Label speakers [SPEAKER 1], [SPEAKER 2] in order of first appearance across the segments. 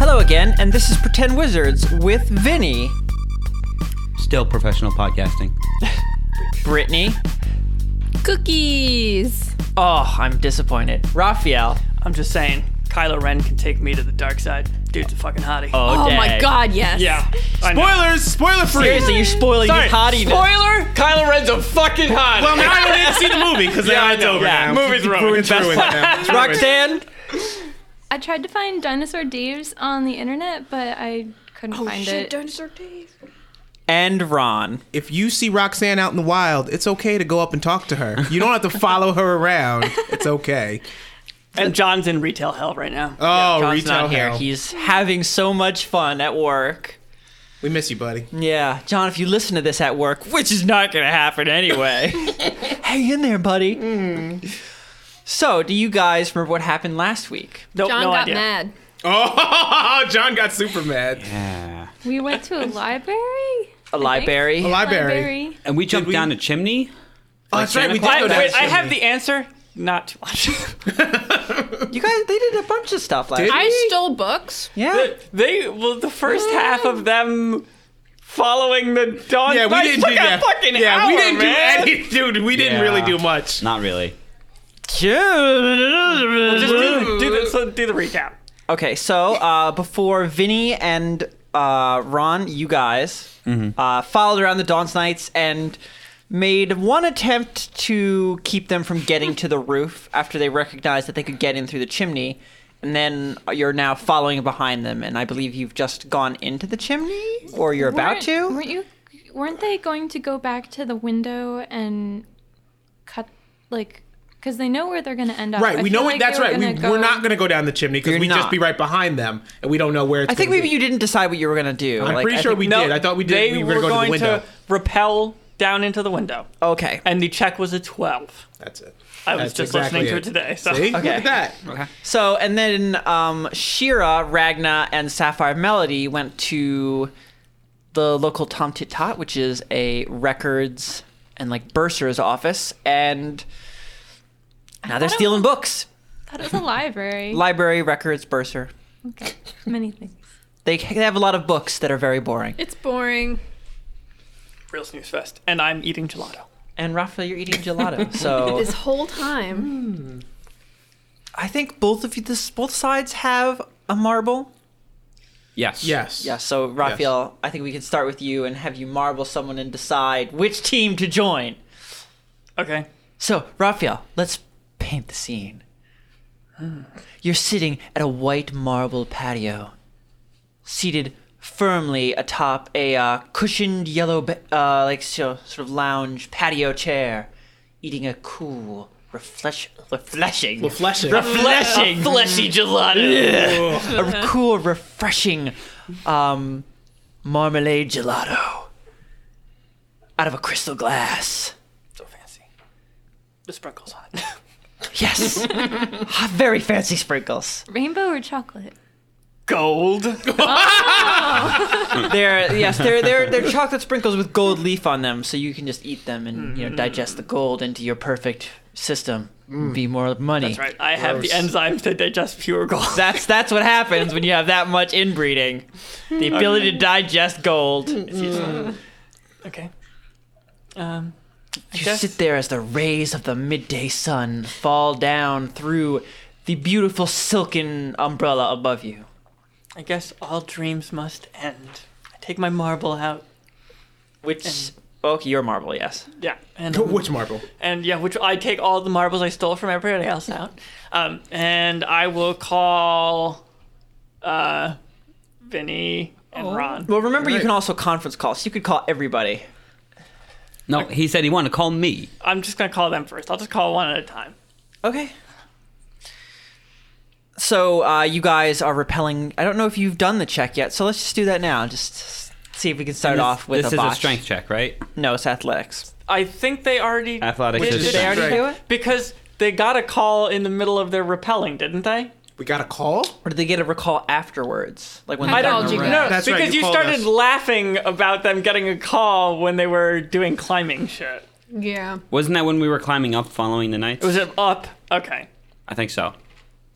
[SPEAKER 1] Joe again, and this is Pretend Wizards with Vinny,
[SPEAKER 2] Still professional podcasting.
[SPEAKER 1] Brittany.
[SPEAKER 3] Cookies.
[SPEAKER 1] Oh, I'm disappointed. Raphael.
[SPEAKER 4] I'm just saying, Kylo Ren can take me to the dark side. Dude's a fucking hottie.
[SPEAKER 1] Oh,
[SPEAKER 3] Oh my
[SPEAKER 1] dang.
[SPEAKER 3] god, yes.
[SPEAKER 4] yeah. I know.
[SPEAKER 5] Spoilers! Spoiler free!
[SPEAKER 1] Seriously, you're spoiling
[SPEAKER 5] Sorry,
[SPEAKER 1] his hottie.
[SPEAKER 5] spoiler?
[SPEAKER 1] Kylo Ren's a fucking hot.
[SPEAKER 5] Well, now I didn't see the movie because now
[SPEAKER 1] I
[SPEAKER 5] it's
[SPEAKER 1] know,
[SPEAKER 5] over.
[SPEAKER 1] yeah.
[SPEAKER 5] Now.
[SPEAKER 1] Movie's ruined.
[SPEAKER 5] Movie's
[SPEAKER 1] Best
[SPEAKER 5] ruined now. It's ruined.
[SPEAKER 1] Roxanne.
[SPEAKER 3] I tried to find Dinosaur Dave's on the internet, but I couldn't find it.
[SPEAKER 1] And Ron.
[SPEAKER 5] If you see Roxanne out in the wild, it's okay to go up and talk to her. You don't have to follow her around. It's okay.
[SPEAKER 4] And John's in retail hell right now.
[SPEAKER 5] Oh,
[SPEAKER 1] John's
[SPEAKER 5] retail
[SPEAKER 1] not here.
[SPEAKER 5] hell.
[SPEAKER 1] He's having so much fun at work.
[SPEAKER 5] We miss you, buddy.
[SPEAKER 1] Yeah, John, if you listen to this at work, which is not going to happen anyway, hang in there, buddy. Hmm. So, do you guys remember what happened last week?
[SPEAKER 4] Nope,
[SPEAKER 3] John
[SPEAKER 4] no
[SPEAKER 3] got
[SPEAKER 4] idea.
[SPEAKER 3] mad.
[SPEAKER 5] Oh, John got super mad.
[SPEAKER 2] Yeah.
[SPEAKER 3] We went to a library.
[SPEAKER 1] A library.
[SPEAKER 5] A library.
[SPEAKER 2] And we jumped
[SPEAKER 5] we-
[SPEAKER 2] down a chimney.
[SPEAKER 5] Oh, that's right. We did
[SPEAKER 4] I,
[SPEAKER 5] go down.
[SPEAKER 4] wait, I
[SPEAKER 5] chimney.
[SPEAKER 4] have the answer. Not to watch.
[SPEAKER 1] You guys, they did a bunch of stuff last
[SPEAKER 5] Did-
[SPEAKER 1] week.
[SPEAKER 3] I stole books.
[SPEAKER 1] Yeah.
[SPEAKER 4] they well, the first half of them following the dawn.
[SPEAKER 5] Yeah, we
[SPEAKER 4] Like,
[SPEAKER 5] didn't
[SPEAKER 4] took
[SPEAKER 5] do
[SPEAKER 4] a
[SPEAKER 5] that.
[SPEAKER 4] Fucking
[SPEAKER 5] yeah, we
[SPEAKER 4] hour,
[SPEAKER 5] didn't
[SPEAKER 4] man.
[SPEAKER 5] do any, dude. We didn't
[SPEAKER 2] Yeah.
[SPEAKER 5] really do much.
[SPEAKER 2] Not really.
[SPEAKER 4] Just do, do, the, so do the recap.
[SPEAKER 1] Okay, so uh, before Vinny and uh, Ron, you guys
[SPEAKER 5] Mm-hmm.
[SPEAKER 1] uh, followed around the Dawn's Knights and made one attempt to keep them from getting to the roof after they recognized that they could get in through the chimney. And then you're now following behind them, and I believe you've just gone into the chimney, or you're about
[SPEAKER 3] Weren't-
[SPEAKER 1] to.
[SPEAKER 3] Weren't you? Weren't they going to go back to the window and cut like? Because they know where they're going to end up.
[SPEAKER 5] Right,
[SPEAKER 3] I
[SPEAKER 5] we
[SPEAKER 3] feel
[SPEAKER 5] know
[SPEAKER 3] like
[SPEAKER 5] it. That's
[SPEAKER 3] they were
[SPEAKER 5] right. We,
[SPEAKER 3] gonna go-
[SPEAKER 5] We're not going to go down the chimney because
[SPEAKER 1] You're
[SPEAKER 5] we'd just
[SPEAKER 1] not.
[SPEAKER 5] be right behind them, and we don't know where. It's
[SPEAKER 1] I think
[SPEAKER 5] gonna
[SPEAKER 1] maybe
[SPEAKER 5] be.
[SPEAKER 1] you didn't decide what you were gonna do.
[SPEAKER 5] I'm pretty
[SPEAKER 1] I
[SPEAKER 5] sure
[SPEAKER 1] think-
[SPEAKER 5] we
[SPEAKER 4] No,
[SPEAKER 5] did. I thought we did.
[SPEAKER 4] They
[SPEAKER 5] we were, going to the window. Oh.
[SPEAKER 4] repel down into the window,
[SPEAKER 1] Okay.
[SPEAKER 4] and the check was a twelve.
[SPEAKER 5] That's it.
[SPEAKER 4] I was
[SPEAKER 5] That's
[SPEAKER 4] just
[SPEAKER 5] exactly
[SPEAKER 4] listening to
[SPEAKER 5] it.
[SPEAKER 4] it today. So.
[SPEAKER 5] See, look
[SPEAKER 1] Okay.
[SPEAKER 5] at that.
[SPEAKER 1] So, and then um, Shira, Ragna, and Sapphire Melody went to the local Tom Tit Tot, which is a records and like bursar's office, and now they're
[SPEAKER 3] thought it
[SPEAKER 1] stealing books.
[SPEAKER 3] That was a library.
[SPEAKER 1] Library, records, bursar.
[SPEAKER 3] okay. Many things.
[SPEAKER 1] They they have a lot of books that are very boring.
[SPEAKER 6] It's boring.
[SPEAKER 4] Real snooze fest, and I'm eating gelato.
[SPEAKER 1] And Rafa, you're eating gelato, so
[SPEAKER 6] This whole time.
[SPEAKER 3] Mm.
[SPEAKER 1] I think both of you, this both sides have a marble.
[SPEAKER 2] Yes.
[SPEAKER 5] Yes.
[SPEAKER 1] Yeah, so Raphael, I think we can start with you and have you marble someone and decide which team to join.
[SPEAKER 4] Okay.
[SPEAKER 1] So, Raphael, let's paint the scene. You're sitting at a white marble patio, seated firmly atop a uh, cushioned yellow, be- uh, like so, sort of lounge patio chair, eating a cool, refresh- refreshing,
[SPEAKER 5] Fleshing.
[SPEAKER 1] refreshing,
[SPEAKER 4] Fleshy gelato.
[SPEAKER 1] a cool, refreshing um, marmalade gelato out of a crystal glass.
[SPEAKER 4] So fancy. The sprinkles on it.
[SPEAKER 1] Yes, very fancy sprinkles.
[SPEAKER 3] Rainbow or chocolate?
[SPEAKER 4] Gold.
[SPEAKER 1] They're yes, they're they're they're chocolate sprinkles with gold leaf on them, so you can just eat them and you know digest the gold into your perfect system. Be more money.
[SPEAKER 4] That's right. I have the enzymes to digest pure gold.
[SPEAKER 1] That's that's what happens when you have that much inbreeding.
[SPEAKER 4] Hmm.
[SPEAKER 1] The ability to digest gold.
[SPEAKER 4] okay. Um,
[SPEAKER 1] You
[SPEAKER 4] guess-
[SPEAKER 1] sit there as the rays of the midday sun fall down through the beautiful silken umbrella above you.
[SPEAKER 4] I guess all dreams must end. I take my marble out.
[SPEAKER 1] Which okay, your marble, yes.
[SPEAKER 4] Yeah. And
[SPEAKER 5] Which marble?
[SPEAKER 4] and yeah, which I take all the marbles I stole from everybody else out, um, and I will call, uh, Vinny and Ron.
[SPEAKER 1] Well, remember you
[SPEAKER 5] Right.
[SPEAKER 1] can also conference call, so you could call everybody.
[SPEAKER 2] No, he said he wanted to call me.
[SPEAKER 4] I'm just gonna call them first. I'll just call one at a time.
[SPEAKER 1] Okay. So uh, you guys are repelling. I don't know if you've done the check yet, so let's just do that now. Just see if we can start off with
[SPEAKER 2] this
[SPEAKER 1] a
[SPEAKER 2] is
[SPEAKER 1] botch.
[SPEAKER 2] a strength check, right?
[SPEAKER 1] No, it's athletics.
[SPEAKER 4] I think they already
[SPEAKER 2] Athletics
[SPEAKER 4] Wait,
[SPEAKER 2] is
[SPEAKER 4] did
[SPEAKER 2] strength.
[SPEAKER 4] they already
[SPEAKER 5] Right.
[SPEAKER 4] do it because they got a call in the middle of their repelling, didn't they?
[SPEAKER 5] We got a call.
[SPEAKER 1] Or do they get a recall afterwards? Like when
[SPEAKER 6] I
[SPEAKER 1] they're
[SPEAKER 6] don't-
[SPEAKER 1] done
[SPEAKER 6] you
[SPEAKER 1] the
[SPEAKER 6] guys.
[SPEAKER 1] round?
[SPEAKER 4] No,
[SPEAKER 5] That's right,
[SPEAKER 4] because
[SPEAKER 5] you
[SPEAKER 4] you
[SPEAKER 5] called
[SPEAKER 4] started
[SPEAKER 5] us.
[SPEAKER 4] laughing about them getting a call when they were doing climbing shit.
[SPEAKER 6] Yeah.
[SPEAKER 2] Wasn't that when we were climbing up following the knights?
[SPEAKER 4] Was it up? Okay,
[SPEAKER 2] I think so.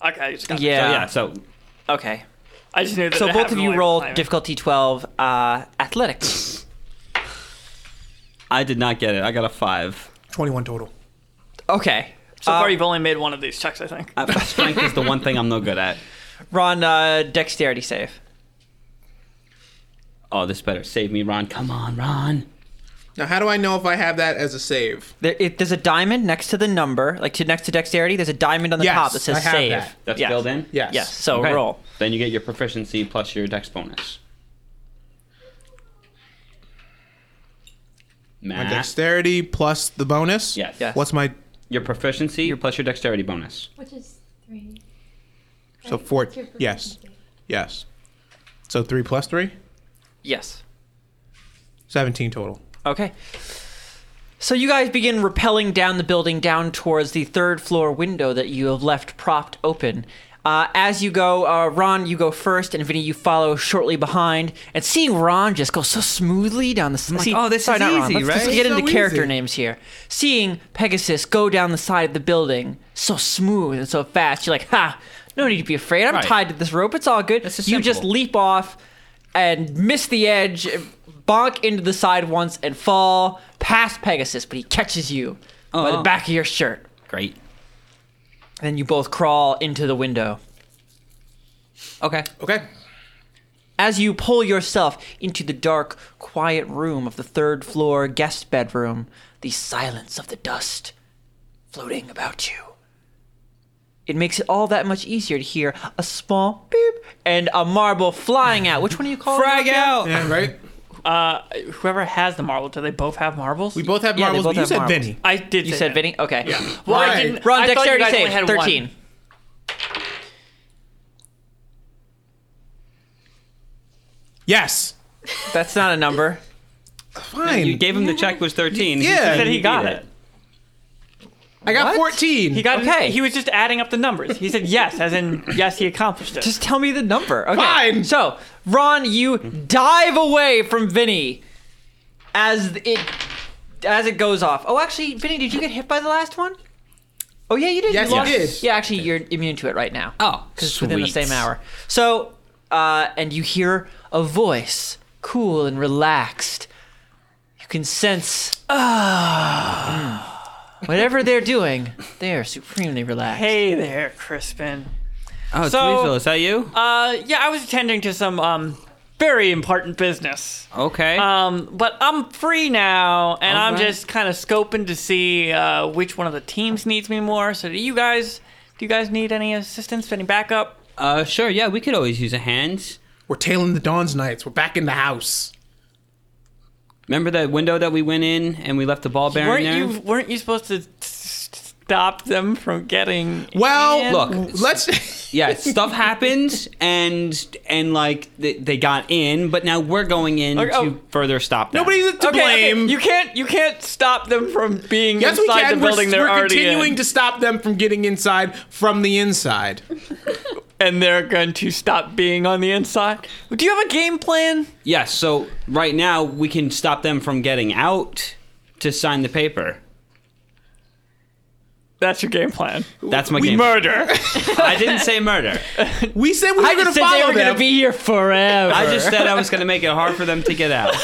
[SPEAKER 4] okay, I just got
[SPEAKER 1] Yeah.
[SPEAKER 2] So yeah, so
[SPEAKER 1] Okay.
[SPEAKER 4] I just knew that.
[SPEAKER 1] So
[SPEAKER 4] it
[SPEAKER 1] both of
[SPEAKER 4] happened
[SPEAKER 1] you
[SPEAKER 4] while
[SPEAKER 1] roll
[SPEAKER 4] climbing.
[SPEAKER 1] difficulty 12 uh, athletics.
[SPEAKER 2] I did not get it. I got a five.
[SPEAKER 5] 21 total.
[SPEAKER 1] Okay.
[SPEAKER 4] So
[SPEAKER 1] Uh,
[SPEAKER 4] far, you've only made one of these checks, I think.
[SPEAKER 2] Uh, Strength is the one thing I'm no good at.
[SPEAKER 1] Ron, uh, dexterity save.
[SPEAKER 2] Oh, this better save me, Ron. Come on, Ron.
[SPEAKER 5] Now, how do I know if I have that as a save?
[SPEAKER 1] There, it, there's a diamond next to the number, like to next to dexterity. There's a diamond on the
[SPEAKER 5] Yes,
[SPEAKER 1] top that says
[SPEAKER 5] I have
[SPEAKER 1] save.
[SPEAKER 5] that.
[SPEAKER 2] That's
[SPEAKER 1] Yes.
[SPEAKER 2] filled in.
[SPEAKER 5] Yes.
[SPEAKER 1] Yes. So
[SPEAKER 2] Okay.
[SPEAKER 1] roll.
[SPEAKER 2] Then you get your proficiency plus your dex bonus.
[SPEAKER 5] My
[SPEAKER 2] Matt.
[SPEAKER 5] dexterity plus the bonus?
[SPEAKER 2] uh-huh. Yes.
[SPEAKER 1] Yes.
[SPEAKER 5] What's my.
[SPEAKER 2] Your proficiency plus your dexterity bonus.
[SPEAKER 3] Which is three.
[SPEAKER 5] So four. Yes. Yes. So three plus three?
[SPEAKER 1] Yes.
[SPEAKER 5] 17 total.
[SPEAKER 1] Okay. So you guys begin rappelling down the building, down towards the third floor window that you have left propped open. Uh, as you go, uh, Ron, you go first, and Vinny, you follow shortly behind. And seeing Ron just go so smoothly down the side,
[SPEAKER 2] oh, this is easy,
[SPEAKER 1] Let's, let's
[SPEAKER 2] right?
[SPEAKER 1] get
[SPEAKER 5] This is
[SPEAKER 1] into
[SPEAKER 5] so
[SPEAKER 1] character
[SPEAKER 5] easy.
[SPEAKER 1] names here. Seeing Pegasus go down the side of the building so smooth and so fast, you're like, ha! No need to be afraid. I'm
[SPEAKER 2] Right.
[SPEAKER 1] tied to this rope. It's all good.
[SPEAKER 2] This is
[SPEAKER 1] you just
[SPEAKER 2] simple.
[SPEAKER 1] leap off and miss the edge, bonk into the side once and fall past Pegasus, but he catches you by the
[SPEAKER 2] Oh.
[SPEAKER 1] back of your shirt.
[SPEAKER 2] Great.
[SPEAKER 1] And then you both crawl into the window.
[SPEAKER 2] Okay.
[SPEAKER 5] Okay.
[SPEAKER 1] As you pull yourself into the dark, quiet room of the third floor guest bedroom, the silence of the dust floating about you. It makes it all that much easier to hear a small beep and a marble flying out. Which one do you call
[SPEAKER 2] Frag out.
[SPEAKER 5] Yeah, right?
[SPEAKER 4] Uh, whoever has the marble, do they both have marbles?
[SPEAKER 5] We both have
[SPEAKER 1] Yeah, they
[SPEAKER 5] marbles,
[SPEAKER 1] both
[SPEAKER 5] but you
[SPEAKER 1] have
[SPEAKER 5] said
[SPEAKER 1] marbles.
[SPEAKER 5] Vinny.
[SPEAKER 4] I did.
[SPEAKER 1] You
[SPEAKER 4] say
[SPEAKER 1] said
[SPEAKER 4] that.
[SPEAKER 1] Vinny? Okay.
[SPEAKER 4] Well,
[SPEAKER 5] Right.
[SPEAKER 4] I didn't.
[SPEAKER 1] Ron,
[SPEAKER 4] I thought you
[SPEAKER 1] dexterity
[SPEAKER 4] guys only
[SPEAKER 1] save.
[SPEAKER 4] had one.
[SPEAKER 1] 13.
[SPEAKER 5] Yes.
[SPEAKER 1] That's not a number.
[SPEAKER 5] Fine.
[SPEAKER 2] You gave him the check was thirteen.
[SPEAKER 5] Yeah.
[SPEAKER 2] said
[SPEAKER 5] Then
[SPEAKER 4] he
[SPEAKER 2] beat
[SPEAKER 4] got it.
[SPEAKER 5] I got
[SPEAKER 1] What?
[SPEAKER 5] 14.
[SPEAKER 4] He got.
[SPEAKER 1] Okay.
[SPEAKER 4] He was just adding up the numbers. He said yes, as in yes, he accomplished it.
[SPEAKER 1] Just tell me the number. Okay.
[SPEAKER 5] Fine.
[SPEAKER 1] So, Ron, you dive away from Vinny as it as it goes off. Oh, actually, Vinny, did you get hit by the last one? Oh yeah, you did.
[SPEAKER 5] Yes,
[SPEAKER 1] you
[SPEAKER 5] I
[SPEAKER 1] lost.
[SPEAKER 5] did.
[SPEAKER 1] Yeah, actually, you're immune to it right now.
[SPEAKER 2] Oh,
[SPEAKER 1] because it's within the
[SPEAKER 2] sweet.
[SPEAKER 1] same hour. So, uh, and you hear a voice, cool and relaxed. You can sense. Ah. Whatever they're doing, they are supremely relaxed.
[SPEAKER 4] Hey there, Crispin.
[SPEAKER 2] Oh, it's
[SPEAKER 4] So-
[SPEAKER 2] Weasel. Is that you?
[SPEAKER 4] Uh, yeah, I was attending to some um very important business.
[SPEAKER 2] okay.
[SPEAKER 4] Um, but I'm free now, and I'm
[SPEAKER 2] Alright.
[SPEAKER 4] just kind of scoping to see uh, which one of the teams needs me more. So, do you guys? Do you guys need any assistance, any backup?
[SPEAKER 2] uh, sure. Yeah, we could always use a hand.
[SPEAKER 5] We're tailing the Dawn's Knights. We're back in the house.
[SPEAKER 2] Remember that window that we went in and we left the ball bearing
[SPEAKER 4] weren't
[SPEAKER 2] there?
[SPEAKER 4] you weren't you supposed to s- s- stop them from getting?
[SPEAKER 5] Well,
[SPEAKER 4] in?
[SPEAKER 2] Look,
[SPEAKER 5] w- let's.
[SPEAKER 2] yeah, stuff happened, and and like they, they got in, but now we're going in
[SPEAKER 4] Okay,
[SPEAKER 2] to
[SPEAKER 4] oh.
[SPEAKER 2] further stop them.
[SPEAKER 5] Nobody's
[SPEAKER 4] Okay,
[SPEAKER 5] to
[SPEAKER 4] okay,
[SPEAKER 5] blame.
[SPEAKER 4] You can't you can't stop them from being
[SPEAKER 5] Yes, we
[SPEAKER 4] inside
[SPEAKER 5] can.
[SPEAKER 4] the building
[SPEAKER 5] We're,
[SPEAKER 4] they're
[SPEAKER 5] we're
[SPEAKER 4] already
[SPEAKER 5] continuing
[SPEAKER 4] in,
[SPEAKER 5] to stop them from getting inside from the inside.
[SPEAKER 4] and they're going to stop being on the inside. Do you have a game plan?
[SPEAKER 2] Yes. so right now we can stop them from getting out to sign the paper.
[SPEAKER 4] That's your game plan.
[SPEAKER 2] That's my game.
[SPEAKER 4] Murder.
[SPEAKER 2] I didn't say murder.
[SPEAKER 5] We said we were
[SPEAKER 1] I
[SPEAKER 5] going
[SPEAKER 1] just said
[SPEAKER 5] to
[SPEAKER 1] they
[SPEAKER 5] follow
[SPEAKER 1] were
[SPEAKER 5] them.
[SPEAKER 1] gonna be here forever.
[SPEAKER 2] I just said I was going to make it hard for them to get out.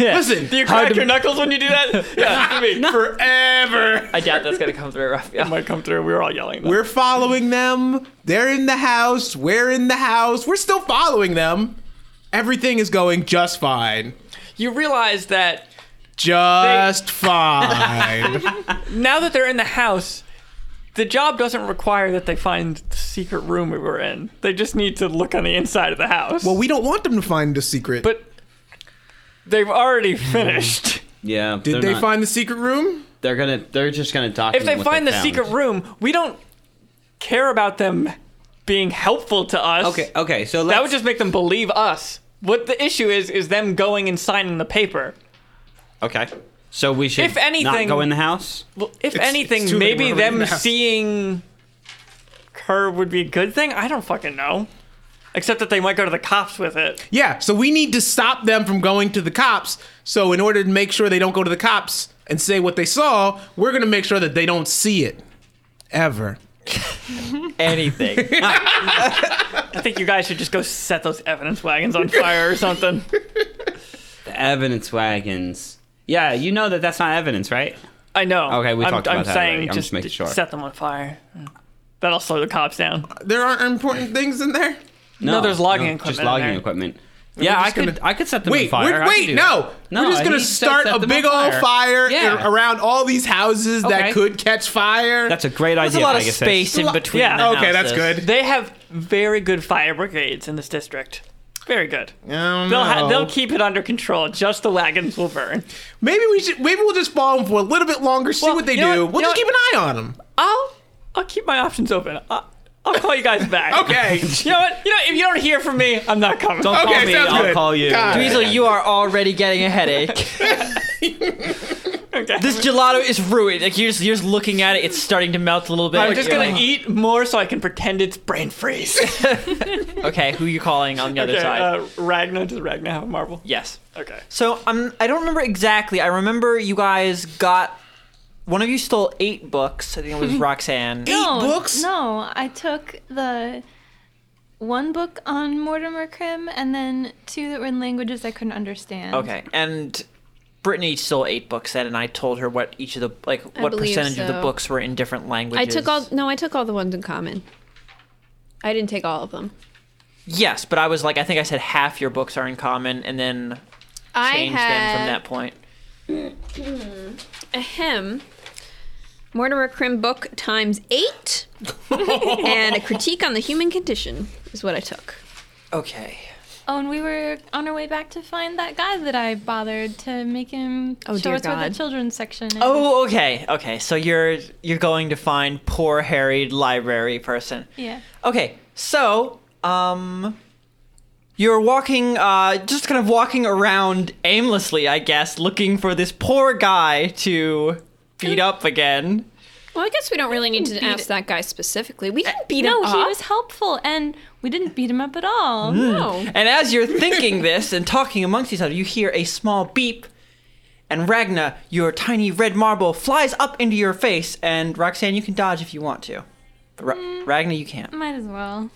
[SPEAKER 5] Listen,
[SPEAKER 4] Do you crack your knuckles when you do that? Yeah, me.
[SPEAKER 5] forever.
[SPEAKER 1] I doubt that's gonna come through, Raphael.
[SPEAKER 4] might come through. We were all yelling. That.
[SPEAKER 5] We're following them. They're in the house. We're in the house. We're still following them. Everything is going just fine.
[SPEAKER 4] You realize that
[SPEAKER 5] Just fine.
[SPEAKER 4] now that they're in the house, the job doesn't require that they find the secret room we were in. They just need to look on the inside of the house.
[SPEAKER 5] well, we don't want them to find the secret.
[SPEAKER 4] but they've already finished.
[SPEAKER 2] Yeah.
[SPEAKER 5] did they find the secret room?
[SPEAKER 2] They're gonna. They're just gonna document.
[SPEAKER 4] if they
[SPEAKER 2] what
[SPEAKER 4] find the
[SPEAKER 2] found.
[SPEAKER 4] secret room, we don't care about them being helpful to us.
[SPEAKER 2] Okay. uh, Okay. So let's,
[SPEAKER 4] That would just make them believe us. What the issue is is them going and signing the paper.
[SPEAKER 2] Okay. So we should
[SPEAKER 4] If
[SPEAKER 2] not
[SPEAKER 4] anything-
[SPEAKER 2] go in the house.
[SPEAKER 4] Well, if
[SPEAKER 5] It's-
[SPEAKER 4] anything,
[SPEAKER 5] it's too late,
[SPEAKER 4] maybe
[SPEAKER 5] we're already
[SPEAKER 4] them
[SPEAKER 5] in the house.
[SPEAKER 4] seeing her would be a good thing. I don't fucking know. Except that they might go to the cops with it.
[SPEAKER 5] Yeah, so we need to stop them from going to the cops. So, in order to make sure they don't go to the cops and say what they saw, we're going to make sure that they don't see it. Ever.
[SPEAKER 1] anything.
[SPEAKER 4] I think you guys should just go set those evidence wagons on fire or something.
[SPEAKER 2] The evidence wagons. Yeah, you know that that's not evidence, right?
[SPEAKER 4] I know.
[SPEAKER 2] Okay, we
[SPEAKER 4] I'm,
[SPEAKER 2] talked
[SPEAKER 4] I'm
[SPEAKER 2] about that
[SPEAKER 4] saying
[SPEAKER 2] already. I'm
[SPEAKER 4] just,
[SPEAKER 2] just making sure.
[SPEAKER 4] set them on fire. That'll slow the cops down.
[SPEAKER 5] There aren't important things in there.
[SPEAKER 2] No,
[SPEAKER 4] there's logging
[SPEAKER 2] Just
[SPEAKER 4] equipment in
[SPEAKER 2] logging
[SPEAKER 4] there.
[SPEAKER 2] equipment. Yeah, I
[SPEAKER 5] just
[SPEAKER 2] could,
[SPEAKER 5] gonna-
[SPEAKER 2] I could set them on
[SPEAKER 5] Wait,
[SPEAKER 2] fire.
[SPEAKER 5] we're,
[SPEAKER 2] I could
[SPEAKER 5] wait,
[SPEAKER 2] do
[SPEAKER 5] no.
[SPEAKER 2] No,
[SPEAKER 5] we're just gonna
[SPEAKER 2] he said
[SPEAKER 5] start
[SPEAKER 2] set
[SPEAKER 5] a
[SPEAKER 2] them on
[SPEAKER 5] big old
[SPEAKER 2] fire.
[SPEAKER 5] fire
[SPEAKER 2] Yeah.
[SPEAKER 5] a- around all these houses
[SPEAKER 2] Okay.
[SPEAKER 5] that could catch fire.
[SPEAKER 2] that. That's a great
[SPEAKER 1] There's a
[SPEAKER 2] idea.
[SPEAKER 1] lot of
[SPEAKER 2] I guess.
[SPEAKER 1] space in between.
[SPEAKER 4] Yeah.
[SPEAKER 1] the
[SPEAKER 5] okay. That's
[SPEAKER 1] houses.
[SPEAKER 5] good.
[SPEAKER 4] They have very good fire brigades in this district. Very good.
[SPEAKER 5] I don't
[SPEAKER 4] They'll, ha-
[SPEAKER 5] know.
[SPEAKER 4] they'll keep it under control. Just the wagons will burn.
[SPEAKER 5] Maybe we should. Maybe we'll just follow them for a little bit longer, see
[SPEAKER 4] Well,
[SPEAKER 5] what they
[SPEAKER 4] you know
[SPEAKER 5] do.
[SPEAKER 4] what-
[SPEAKER 5] we'll
[SPEAKER 4] you
[SPEAKER 5] just
[SPEAKER 4] know
[SPEAKER 5] keep an eye on them.
[SPEAKER 4] I'll I'll keep my options open. I'll, I'll call you guys back.
[SPEAKER 5] Okay.
[SPEAKER 4] You know what? You know if you don't hear from me, I'm not coming.
[SPEAKER 2] Don't
[SPEAKER 5] Okay,
[SPEAKER 2] call me.
[SPEAKER 5] sounds
[SPEAKER 2] I'll
[SPEAKER 5] good.
[SPEAKER 2] call you.
[SPEAKER 5] Got it.
[SPEAKER 1] Dweezil, you are already getting a headache.
[SPEAKER 4] Okay.
[SPEAKER 1] This gelato is ruined. Like you're just, you're just looking at it; it's starting to melt a little bit.
[SPEAKER 4] I'm just
[SPEAKER 1] You're
[SPEAKER 4] gonna
[SPEAKER 1] like,
[SPEAKER 4] eat more so I can pretend it's brain freeze.
[SPEAKER 1] Okay, who are you calling on the other
[SPEAKER 4] okay,
[SPEAKER 1] side?
[SPEAKER 4] uh, Ragna, does Ragna have a marble?
[SPEAKER 1] yes.
[SPEAKER 4] Okay.
[SPEAKER 1] So um, I don't remember exactly. I remember you guys got one of you stole eight books. I think it was Roxanne.
[SPEAKER 3] no,
[SPEAKER 5] books?
[SPEAKER 3] No, I took the one book on Mortimer Crim and then two that were in languages I couldn't understand.
[SPEAKER 1] Okay, and Brittany stole eight books then, and I told her what each of the like what
[SPEAKER 6] believe
[SPEAKER 1] percentage of the
[SPEAKER 6] so.
[SPEAKER 1] books were in different languages.
[SPEAKER 6] I took all. No, I took all the ones in common. I didn't take all of them.
[SPEAKER 1] Yes, but I was like, I think I said half your books are in common, and then
[SPEAKER 6] I
[SPEAKER 1] changed them from that point.
[SPEAKER 6] a hymn, Mortimer Crim book times eight, and a critique on the human condition is what I took.
[SPEAKER 1] Okay.
[SPEAKER 3] Oh, and we were on our way back to find that guy that I bothered to make him
[SPEAKER 6] Oh,
[SPEAKER 3] show
[SPEAKER 6] dear
[SPEAKER 3] us where
[SPEAKER 6] God.
[SPEAKER 3] the children's section is.
[SPEAKER 1] Oh, okay, okay. So you're you're going to find poor harried library person.
[SPEAKER 3] Yeah.
[SPEAKER 1] Okay, so um, you're walking, uh, just kind of walking around aimlessly, I guess, looking for this poor guy to beat up again.
[SPEAKER 6] Well, I guess we don't really need to ask that guy specifically. We didn't beat
[SPEAKER 3] no,
[SPEAKER 6] him
[SPEAKER 3] he
[SPEAKER 6] up. Mm.
[SPEAKER 3] was helpful, and we didn't beat him up at all.
[SPEAKER 6] no.
[SPEAKER 1] And as you're thinking this and talking amongst each other, you hear a small beep, and Ragna, your tiny red marble, flies up into your face. And Roxanne, you can dodge if you want to. But Ra- Ragna, you can't.
[SPEAKER 3] Might as well.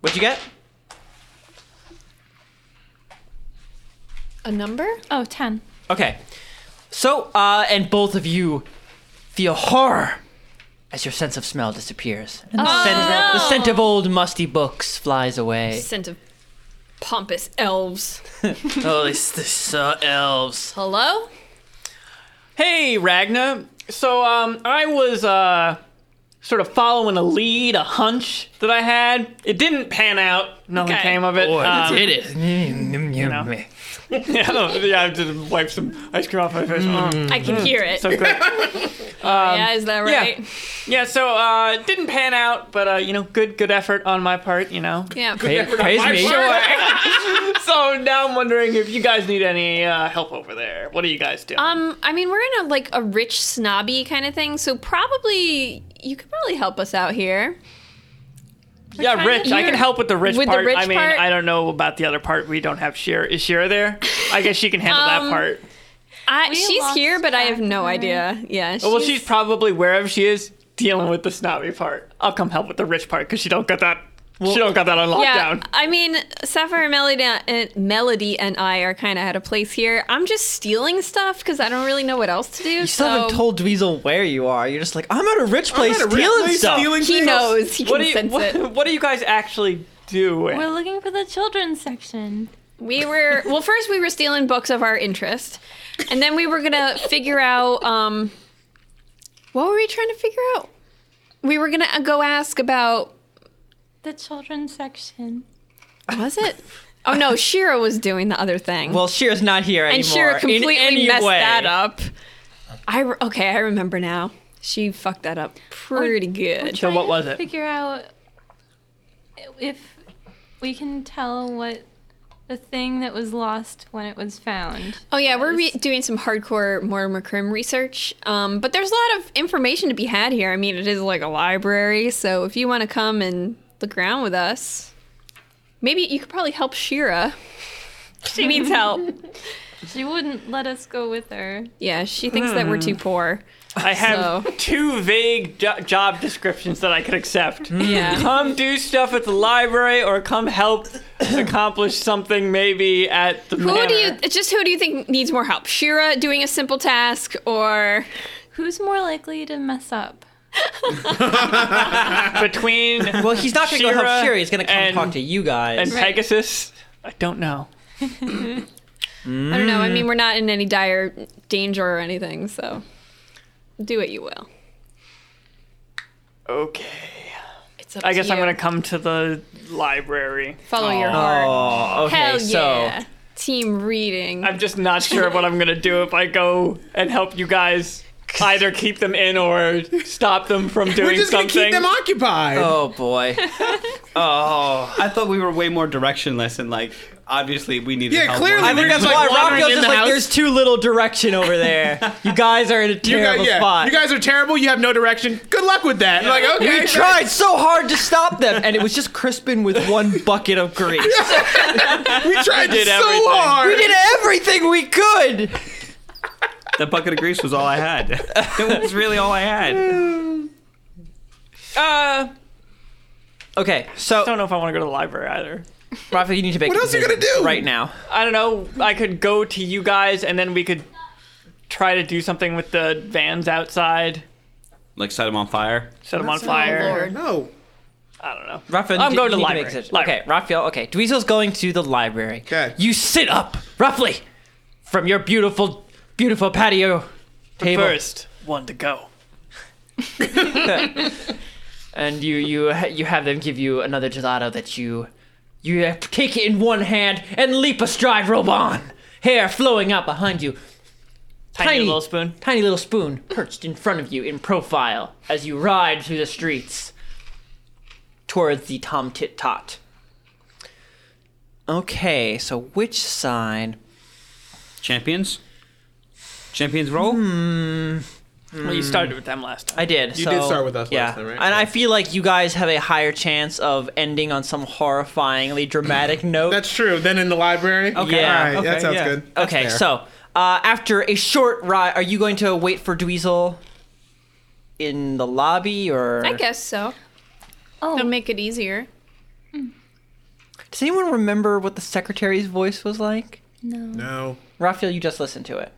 [SPEAKER 1] What'd you get?
[SPEAKER 6] A number?
[SPEAKER 3] Oh, 10.
[SPEAKER 1] Okay. So, uh, and both of you feel horror as your sense of smell disappears. And
[SPEAKER 6] Oh,
[SPEAKER 1] the, scent, the scent of old musty books flies away.
[SPEAKER 6] Scent of pompous elves.
[SPEAKER 1] oh, these, these uh, elves.
[SPEAKER 6] Hello?
[SPEAKER 4] Hey, Ragna. So, um, I was, uh, sort of following a lead, a hunch that I had. It didn't pan out. Nothing
[SPEAKER 6] Okay.
[SPEAKER 4] came of it. Um,
[SPEAKER 1] Did it.
[SPEAKER 4] know. yeah, no, yeah, I just wiped some ice cream off my face. Oh,
[SPEAKER 6] I can hear it.
[SPEAKER 4] so great.
[SPEAKER 6] Mm-hmm. yeah, is that right?
[SPEAKER 4] yeah. Yeah, so, uh, it didn't pan out, but, uh, you know, good, good effort on my part, you know.
[SPEAKER 6] Yeah.
[SPEAKER 1] Praise me.
[SPEAKER 4] so now I'm wondering if you guys need any, uh, help over there. What do you guys do?
[SPEAKER 6] Um, I mean, we're in a like a rich snobby kind of thing, so probably you could probably help us out here.
[SPEAKER 4] Yeah,
[SPEAKER 6] kind of-
[SPEAKER 4] rich. I can
[SPEAKER 6] you're-
[SPEAKER 4] help with the rich
[SPEAKER 6] with the
[SPEAKER 4] part.
[SPEAKER 6] rich
[SPEAKER 4] I mean,
[SPEAKER 6] part?
[SPEAKER 4] I don't know about the other part. We don't have Shira. Is Shira there? I guess she can handle
[SPEAKER 6] Um,
[SPEAKER 4] that part.
[SPEAKER 6] I,
[SPEAKER 3] We
[SPEAKER 6] she's
[SPEAKER 3] lost
[SPEAKER 6] here, but I have
[SPEAKER 3] track
[SPEAKER 6] no
[SPEAKER 3] of her.
[SPEAKER 6] idea. Yeah. She's,
[SPEAKER 1] Oh,
[SPEAKER 4] Well, she's probably wherever she is dealing with the snobby part. I'll come help with the rich part because she don't got that. she don't got that on
[SPEAKER 6] Yeah,
[SPEAKER 4] lockdown.
[SPEAKER 6] I mean, Sapphire Melody and Melody and I are kind of out of place here. I'm just stealing stuff because I don't really know what else to do.
[SPEAKER 1] You still haven't told Dweezil where you are. You're just like, I'm at a rich place
[SPEAKER 5] What a
[SPEAKER 1] stealing
[SPEAKER 5] really
[SPEAKER 1] stuff.
[SPEAKER 5] stealing
[SPEAKER 6] He
[SPEAKER 5] things.
[SPEAKER 6] knows. He
[SPEAKER 4] What
[SPEAKER 6] can
[SPEAKER 4] do you
[SPEAKER 6] sense it.
[SPEAKER 4] what, what do you guys actually doing?
[SPEAKER 3] We're looking for the children's section.
[SPEAKER 6] We were well. First, we were stealing books of our interest, and then we were gonna figure out. Um, what were we trying to figure out? We were gonna go ask about.
[SPEAKER 3] The children's section.
[SPEAKER 6] Was it? Oh no, Shira was doing the other thing.
[SPEAKER 1] Well, Shira's not here anymore.
[SPEAKER 6] and Shira
[SPEAKER 1] in
[SPEAKER 6] completely
[SPEAKER 1] any
[SPEAKER 6] messed
[SPEAKER 1] way.
[SPEAKER 6] that up. I re- okay, I remember now. Oh, She fucked that up pretty good.
[SPEAKER 4] So
[SPEAKER 3] Trying
[SPEAKER 4] what
[SPEAKER 3] to
[SPEAKER 4] was it?
[SPEAKER 3] Figure out if we can tell what the thing that was lost when it was found.
[SPEAKER 6] Oh yeah, we're re- doing some hardcore Mortimer Crim research, um, but there's a lot of information to be had here. I mean, it is like a library, so if you want to come and look around with us, maybe you could probably help Shira. She needs help.
[SPEAKER 3] She wouldn't let us go with her.
[SPEAKER 6] Yeah, she thinks that we're too poor.
[SPEAKER 4] I have
[SPEAKER 6] So-
[SPEAKER 4] two vague jo- job descriptions that I could accept.
[SPEAKER 6] Mm. Yeah.
[SPEAKER 4] Come do stuff at the library or come help accomplish something maybe at the
[SPEAKER 6] Who
[SPEAKER 4] manor.
[SPEAKER 6] do you? It's just who do you think needs more help? Shira doing a simple task, or
[SPEAKER 3] Who's more likely to mess up?
[SPEAKER 4] between
[SPEAKER 1] Well, he's not going to go help
[SPEAKER 4] Shira
[SPEAKER 1] Shira. He's going to come
[SPEAKER 4] and-
[SPEAKER 1] talk to you guys.
[SPEAKER 4] and Pegasus? I don't know.
[SPEAKER 6] I don't know. I mean, we're not in any dire danger or anything, so do what you will.
[SPEAKER 4] Okay.
[SPEAKER 6] It's up
[SPEAKER 4] I
[SPEAKER 6] to
[SPEAKER 4] guess I'm
[SPEAKER 6] you.
[SPEAKER 4] going to come to the library.
[SPEAKER 6] follow your heart.
[SPEAKER 1] oh, okay.
[SPEAKER 6] Hell
[SPEAKER 1] so
[SPEAKER 6] yeah! Team reading.
[SPEAKER 4] I'm just not sure what I'm going to do if I go and help you guys either keep them in or stop them from doing
[SPEAKER 5] We're just gonna
[SPEAKER 4] something.
[SPEAKER 5] keep them occupied.
[SPEAKER 1] Oh boy. oh.
[SPEAKER 2] I thought we were way more directionless and like obviously we needed
[SPEAKER 5] Yeah,
[SPEAKER 2] help.
[SPEAKER 5] clearly.
[SPEAKER 2] more
[SPEAKER 1] I
[SPEAKER 2] than-
[SPEAKER 1] think that's
[SPEAKER 5] Like
[SPEAKER 1] why Rocco's
[SPEAKER 5] wandering in
[SPEAKER 1] just
[SPEAKER 5] the
[SPEAKER 1] like,
[SPEAKER 5] house.
[SPEAKER 1] there's too little direction over there. You guys are in a
[SPEAKER 5] you
[SPEAKER 1] terrible
[SPEAKER 5] guys, yeah,
[SPEAKER 1] spot.
[SPEAKER 5] you guys are terrible. You have no direction. Good luck with that. Like, okay,
[SPEAKER 1] we tried so hard to stop them, and it was just Crispin with one bucket of grease.
[SPEAKER 5] We tried
[SPEAKER 4] did
[SPEAKER 5] so
[SPEAKER 4] everything.
[SPEAKER 5] hard.
[SPEAKER 1] We did everything we could.
[SPEAKER 2] that bucket of grease was all I had. it was really all I had.
[SPEAKER 4] Uh,
[SPEAKER 1] Okay, so
[SPEAKER 4] don't know if I want to go to the library either.
[SPEAKER 1] Rafa, you need to make. What
[SPEAKER 5] else you gonna do?
[SPEAKER 1] right now?
[SPEAKER 4] I don't know. I could go to you guys and then we could try to do something with the vans outside,
[SPEAKER 2] Like set him on fire.
[SPEAKER 4] set them on fire.
[SPEAKER 6] Lord.
[SPEAKER 5] No.
[SPEAKER 4] I don't know.
[SPEAKER 1] Rafa,
[SPEAKER 4] I'm
[SPEAKER 1] you- you
[SPEAKER 4] going to
[SPEAKER 1] need
[SPEAKER 4] library.
[SPEAKER 1] make a decision.
[SPEAKER 4] Library.
[SPEAKER 1] Okay, Raphael. Okay, Dweezil's going to the library.
[SPEAKER 5] 'Kay.
[SPEAKER 1] You sit up, roughly, from your beautiful, beautiful patio table.
[SPEAKER 4] First one to go.
[SPEAKER 1] and you you ha- you have them give you another gelato that you you have- take it in one hand and leap astride Roban, hair flowing out behind you,
[SPEAKER 4] Tiny, little spoon.
[SPEAKER 1] tiny little spoon perched in front of you in profile as you ride through the streets towards the Tom Tit Tot. Okay, so which side?
[SPEAKER 2] Champions? Champions roll?
[SPEAKER 4] Well, you started with them last time.
[SPEAKER 1] I did.
[SPEAKER 5] You
[SPEAKER 1] so-
[SPEAKER 5] did start with us last
[SPEAKER 1] yeah.
[SPEAKER 5] time, right?
[SPEAKER 1] And I feel like you guys have a higher chance of ending on some horrifyingly dramatic note.
[SPEAKER 5] That's true. Then in the library.
[SPEAKER 1] Okay. Yeah,
[SPEAKER 5] All right. that
[SPEAKER 2] okay,
[SPEAKER 5] sounds
[SPEAKER 2] yeah.
[SPEAKER 5] good.
[SPEAKER 1] Okay, so uh, after a short ride, are you going to wait for Dweezil in the lobby, or
[SPEAKER 6] I guess so.
[SPEAKER 3] Oh,
[SPEAKER 6] It'll make it easier.
[SPEAKER 1] does anyone remember what the secretary's voice was like?
[SPEAKER 5] No.
[SPEAKER 1] Raphael, you just listened to it.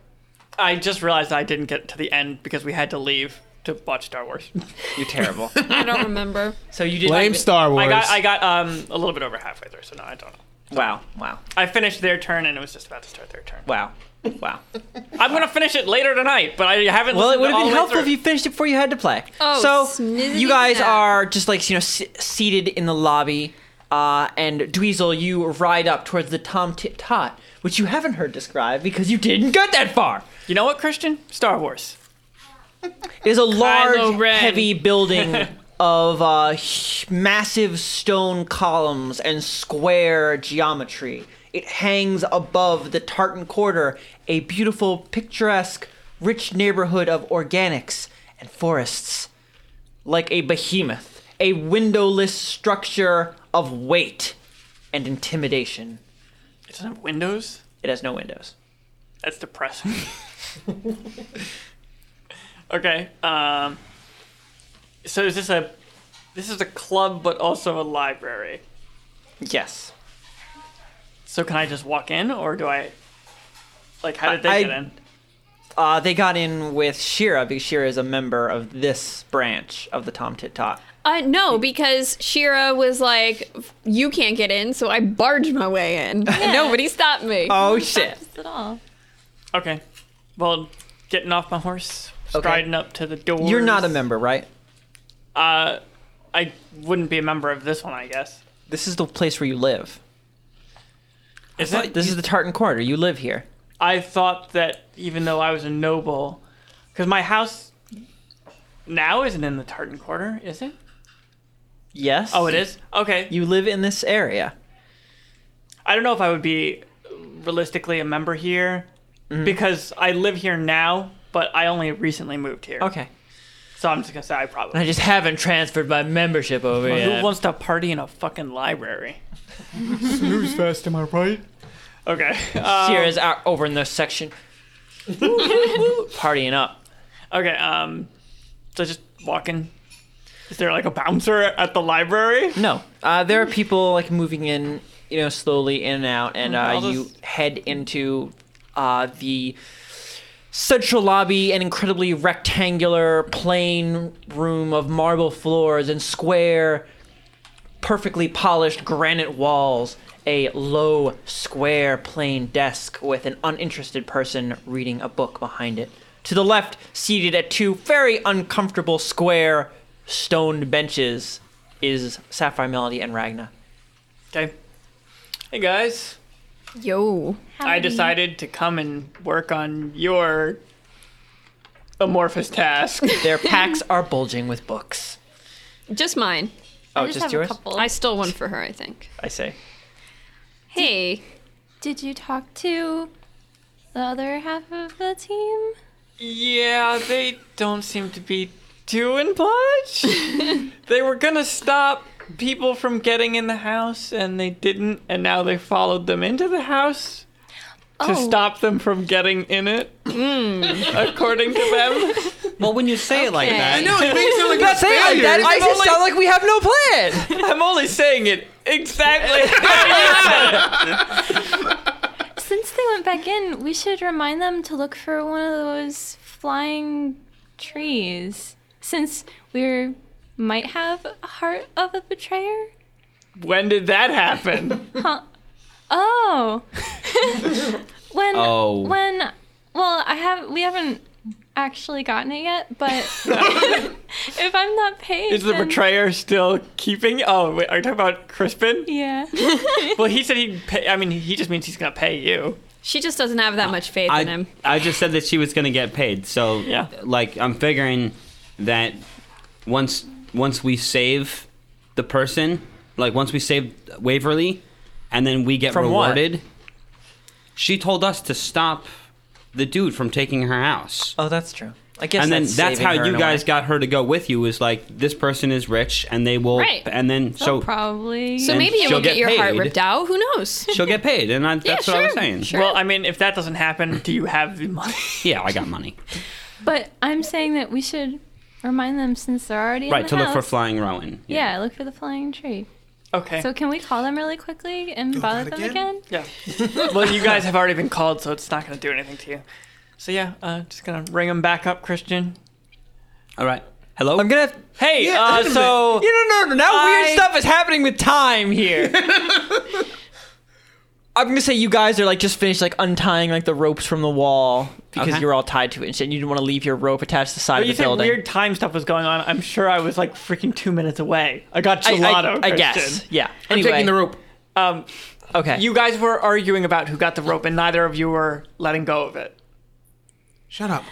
[SPEAKER 4] I just realized I didn't get to the end because we had to leave to watch Star Wars.
[SPEAKER 1] You're terrible.
[SPEAKER 6] I don't remember.
[SPEAKER 1] so you did.
[SPEAKER 5] Blame
[SPEAKER 1] I-
[SPEAKER 5] Star Wars.
[SPEAKER 4] I got I got um a little bit over halfway there, so now I don't know.
[SPEAKER 1] Wow! Wow!
[SPEAKER 4] I finished their turn and it was just about to start their turn.
[SPEAKER 1] Wow! Wow!
[SPEAKER 4] I'm gonna finish it later tonight, but I haven't.
[SPEAKER 1] Well, it would
[SPEAKER 4] listened
[SPEAKER 1] have
[SPEAKER 4] all the
[SPEAKER 1] been
[SPEAKER 4] way
[SPEAKER 1] helpful if
[SPEAKER 4] through.
[SPEAKER 1] you finished it before you had to play.
[SPEAKER 6] Oh,
[SPEAKER 1] so
[SPEAKER 6] snizzity
[SPEAKER 1] you guys
[SPEAKER 6] snap.
[SPEAKER 1] are just like you know s- seated in the lobby, uh, and Dweezil, you ride up towards the Tom Tit Tot, which you haven't heard described because you didn't get that far.
[SPEAKER 4] You know what, Christian? Star Wars.
[SPEAKER 1] It is a large,
[SPEAKER 4] Ren.
[SPEAKER 1] heavy building of uh, h- massive stone columns and square geometry. It hangs above the Tartan Quarter, a beautiful, picturesque, rich neighborhood of organics and forests, like a behemoth, a windowless structure of weight and intimidation.
[SPEAKER 4] It doesn't have windows.
[SPEAKER 1] It has no windows.
[SPEAKER 4] That's depressing. okay. Um. So is this a? This is a club, but also a library.
[SPEAKER 1] Yes.
[SPEAKER 4] So can I just walk in, or do I? Like, how did they
[SPEAKER 1] I-
[SPEAKER 4] get in?
[SPEAKER 1] Uh, they got in with Shira because Shira is a member of this branch of the Tom Tit Tot.
[SPEAKER 6] Uh, no, because Shira was like, "You can't get in," so I barged my way in. Nobody stopped me.
[SPEAKER 1] Oh
[SPEAKER 3] not
[SPEAKER 1] shit.
[SPEAKER 3] just at all.
[SPEAKER 4] Okay. Well, getting off my horse, striding up to the door.
[SPEAKER 1] You're not a member, right?
[SPEAKER 4] Uh, I wouldn't be a member of this one, I guess.
[SPEAKER 1] This is the place where you live.
[SPEAKER 4] Is it?
[SPEAKER 1] This is the Tartan Quarter. You live here.
[SPEAKER 4] I thought that even though I was a noble, because my house now isn't in the Tartan Quarter, is it?
[SPEAKER 1] Yes.
[SPEAKER 4] Oh, it is. Okay.
[SPEAKER 1] You live in this area.
[SPEAKER 4] I don't know if I would be realistically a member here
[SPEAKER 1] Mm-hmm.
[SPEAKER 4] because I live here now, but I only recently moved here.
[SPEAKER 1] Okay.
[SPEAKER 4] So I'm just gonna say I probably.
[SPEAKER 1] I just haven't transferred my membership over
[SPEAKER 4] Well,
[SPEAKER 1] yet.
[SPEAKER 4] Who wants to party in a fucking library?
[SPEAKER 5] Who's fast? Am I right?
[SPEAKER 4] Okay. Uh,
[SPEAKER 1] Sierra's out over in the section, partying up.
[SPEAKER 4] okay. Um, so just walking. Is there like a bouncer at the library?
[SPEAKER 1] No, uh, there are people like moving in, you know, slowly in and out, and uh,
[SPEAKER 4] I'll
[SPEAKER 1] you
[SPEAKER 4] just-
[SPEAKER 1] head into uh, the central lobby, an incredibly rectangular, plain room of marble floors and square, perfectly polished granite walls. A low, square, plain desk with an uninterested person reading a book behind it. To the left, seated at two very uncomfortable square stoned benches, is Sapphire Melody and Ragna.
[SPEAKER 4] Okay. Hey guys,
[SPEAKER 6] Yo.
[SPEAKER 4] I decided to come and work on your amorphous task.
[SPEAKER 1] Their packs are bulging with books.
[SPEAKER 6] Just mine.
[SPEAKER 1] Oh,
[SPEAKER 3] I just,
[SPEAKER 1] just,
[SPEAKER 3] have
[SPEAKER 1] yours?
[SPEAKER 3] a couple.
[SPEAKER 6] I stole one for her, I think.
[SPEAKER 1] I say.
[SPEAKER 6] Hey.
[SPEAKER 3] Did you talk to the other half of the team?
[SPEAKER 4] Yeah, they don't seem to be doing much. they were gonna stop people from getting in the house, and they didn't, and now they followed them into the house to
[SPEAKER 3] Oh. Mm.
[SPEAKER 4] stop them from getting in it, according to them.
[SPEAKER 2] Well, when you say it like that,
[SPEAKER 5] No, it makes it sound like a failure.
[SPEAKER 1] I just sound like we have no plan.
[SPEAKER 4] I'm only saying it exactly how you said it.
[SPEAKER 3] Since they went back in, we should remind them to look for one of those flying trees. Since we might have a heart of a betrayer.
[SPEAKER 4] When did that happen?
[SPEAKER 3] Huh. Oh. when
[SPEAKER 2] Oh.
[SPEAKER 3] when well, I have we haven't actually gotten it yet, but if I'm not paid
[SPEAKER 4] Is the
[SPEAKER 3] then-
[SPEAKER 4] betrayer still keeping? Oh, wait, are you talking about Crispin?
[SPEAKER 3] Yeah.
[SPEAKER 4] Well, he said he'd pay. I mean, he just means he's gonna pay you.
[SPEAKER 6] She just doesn't have that much faith in
[SPEAKER 2] I,
[SPEAKER 6] him.
[SPEAKER 2] I just said that she was going to get paid. So,
[SPEAKER 4] Yeah.
[SPEAKER 2] like, I'm figuring that once once we save the person, like, once we save Waverly, and then we get
[SPEAKER 1] From what?
[SPEAKER 2] rewarded. She told us to stop the dude from taking her house.
[SPEAKER 1] Oh, that's true. I guess
[SPEAKER 2] and then
[SPEAKER 1] that's,
[SPEAKER 2] that's
[SPEAKER 1] saving
[SPEAKER 2] how
[SPEAKER 1] her in
[SPEAKER 2] you
[SPEAKER 1] a
[SPEAKER 2] guys
[SPEAKER 1] way.
[SPEAKER 2] got her to go with you is like this person is rich and they will
[SPEAKER 6] Right.
[SPEAKER 2] and then so
[SPEAKER 3] Probably.
[SPEAKER 6] So
[SPEAKER 2] And
[SPEAKER 6] maybe it
[SPEAKER 2] she'll
[SPEAKER 6] will get,
[SPEAKER 2] get
[SPEAKER 6] your heart
[SPEAKER 2] paid.
[SPEAKER 6] ripped out. Who knows?
[SPEAKER 2] she'll get paid and I, that's what I was
[SPEAKER 6] sure,
[SPEAKER 2] saying.
[SPEAKER 6] sure.
[SPEAKER 4] Well, I mean, if that doesn't happen, do you have the money?
[SPEAKER 2] Yeah, I got money.
[SPEAKER 3] but I'm saying that we should remind them since they're already in
[SPEAKER 2] right,
[SPEAKER 3] the
[SPEAKER 2] to look for
[SPEAKER 3] house.
[SPEAKER 2] flying Rowan.
[SPEAKER 3] Yeah, look for the flying tree.
[SPEAKER 4] Okay.
[SPEAKER 3] So can we call them really quickly and bother
[SPEAKER 5] that
[SPEAKER 3] them
[SPEAKER 5] again?
[SPEAKER 3] again?
[SPEAKER 4] yeah. well, you guys have already been called, so it's not gonna do anything to you. So yeah, uh, just gonna ring him back up, Christian.
[SPEAKER 2] All right. Hello?
[SPEAKER 1] I'm gonna. Hey,
[SPEAKER 5] Yeah,
[SPEAKER 1] uh,
[SPEAKER 5] wait a
[SPEAKER 1] so
[SPEAKER 5] minute.
[SPEAKER 1] no, no, no. Now
[SPEAKER 4] I-
[SPEAKER 1] weird stuff is happening with time here. I'm gonna say you guys are like just finished like untying like the ropes from the wall because
[SPEAKER 2] Okay.
[SPEAKER 1] you're all tied to it and shit. And you didn't want to leave your rope attached to the side
[SPEAKER 4] But
[SPEAKER 1] of
[SPEAKER 4] Oh, you
[SPEAKER 1] the
[SPEAKER 4] said
[SPEAKER 1] building.
[SPEAKER 4] weird time stuff was going on. I'm sure I was like freaking two minutes away. I got
[SPEAKER 1] I, I-
[SPEAKER 4] gelato.
[SPEAKER 1] I
[SPEAKER 4] Christian.
[SPEAKER 1] guess. Yeah.
[SPEAKER 5] I'm
[SPEAKER 1] anyway,
[SPEAKER 5] taking the rope.
[SPEAKER 4] Um,
[SPEAKER 1] Okay.
[SPEAKER 4] you guys were arguing about who got the rope, and neither of you were letting go of it.
[SPEAKER 5] Shut up.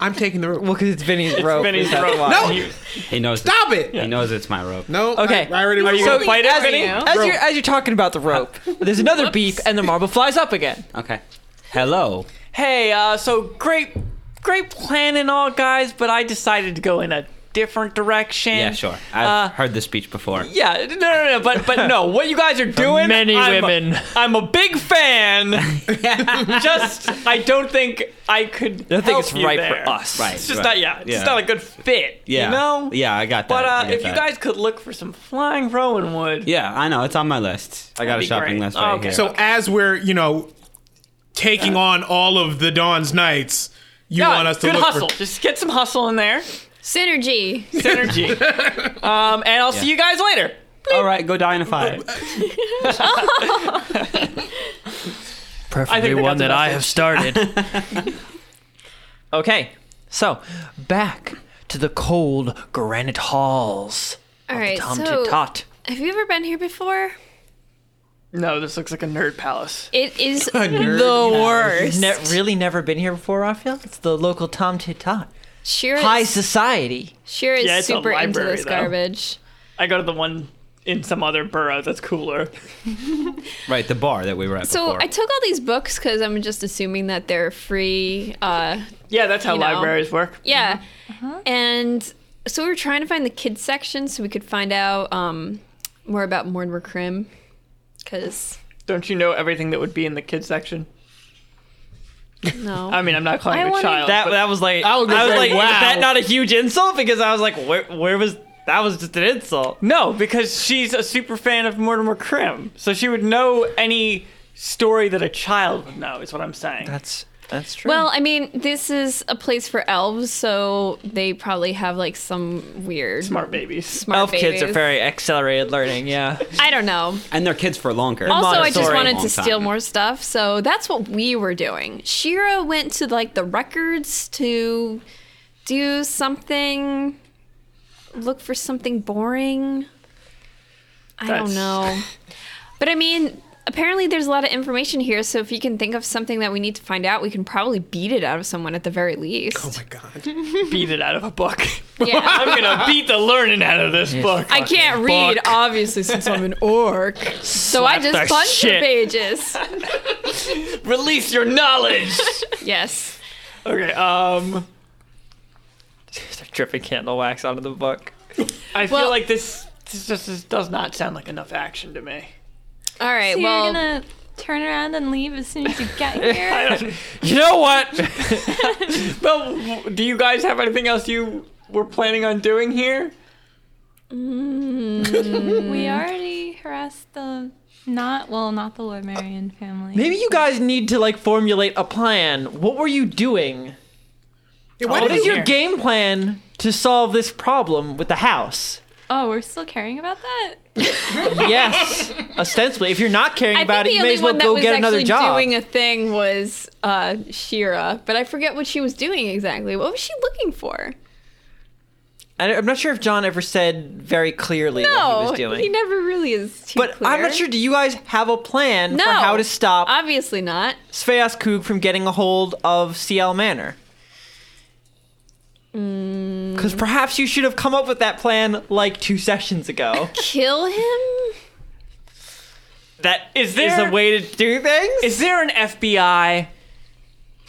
[SPEAKER 5] I'm taking the rope.
[SPEAKER 1] well, because it's Vinny's rope.
[SPEAKER 4] Vinny's
[SPEAKER 1] is that
[SPEAKER 4] rope.
[SPEAKER 1] why?
[SPEAKER 5] No!
[SPEAKER 4] You-
[SPEAKER 2] He knows
[SPEAKER 5] Stop it.
[SPEAKER 2] He knows it's my rope.
[SPEAKER 5] No.
[SPEAKER 1] Okay.
[SPEAKER 5] I, I already.
[SPEAKER 4] Are you
[SPEAKER 1] So
[SPEAKER 4] gonna fight it,
[SPEAKER 1] as,
[SPEAKER 4] Vinny?
[SPEAKER 1] as you're as you're talking about the rope, there's another beep, and the marble flies up again.
[SPEAKER 2] Okay. Hello.
[SPEAKER 4] Hey, uh, so great, great plan and all, guys, but I decided to go in a different direction.
[SPEAKER 2] Yeah, sure. I've heard this speech before.
[SPEAKER 4] Yeah, no, no, no, but but no, what you guys are doing?
[SPEAKER 1] many
[SPEAKER 4] I'm a-
[SPEAKER 1] women.
[SPEAKER 4] I'm a big fan. just I don't think I could. I
[SPEAKER 1] don't think it's right for us.
[SPEAKER 2] Right,
[SPEAKER 4] It's just
[SPEAKER 2] right.
[SPEAKER 4] not. Yeah, it's
[SPEAKER 2] Yeah.
[SPEAKER 4] just not a good fit.
[SPEAKER 2] Yeah.
[SPEAKER 4] you know.
[SPEAKER 2] Yeah, I got that.
[SPEAKER 4] But
[SPEAKER 2] I
[SPEAKER 4] uh,
[SPEAKER 2] get
[SPEAKER 4] if you
[SPEAKER 2] that.
[SPEAKER 4] guys could look for some flying rowan wood,
[SPEAKER 2] Yeah, I know. It's on my list. I got
[SPEAKER 4] That'd
[SPEAKER 2] a
[SPEAKER 4] be
[SPEAKER 2] shopping
[SPEAKER 4] great.
[SPEAKER 2] list right
[SPEAKER 4] Okay.
[SPEAKER 2] here.
[SPEAKER 5] So as we're you know taking on all of the Dawn's knights, you
[SPEAKER 4] God,
[SPEAKER 5] want us to
[SPEAKER 4] good
[SPEAKER 5] look
[SPEAKER 4] hustle.
[SPEAKER 5] for.
[SPEAKER 4] Just get some hustle in there,
[SPEAKER 6] Synergy.
[SPEAKER 4] synergy. um, and I'll see
[SPEAKER 2] Yeah.
[SPEAKER 4] you guys later.
[SPEAKER 2] all right, go die in a fire.
[SPEAKER 4] I think one that I have
[SPEAKER 1] started. okay, so back to the cold granite halls.
[SPEAKER 6] All right.
[SPEAKER 1] Tom
[SPEAKER 6] so
[SPEAKER 1] Tit Tot.
[SPEAKER 6] have you ever been here before?
[SPEAKER 4] No, this looks like a nerd palace.
[SPEAKER 6] It is
[SPEAKER 5] nerd
[SPEAKER 6] the worst.
[SPEAKER 1] Ne- really never been here before, Raphael? It's the local Tom Tit Tot.
[SPEAKER 6] Shira
[SPEAKER 1] High
[SPEAKER 6] is,
[SPEAKER 1] society.
[SPEAKER 6] Shira is
[SPEAKER 4] Yeah, it's a
[SPEAKER 6] super into
[SPEAKER 4] library,
[SPEAKER 6] this
[SPEAKER 4] though.
[SPEAKER 6] garbage.
[SPEAKER 4] I go to the one in some other borough that's cooler.
[SPEAKER 2] right, the bar that we were at
[SPEAKER 6] So
[SPEAKER 2] before.
[SPEAKER 6] I took all these books because I'm just assuming that they're free. Uh,
[SPEAKER 4] Yeah, that's how
[SPEAKER 6] You know.
[SPEAKER 4] libraries work.
[SPEAKER 6] yeah. Uh-huh. And so we were trying to find the kids section so we could find out um, more about Mortimer Crim because
[SPEAKER 4] Don't you know everything that would be in the kids section?
[SPEAKER 6] No.
[SPEAKER 4] I mean, I'm not calling
[SPEAKER 3] I
[SPEAKER 4] you a
[SPEAKER 3] wanna-
[SPEAKER 4] child.
[SPEAKER 1] That
[SPEAKER 4] but
[SPEAKER 1] that was like I,
[SPEAKER 5] would go
[SPEAKER 1] was
[SPEAKER 5] say,
[SPEAKER 1] like,
[SPEAKER 5] wow.
[SPEAKER 1] is that not a huge insult? Because I was like, where where was that was just an insult.
[SPEAKER 4] no, because she's a super fan of Mortimer Krim, so she would know any story that a child would know. Is what I'm saying.
[SPEAKER 1] That's that's true.
[SPEAKER 6] well, I mean, this is a place for elves, so they probably have like some weird
[SPEAKER 4] Smart babies.
[SPEAKER 6] smart
[SPEAKER 1] elf kids are
[SPEAKER 6] babies.
[SPEAKER 1] very accelerated learning. Yeah,
[SPEAKER 6] I don't know.
[SPEAKER 2] and they're kids for longer.
[SPEAKER 6] Also, I just
[SPEAKER 1] Montessori.
[SPEAKER 6] wanted
[SPEAKER 2] Long
[SPEAKER 6] to steal
[SPEAKER 2] time.
[SPEAKER 6] more stuff, so that's what we were doing. Shira went to like the records to do something, look for something boring. I
[SPEAKER 4] That's-
[SPEAKER 6] don't know, but I mean, apparently there's a lot of information here. So if you can think of something that we need to find out, we can probably beat it out of someone at the very least.
[SPEAKER 5] Oh my god.
[SPEAKER 4] Beat it out of a book.
[SPEAKER 6] yeah.
[SPEAKER 4] I'm gonna beat the learning out of this book.
[SPEAKER 6] I can't read, obviously, since I'm an orc. So I
[SPEAKER 1] the
[SPEAKER 6] just punch
[SPEAKER 1] shit.
[SPEAKER 6] the pages.
[SPEAKER 4] Release your knowledge.
[SPEAKER 6] Yes.
[SPEAKER 4] okay. Um.
[SPEAKER 1] they're dripping candle wax onto the book.
[SPEAKER 4] I feel
[SPEAKER 6] Well-
[SPEAKER 4] like this. This just this does not sound like enough action to me.
[SPEAKER 6] All right.
[SPEAKER 3] So
[SPEAKER 6] well,
[SPEAKER 3] you're gonna turn around and leave as soon as you get here.
[SPEAKER 4] I don't.
[SPEAKER 1] You know what?
[SPEAKER 4] Well, w- do you guys have anything else you were planning on doing here?
[SPEAKER 3] We already harassed the not well, not the Lord Marion family.
[SPEAKER 1] Maybe you guys need to like formulate a plan. What were you doing?
[SPEAKER 5] Yeah, why
[SPEAKER 1] What
[SPEAKER 5] did
[SPEAKER 1] is
[SPEAKER 5] you-
[SPEAKER 1] your game plan to solve this problem with the house?
[SPEAKER 3] Oh, we're still caring about that.
[SPEAKER 1] Yes, ostensibly. If you're not caring
[SPEAKER 6] I
[SPEAKER 1] about it,
[SPEAKER 6] think
[SPEAKER 1] you
[SPEAKER 6] the
[SPEAKER 1] may
[SPEAKER 6] only
[SPEAKER 1] as well
[SPEAKER 6] one that
[SPEAKER 1] go
[SPEAKER 6] was
[SPEAKER 1] get another
[SPEAKER 6] actually
[SPEAKER 1] job.
[SPEAKER 6] doing a thing was uh, Shira, but I forget what she was doing exactly. What was she looking for?
[SPEAKER 1] And I'm not sure if John ever said very clearly what he
[SPEAKER 6] No,
[SPEAKER 1] was doing.
[SPEAKER 6] he never really is. Too
[SPEAKER 1] but I'm
[SPEAKER 6] clear.
[SPEAKER 1] not sure. Do you guys have a plan
[SPEAKER 6] No.
[SPEAKER 1] for how to stop
[SPEAKER 6] Obviously not.
[SPEAKER 1] Sveas Kug from getting a hold of CL Manor?
[SPEAKER 6] Mm.
[SPEAKER 1] Because perhaps you should have come up with that plan like two sessions ago.
[SPEAKER 6] Kill him.
[SPEAKER 1] that
[SPEAKER 4] Is
[SPEAKER 1] is
[SPEAKER 4] there-
[SPEAKER 1] a way to do things.
[SPEAKER 4] Is there an FBI?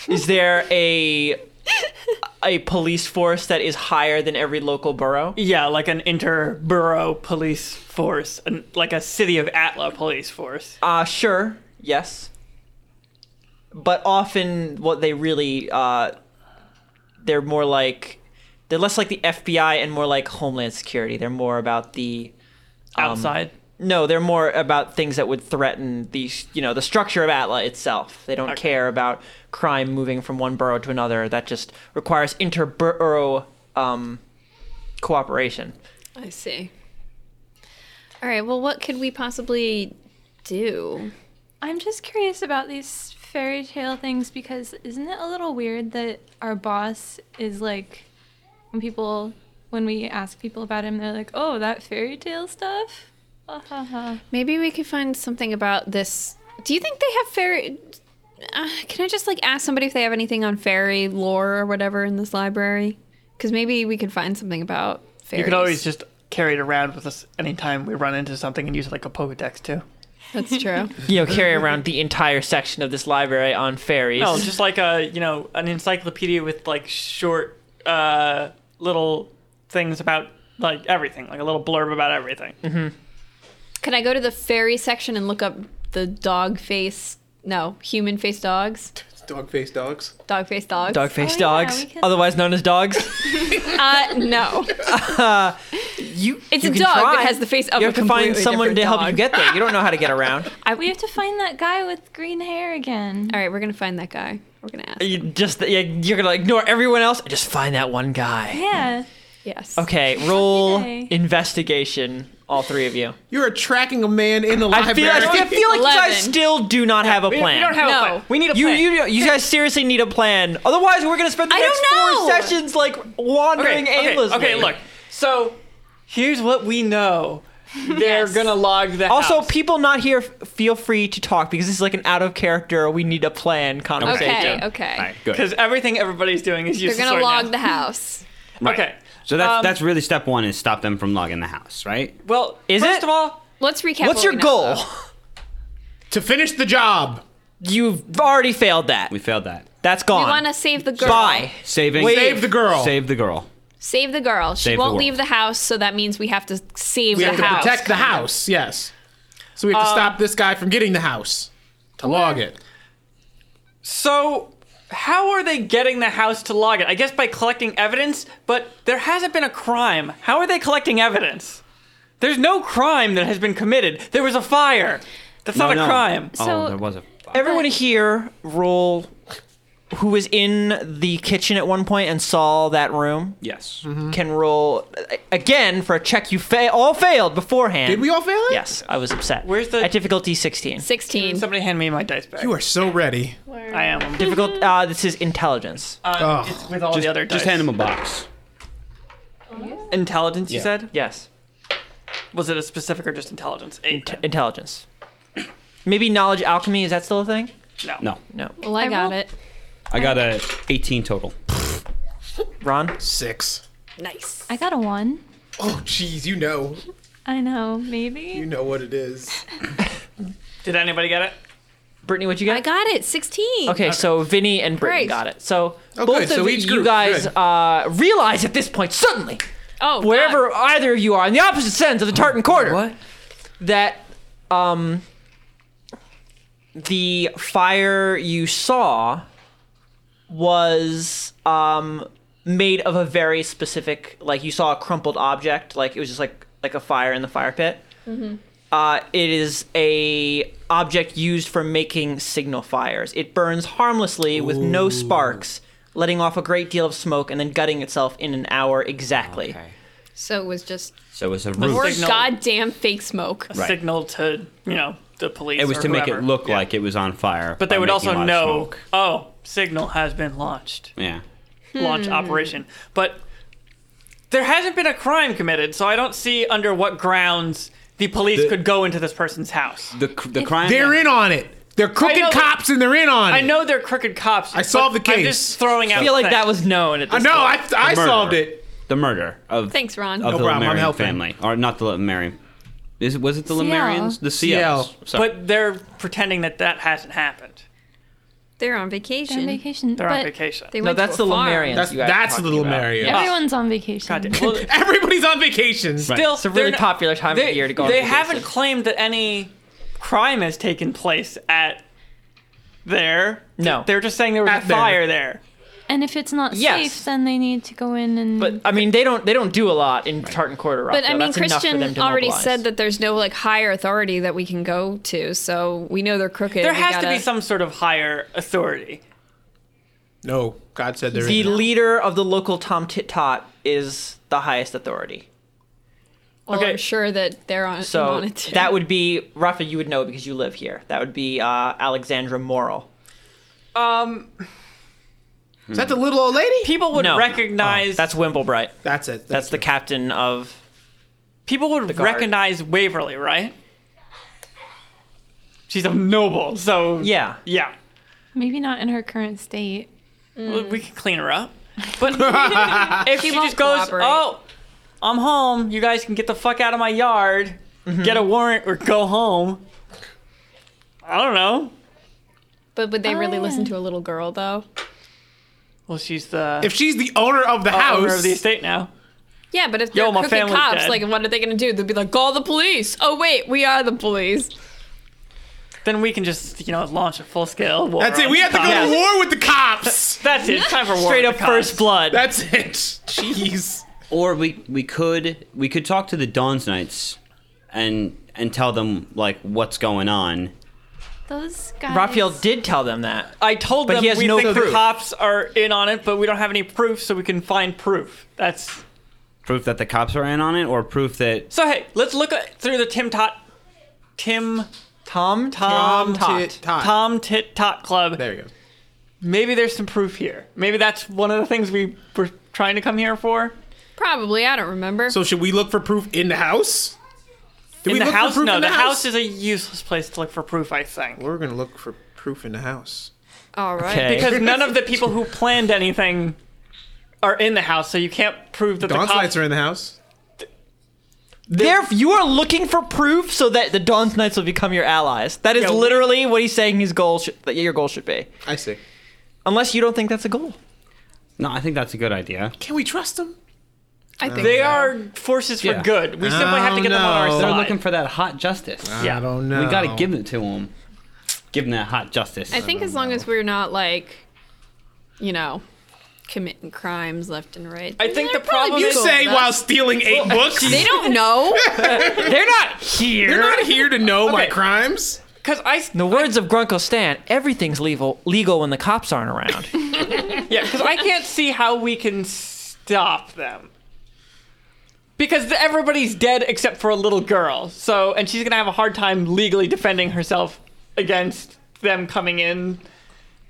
[SPEAKER 1] Is there a a police force that is higher than every local borough?
[SPEAKER 4] Yeah, like an interborough police force, an, like a city of Atla police force.
[SPEAKER 1] Uh, sure, yes. But often, what they really uh, they're more like they're less like the FBI and more like Homeland Security. They're more about the
[SPEAKER 4] um, Outside.
[SPEAKER 1] no, they're more about things that would threaten the you know the structure of Atla itself. They don't care about crime moving from one borough to another. That just requires interborough um, cooperation.
[SPEAKER 6] I see. All right. Well, what could we possibly do?
[SPEAKER 3] I'm just curious about these fairy tale things because isn't it a little weird that our boss is like when people when we ask people about him they're like, "Oh, that fairy tale stuff?" Ah, ha, ha.
[SPEAKER 6] Maybe we could find something about this. Do you think they have fairy? Uh, can I just like ask somebody if they have anything on fairy lore or whatever in this library? Because maybe we could find something about fairies.
[SPEAKER 4] You could always just carry it around with us anytime we run into something and use it like a Pokedex too.
[SPEAKER 6] That's true.
[SPEAKER 1] You know, carry around the entire section of this library on ferries.
[SPEAKER 4] No, Oh, just like a you know an encyclopedia with like short uh, little things about like everything, like a little blurb about everything.
[SPEAKER 6] Can I go to the fairy section and look up the dog face? No, human face dogs.
[SPEAKER 5] Dog face dogs.
[SPEAKER 6] Dog face dogs.
[SPEAKER 1] dog faced
[SPEAKER 3] Oh, yeah,
[SPEAKER 1] dogs,
[SPEAKER 3] we could-
[SPEAKER 1] otherwise known as dogs.
[SPEAKER 6] Uh, no.
[SPEAKER 1] You,
[SPEAKER 6] It's
[SPEAKER 1] you
[SPEAKER 6] a
[SPEAKER 1] can
[SPEAKER 6] dog
[SPEAKER 1] try.
[SPEAKER 6] that has the face of
[SPEAKER 1] You
[SPEAKER 6] a
[SPEAKER 1] have to find
[SPEAKER 6] completely
[SPEAKER 1] someone
[SPEAKER 6] different
[SPEAKER 1] to help
[SPEAKER 6] dog.
[SPEAKER 1] you get there. You don't know how to get around.
[SPEAKER 3] We have to find that guy with green hair again.
[SPEAKER 6] All right, we're gonna find that guy. We're gonna ask.
[SPEAKER 1] You just yeah, you're gonna ignore everyone else and just find that one guy.
[SPEAKER 3] Yeah.
[SPEAKER 6] Yes.
[SPEAKER 1] Okay, roll
[SPEAKER 3] Okay.
[SPEAKER 1] investigation, all three of you.
[SPEAKER 5] You are tracking a man in the
[SPEAKER 1] I feel,
[SPEAKER 5] library.
[SPEAKER 1] I feel, I feel like you
[SPEAKER 6] Eleven.
[SPEAKER 1] guys still do not have a
[SPEAKER 4] We,
[SPEAKER 1] plan.
[SPEAKER 4] we don't have
[SPEAKER 6] No.
[SPEAKER 4] a plan. We need a
[SPEAKER 1] you,
[SPEAKER 4] plan.
[SPEAKER 1] you, you guys seriously need a plan. Otherwise, we're gonna spend the
[SPEAKER 6] I
[SPEAKER 1] next
[SPEAKER 6] don't
[SPEAKER 1] four
[SPEAKER 6] know.
[SPEAKER 1] sessions like wandering aimlessly.
[SPEAKER 4] Okay, look. So here's what we know. They're gonna log the
[SPEAKER 1] Also,
[SPEAKER 4] house.
[SPEAKER 1] people not here, f- feel free to talk because this is like an out of character. We need a plan conversation.
[SPEAKER 6] Okay. Okay.
[SPEAKER 2] All right, good.
[SPEAKER 4] because everything everybody's doing is
[SPEAKER 6] They're
[SPEAKER 4] useless.
[SPEAKER 6] gonna
[SPEAKER 4] right
[SPEAKER 6] log
[SPEAKER 4] now.
[SPEAKER 6] the house.
[SPEAKER 2] Right.
[SPEAKER 4] okay.
[SPEAKER 2] So that's
[SPEAKER 4] Um,
[SPEAKER 2] that's really step one is stop them from logging the house, right?
[SPEAKER 4] Well,
[SPEAKER 1] Is
[SPEAKER 4] first
[SPEAKER 1] it?
[SPEAKER 4] of all,
[SPEAKER 6] Let's recap.
[SPEAKER 1] What's
[SPEAKER 6] what
[SPEAKER 1] your
[SPEAKER 6] we know.
[SPEAKER 1] goal?
[SPEAKER 5] to finish the job.
[SPEAKER 1] You've already failed that.
[SPEAKER 2] We failed that.
[SPEAKER 1] That's gone.
[SPEAKER 6] We want to save the girl.
[SPEAKER 1] Bye.
[SPEAKER 2] Saving.
[SPEAKER 1] Wait.
[SPEAKER 5] Save the girl.
[SPEAKER 2] Save the girl.
[SPEAKER 6] Save the girl. She
[SPEAKER 2] Save the
[SPEAKER 6] won't
[SPEAKER 2] world.
[SPEAKER 6] leave the house, so that means we have to save
[SPEAKER 5] we
[SPEAKER 6] the
[SPEAKER 5] have to
[SPEAKER 6] house.
[SPEAKER 5] protect the house. Yes. So we have to stop this guy from getting the house to log it.
[SPEAKER 4] So, how are they getting the house to log it? I guess by collecting evidence, but there hasn't been a crime. How are they collecting evidence? There's no crime that has been committed. There was a fire. That's not a crime.
[SPEAKER 2] oh,
[SPEAKER 3] So-
[SPEAKER 2] there was a.
[SPEAKER 1] Everyone here roll who was in the kitchen at one point and saw that room
[SPEAKER 2] Yes.
[SPEAKER 4] Mm-hmm.
[SPEAKER 1] can roll uh, again for a check you fa- all failed beforehand.
[SPEAKER 5] Did we all fail it?
[SPEAKER 1] Yes, I was upset.
[SPEAKER 4] Where's the-
[SPEAKER 1] at difficulty 16?
[SPEAKER 6] 16.
[SPEAKER 4] Somebody hand me my dice back.
[SPEAKER 5] You are so ready.
[SPEAKER 4] I am.
[SPEAKER 1] Difficult uh this is intelligence.
[SPEAKER 4] Uh,
[SPEAKER 5] Ugh.
[SPEAKER 4] it's with all
[SPEAKER 2] Just,
[SPEAKER 4] the other dice.
[SPEAKER 2] just hand him a box.
[SPEAKER 4] Intelligence, you said?
[SPEAKER 1] yes.
[SPEAKER 4] Was it a specific or just intelligence? Eight.
[SPEAKER 1] T- intelligence. Maybe knowledge alchemy is that still a thing?
[SPEAKER 4] no.
[SPEAKER 2] No,
[SPEAKER 1] No.
[SPEAKER 6] Well, I got it.
[SPEAKER 2] I got a 18 total.
[SPEAKER 1] Ron?
[SPEAKER 5] Six.
[SPEAKER 6] Nice.
[SPEAKER 3] I got a one.
[SPEAKER 5] Oh, jeez, you know.
[SPEAKER 3] I know,
[SPEAKER 5] You
[SPEAKER 3] maybe.
[SPEAKER 5] know what it is.
[SPEAKER 4] Did anybody get it?
[SPEAKER 1] Brittany, what you
[SPEAKER 6] I
[SPEAKER 1] got?
[SPEAKER 6] got it. 16.
[SPEAKER 1] Okay, so Vinny and Brittany
[SPEAKER 6] Great.
[SPEAKER 1] got it. So
[SPEAKER 5] Oh,
[SPEAKER 1] both
[SPEAKER 5] good. So
[SPEAKER 1] of
[SPEAKER 5] each
[SPEAKER 1] you
[SPEAKER 5] group.
[SPEAKER 1] guys
[SPEAKER 5] Good.
[SPEAKER 1] uh, realize at this point suddenly
[SPEAKER 6] Oh, God.
[SPEAKER 1] wherever either of you are on the opposite ends of the tartan quarter
[SPEAKER 4] What?
[SPEAKER 1] that um the fire you saw was um made of a very specific like you saw a crumpled object like it was just like like a fire in the fire pit uh, it is a object used for making signal fires. It burns harmlessly with no sparks, letting off a great deal of smoke and then gutting itself in an hour exactly.
[SPEAKER 6] So it was just
[SPEAKER 2] So it was a roof.
[SPEAKER 6] more
[SPEAKER 4] Signal.
[SPEAKER 6] goddamn fake smoke.
[SPEAKER 2] Right.
[SPEAKER 4] Signal to, you know, the police.
[SPEAKER 2] It was
[SPEAKER 4] or
[SPEAKER 2] to make it
[SPEAKER 4] whoever.
[SPEAKER 2] look like it was on fire.
[SPEAKER 4] But they
[SPEAKER 2] by
[SPEAKER 4] would
[SPEAKER 2] making a
[SPEAKER 4] also
[SPEAKER 2] lot of
[SPEAKER 4] know,
[SPEAKER 2] smoke.
[SPEAKER 4] oh, signal has been launched.
[SPEAKER 2] Yeah.
[SPEAKER 4] launch operation. But there hasn't been a crime committed, so I don't see under what grounds the police
[SPEAKER 2] The-
[SPEAKER 4] could go into this person's house.
[SPEAKER 2] The, c- the crime.
[SPEAKER 5] They're in on it. They're crooked
[SPEAKER 4] know, but-
[SPEAKER 5] cops and they're in on it.
[SPEAKER 4] I know they're crooked cops.
[SPEAKER 5] I solved
[SPEAKER 4] but
[SPEAKER 5] the
[SPEAKER 4] I'm
[SPEAKER 5] case.
[SPEAKER 4] just throwing out.
[SPEAKER 1] I feel like
[SPEAKER 4] things.
[SPEAKER 1] that was known at
[SPEAKER 5] I
[SPEAKER 1] this
[SPEAKER 5] know.
[SPEAKER 1] point.
[SPEAKER 5] I, I
[SPEAKER 2] murderer.
[SPEAKER 5] solved it.
[SPEAKER 2] The murder of.
[SPEAKER 6] Thanks, Ron.
[SPEAKER 2] Of
[SPEAKER 5] No
[SPEAKER 2] the
[SPEAKER 5] problem, I'm
[SPEAKER 2] Lemurian
[SPEAKER 5] helping.
[SPEAKER 2] family. Or not the Lemurian. Is it, was it the
[SPEAKER 3] CL.
[SPEAKER 2] Lemurians? The CLs.
[SPEAKER 5] CL.
[SPEAKER 2] Sorry.
[SPEAKER 4] But they're pretending that that hasn't happened.
[SPEAKER 6] They're on vacation.
[SPEAKER 3] They're on vacation.
[SPEAKER 4] They're
[SPEAKER 3] but
[SPEAKER 4] on vacation.
[SPEAKER 6] They
[SPEAKER 1] No,
[SPEAKER 6] went
[SPEAKER 1] that's
[SPEAKER 6] to
[SPEAKER 1] the
[SPEAKER 6] a farm.
[SPEAKER 1] Lemurians.
[SPEAKER 5] That's
[SPEAKER 1] you guys are
[SPEAKER 5] that's
[SPEAKER 1] talking
[SPEAKER 5] little
[SPEAKER 1] about.
[SPEAKER 5] Marion.
[SPEAKER 3] Everyone's on vacation.
[SPEAKER 4] God damn. Well,
[SPEAKER 5] Everybody's on vacation.
[SPEAKER 2] Right.
[SPEAKER 4] still,
[SPEAKER 1] It's a really
[SPEAKER 4] they're not-
[SPEAKER 1] popular time
[SPEAKER 4] they,
[SPEAKER 1] of year to go. on
[SPEAKER 4] They
[SPEAKER 1] vacation.
[SPEAKER 4] haven't claimed that any crime has taken place at there.
[SPEAKER 1] No.
[SPEAKER 4] they're just saying there was
[SPEAKER 5] At
[SPEAKER 4] a
[SPEAKER 5] there.
[SPEAKER 4] fire there.
[SPEAKER 3] And if it's not
[SPEAKER 1] Yes.
[SPEAKER 3] safe, then they need to go in and.
[SPEAKER 1] But I mean, they don't. They don't do a lot in Tartan Quarter.
[SPEAKER 6] But
[SPEAKER 1] Rockville.
[SPEAKER 6] I mean,
[SPEAKER 1] That's enough for them
[SPEAKER 6] Christian
[SPEAKER 1] to
[SPEAKER 6] already
[SPEAKER 1] mobilize.
[SPEAKER 6] said that there's no like higher authority that we can go to, so we know they're crooked.
[SPEAKER 4] There
[SPEAKER 6] We
[SPEAKER 4] has to
[SPEAKER 6] gotta-
[SPEAKER 4] be some sort of higher authority.
[SPEAKER 5] No, God said they're
[SPEAKER 1] the
[SPEAKER 5] in.
[SPEAKER 1] leader of the local Tom Tit Tot is the highest authority.
[SPEAKER 6] Well,
[SPEAKER 4] Okay.
[SPEAKER 6] I'm sure that they're on.
[SPEAKER 1] So
[SPEAKER 6] on it too.
[SPEAKER 1] that would be Rafa. You would know because you live here. That would be uh, Alexandra Morrill.
[SPEAKER 4] Um,
[SPEAKER 5] Is that the little old lady?
[SPEAKER 4] people would
[SPEAKER 1] No. Oh,
[SPEAKER 4] recognize.
[SPEAKER 1] That's Wimblebright.
[SPEAKER 5] That's it.
[SPEAKER 1] That's the captain of.
[SPEAKER 4] People would
[SPEAKER 1] guard.
[SPEAKER 4] recognize Waverly, right? She's a noble, so
[SPEAKER 1] Yeah.
[SPEAKER 4] yeah,
[SPEAKER 3] maybe not in her current state.
[SPEAKER 4] Well, we can clean her up. But if she, just
[SPEAKER 6] won't
[SPEAKER 4] goes,
[SPEAKER 6] cooperate.
[SPEAKER 4] "Oh, I'm home. You guys can get the fuck out of my yard,
[SPEAKER 1] Mm-hmm.
[SPEAKER 4] get a warrant, or go home." I don't know.
[SPEAKER 6] But would they really
[SPEAKER 3] yeah.
[SPEAKER 6] listen to a little girl though?
[SPEAKER 4] Well, she's the
[SPEAKER 5] If she's the owner of the house,
[SPEAKER 4] owner of the estate now.
[SPEAKER 6] Yeah, but if
[SPEAKER 4] Yo,
[SPEAKER 6] they're
[SPEAKER 4] my
[SPEAKER 6] crooked
[SPEAKER 4] family's
[SPEAKER 6] cops,
[SPEAKER 4] dead.
[SPEAKER 6] like what are they gonna do? They'll be like, call the police. Oh wait, we are the police.
[SPEAKER 4] Then we can just, you know, launch a full scale war.
[SPEAKER 5] that's it.
[SPEAKER 4] on
[SPEAKER 5] We
[SPEAKER 4] the
[SPEAKER 5] have to go
[SPEAKER 4] cops.
[SPEAKER 5] to war with the cops.
[SPEAKER 4] That's it. It's time for war.
[SPEAKER 1] Straight up
[SPEAKER 4] with the cops.
[SPEAKER 1] first blood.
[SPEAKER 5] That's it. Jeez.
[SPEAKER 2] or we we could we could talk to the Dawn's Knights and and tell them like what's going on.
[SPEAKER 3] Those guys.
[SPEAKER 1] Raphael did tell them that.
[SPEAKER 4] I told
[SPEAKER 1] But
[SPEAKER 4] them
[SPEAKER 1] he has
[SPEAKER 4] we
[SPEAKER 1] no
[SPEAKER 4] think the
[SPEAKER 1] proof.
[SPEAKER 4] cops are in on it, but we don't have any proof, so we can find proof. That's
[SPEAKER 2] Proof that the cops are in on it, or proof that
[SPEAKER 4] so. Hey, let's look at, through the Tim Tot, Tim
[SPEAKER 1] Tom.
[SPEAKER 4] Tom
[SPEAKER 1] Tot.
[SPEAKER 5] Tit Tot.
[SPEAKER 4] Tom Tit Tot Club.
[SPEAKER 5] There you go.
[SPEAKER 4] Maybe there's some proof here. Maybe that's one of the things we were trying to come here for.
[SPEAKER 6] Probably, I don't remember.
[SPEAKER 5] So should we look for proof in the house? Do
[SPEAKER 4] in the house,
[SPEAKER 5] proof
[SPEAKER 4] no, the, house? is a useless place to look for proof. I think
[SPEAKER 5] We're gonna look for proof in the house.
[SPEAKER 6] All right.
[SPEAKER 1] Okay.
[SPEAKER 4] because none of the people who planned anything are in the house, so you can't prove that
[SPEAKER 5] Dawn's
[SPEAKER 4] the cops
[SPEAKER 5] lights are in the house.
[SPEAKER 1] There, you are looking for proof so that the Dawn's Knights will become your allies. That is
[SPEAKER 4] Yeah.
[SPEAKER 1] literally what he's saying. His goal, should, that your goal should be.
[SPEAKER 5] I see.
[SPEAKER 1] Unless you don't think that's a goal.
[SPEAKER 2] no, I think that's a good idea.
[SPEAKER 5] Can we trust them?
[SPEAKER 6] I think
[SPEAKER 4] They
[SPEAKER 6] so.
[SPEAKER 4] are forces for
[SPEAKER 2] Yeah.
[SPEAKER 4] good. We simply have to
[SPEAKER 5] Oh,
[SPEAKER 4] get them on
[SPEAKER 5] no.
[SPEAKER 4] our
[SPEAKER 2] They're
[SPEAKER 4] side.
[SPEAKER 2] looking for that hot justice.
[SPEAKER 5] I don't know.
[SPEAKER 2] We gotta give it to them. Give them that hot justice.
[SPEAKER 6] I think as long as we're not like, you know, committing crimes left and right.
[SPEAKER 4] I think
[SPEAKER 6] they're
[SPEAKER 4] the
[SPEAKER 6] probably
[SPEAKER 4] problem
[SPEAKER 5] You
[SPEAKER 4] is-
[SPEAKER 6] cool
[SPEAKER 5] say
[SPEAKER 6] with
[SPEAKER 5] while
[SPEAKER 6] that.
[SPEAKER 5] stealing eight books?
[SPEAKER 6] they don't know.
[SPEAKER 4] They're not here.
[SPEAKER 5] They're not here to know my
[SPEAKER 4] Okay.
[SPEAKER 5] crimes.
[SPEAKER 4] Because I
[SPEAKER 1] In the words of Grunko Stan, everything's legal legal when the cops aren't around.
[SPEAKER 4] yeah, because I can't see how we can stop them. Because the- everybody's dead except for a little girl. So, and she's gonna have a hard time legally defending herself against them coming in.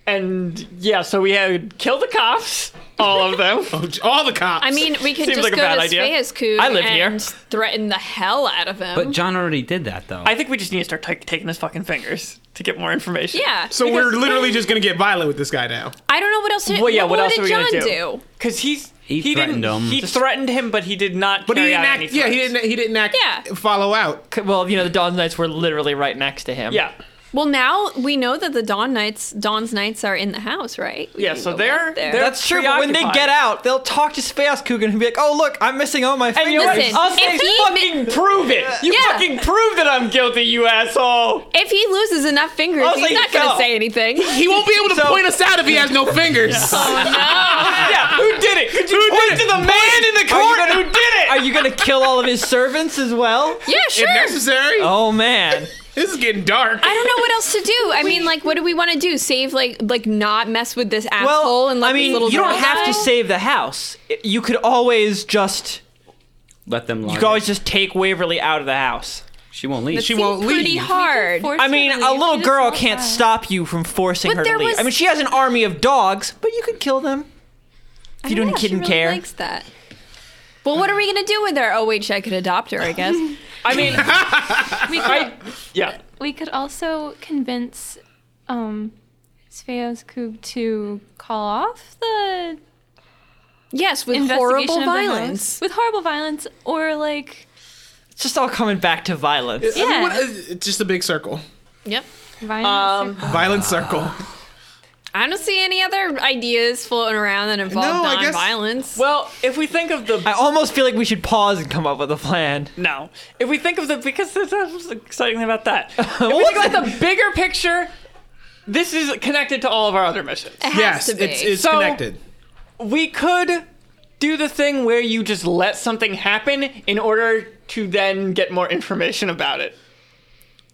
[SPEAKER 4] And yeah, so we had kill the cops, all of them.
[SPEAKER 5] Oh, j- All the cops.
[SPEAKER 6] I mean, we could
[SPEAKER 4] Seems
[SPEAKER 6] just
[SPEAKER 4] like a
[SPEAKER 6] go
[SPEAKER 4] bad
[SPEAKER 6] to
[SPEAKER 4] idea.
[SPEAKER 6] Sveaskun
[SPEAKER 4] I live here.
[SPEAKER 6] and threaten the hell out of him.
[SPEAKER 2] but John already did that though.
[SPEAKER 4] I think we just need to start ta- taking his fucking fingers to get more information.
[SPEAKER 6] yeah.
[SPEAKER 5] so we're literally just gonna get violent with this guy now.
[SPEAKER 6] I don't know what else. To,
[SPEAKER 4] Well, yeah. What, else
[SPEAKER 6] did
[SPEAKER 4] are we
[SPEAKER 6] John
[SPEAKER 4] gonna
[SPEAKER 6] do?
[SPEAKER 4] Because he's
[SPEAKER 2] He
[SPEAKER 4] didn't.
[SPEAKER 2] threatened him.
[SPEAKER 4] He
[SPEAKER 2] Just-
[SPEAKER 4] threatened him, but he did not.
[SPEAKER 5] But he
[SPEAKER 4] carry
[SPEAKER 5] didn't
[SPEAKER 4] out
[SPEAKER 5] act.
[SPEAKER 4] any
[SPEAKER 5] Yeah, he
[SPEAKER 4] threats.
[SPEAKER 5] didn't. He didn't act.
[SPEAKER 6] Yeah.
[SPEAKER 5] Follow out.
[SPEAKER 1] well, you know, the Dawn Knights were literally right next to him.
[SPEAKER 4] Yeah.
[SPEAKER 6] Well, now we know that the Dawn Knights, Dawn's Knights are in the house, right? We
[SPEAKER 4] Yeah,
[SPEAKER 6] can
[SPEAKER 4] so
[SPEAKER 6] go
[SPEAKER 4] they're-
[SPEAKER 6] up there.
[SPEAKER 4] they're-
[SPEAKER 1] That's true, but when they get
[SPEAKER 4] Preoccupied.
[SPEAKER 1] out, they'll talk to Space Coogan and be like, oh, look, I'm missing all my fingers.
[SPEAKER 4] you know what?
[SPEAKER 6] Listen,
[SPEAKER 4] I'll say
[SPEAKER 6] if he-
[SPEAKER 4] fucking prove it. You
[SPEAKER 6] Yeah.
[SPEAKER 4] fucking prove that I'm guilty, you asshole.
[SPEAKER 6] if he loses enough fingers,
[SPEAKER 4] I'll
[SPEAKER 6] he's
[SPEAKER 4] say
[SPEAKER 6] not going
[SPEAKER 4] no.
[SPEAKER 6] to say anything.
[SPEAKER 5] He won't be able to
[SPEAKER 1] So-
[SPEAKER 5] point us out if he has no fingers. Oh,
[SPEAKER 4] yeah, who did it? Could you
[SPEAKER 1] Who
[SPEAKER 4] point
[SPEAKER 1] did
[SPEAKER 4] to
[SPEAKER 1] it?
[SPEAKER 4] the man in the
[SPEAKER 1] Are you
[SPEAKER 4] court
[SPEAKER 1] gonna-
[SPEAKER 4] who did it?
[SPEAKER 1] Are you going to kill all of his servants as well?
[SPEAKER 6] yeah,
[SPEAKER 5] If
[SPEAKER 6] sure.
[SPEAKER 5] necessary.
[SPEAKER 1] Oh, man.
[SPEAKER 5] This is getting dark.
[SPEAKER 6] I don't know what else to do. I mean, like, what do we want to do? Save like, like, not mess with this asshole
[SPEAKER 1] Well,
[SPEAKER 6] and let
[SPEAKER 1] I mean,
[SPEAKER 6] this little
[SPEAKER 1] you don't
[SPEAKER 6] girl
[SPEAKER 1] have
[SPEAKER 6] die?
[SPEAKER 1] to save the house. You could always just,
[SPEAKER 2] Let them.
[SPEAKER 1] you
[SPEAKER 2] log
[SPEAKER 1] could always
[SPEAKER 2] it.
[SPEAKER 1] just take Waverly out of the house.
[SPEAKER 2] She won't leave.
[SPEAKER 6] That
[SPEAKER 5] she
[SPEAKER 6] seemed
[SPEAKER 5] won't
[SPEAKER 6] pretty
[SPEAKER 5] leave.
[SPEAKER 6] hard.
[SPEAKER 3] Force
[SPEAKER 1] I mean,
[SPEAKER 3] her to
[SPEAKER 1] a
[SPEAKER 3] leave.
[SPEAKER 1] little
[SPEAKER 3] She just
[SPEAKER 1] girl
[SPEAKER 3] won't
[SPEAKER 1] can't
[SPEAKER 3] die.
[SPEAKER 1] stop you from forcing
[SPEAKER 6] But
[SPEAKER 1] her to
[SPEAKER 6] there
[SPEAKER 1] leave.
[SPEAKER 6] was-
[SPEAKER 1] I mean, she has an army of dogs, but you could kill them. If you
[SPEAKER 6] Yeah,
[SPEAKER 1] don't
[SPEAKER 6] she
[SPEAKER 1] kid and
[SPEAKER 6] really
[SPEAKER 1] care.
[SPEAKER 6] likes that. Well, what are we gonna do with her? Oh wait, shit, I could adopt her, I guess.
[SPEAKER 4] I mean,
[SPEAKER 3] We could,
[SPEAKER 4] yeah.
[SPEAKER 3] we could also convince um, Svea's Coop to call off the
[SPEAKER 6] yes, with
[SPEAKER 3] investigation
[SPEAKER 6] horrible
[SPEAKER 3] of the house.
[SPEAKER 6] violence.
[SPEAKER 3] with horrible violence, or like
[SPEAKER 1] It's just all coming back to violence.
[SPEAKER 5] I mean, what-
[SPEAKER 3] yeah,
[SPEAKER 5] it's just a big circle.
[SPEAKER 6] Yep.
[SPEAKER 3] violence.
[SPEAKER 6] Um,
[SPEAKER 3] or-
[SPEAKER 5] Violent circle.
[SPEAKER 6] I don't see any other ideas floating around that involve
[SPEAKER 5] No, I guess-
[SPEAKER 6] non-violence.
[SPEAKER 4] Well, if we think of the
[SPEAKER 1] I almost feel like we should pause and come up with a plan.
[SPEAKER 4] No. If we think of the because that's what's exciting about that. If we think about the bigger picture, this is connected to all of our other missions.
[SPEAKER 6] it has
[SPEAKER 5] yes,
[SPEAKER 6] to be.
[SPEAKER 5] it's it's
[SPEAKER 4] So-
[SPEAKER 5] connected.
[SPEAKER 4] We could do the thing where you just let something happen in order to then get more information about it.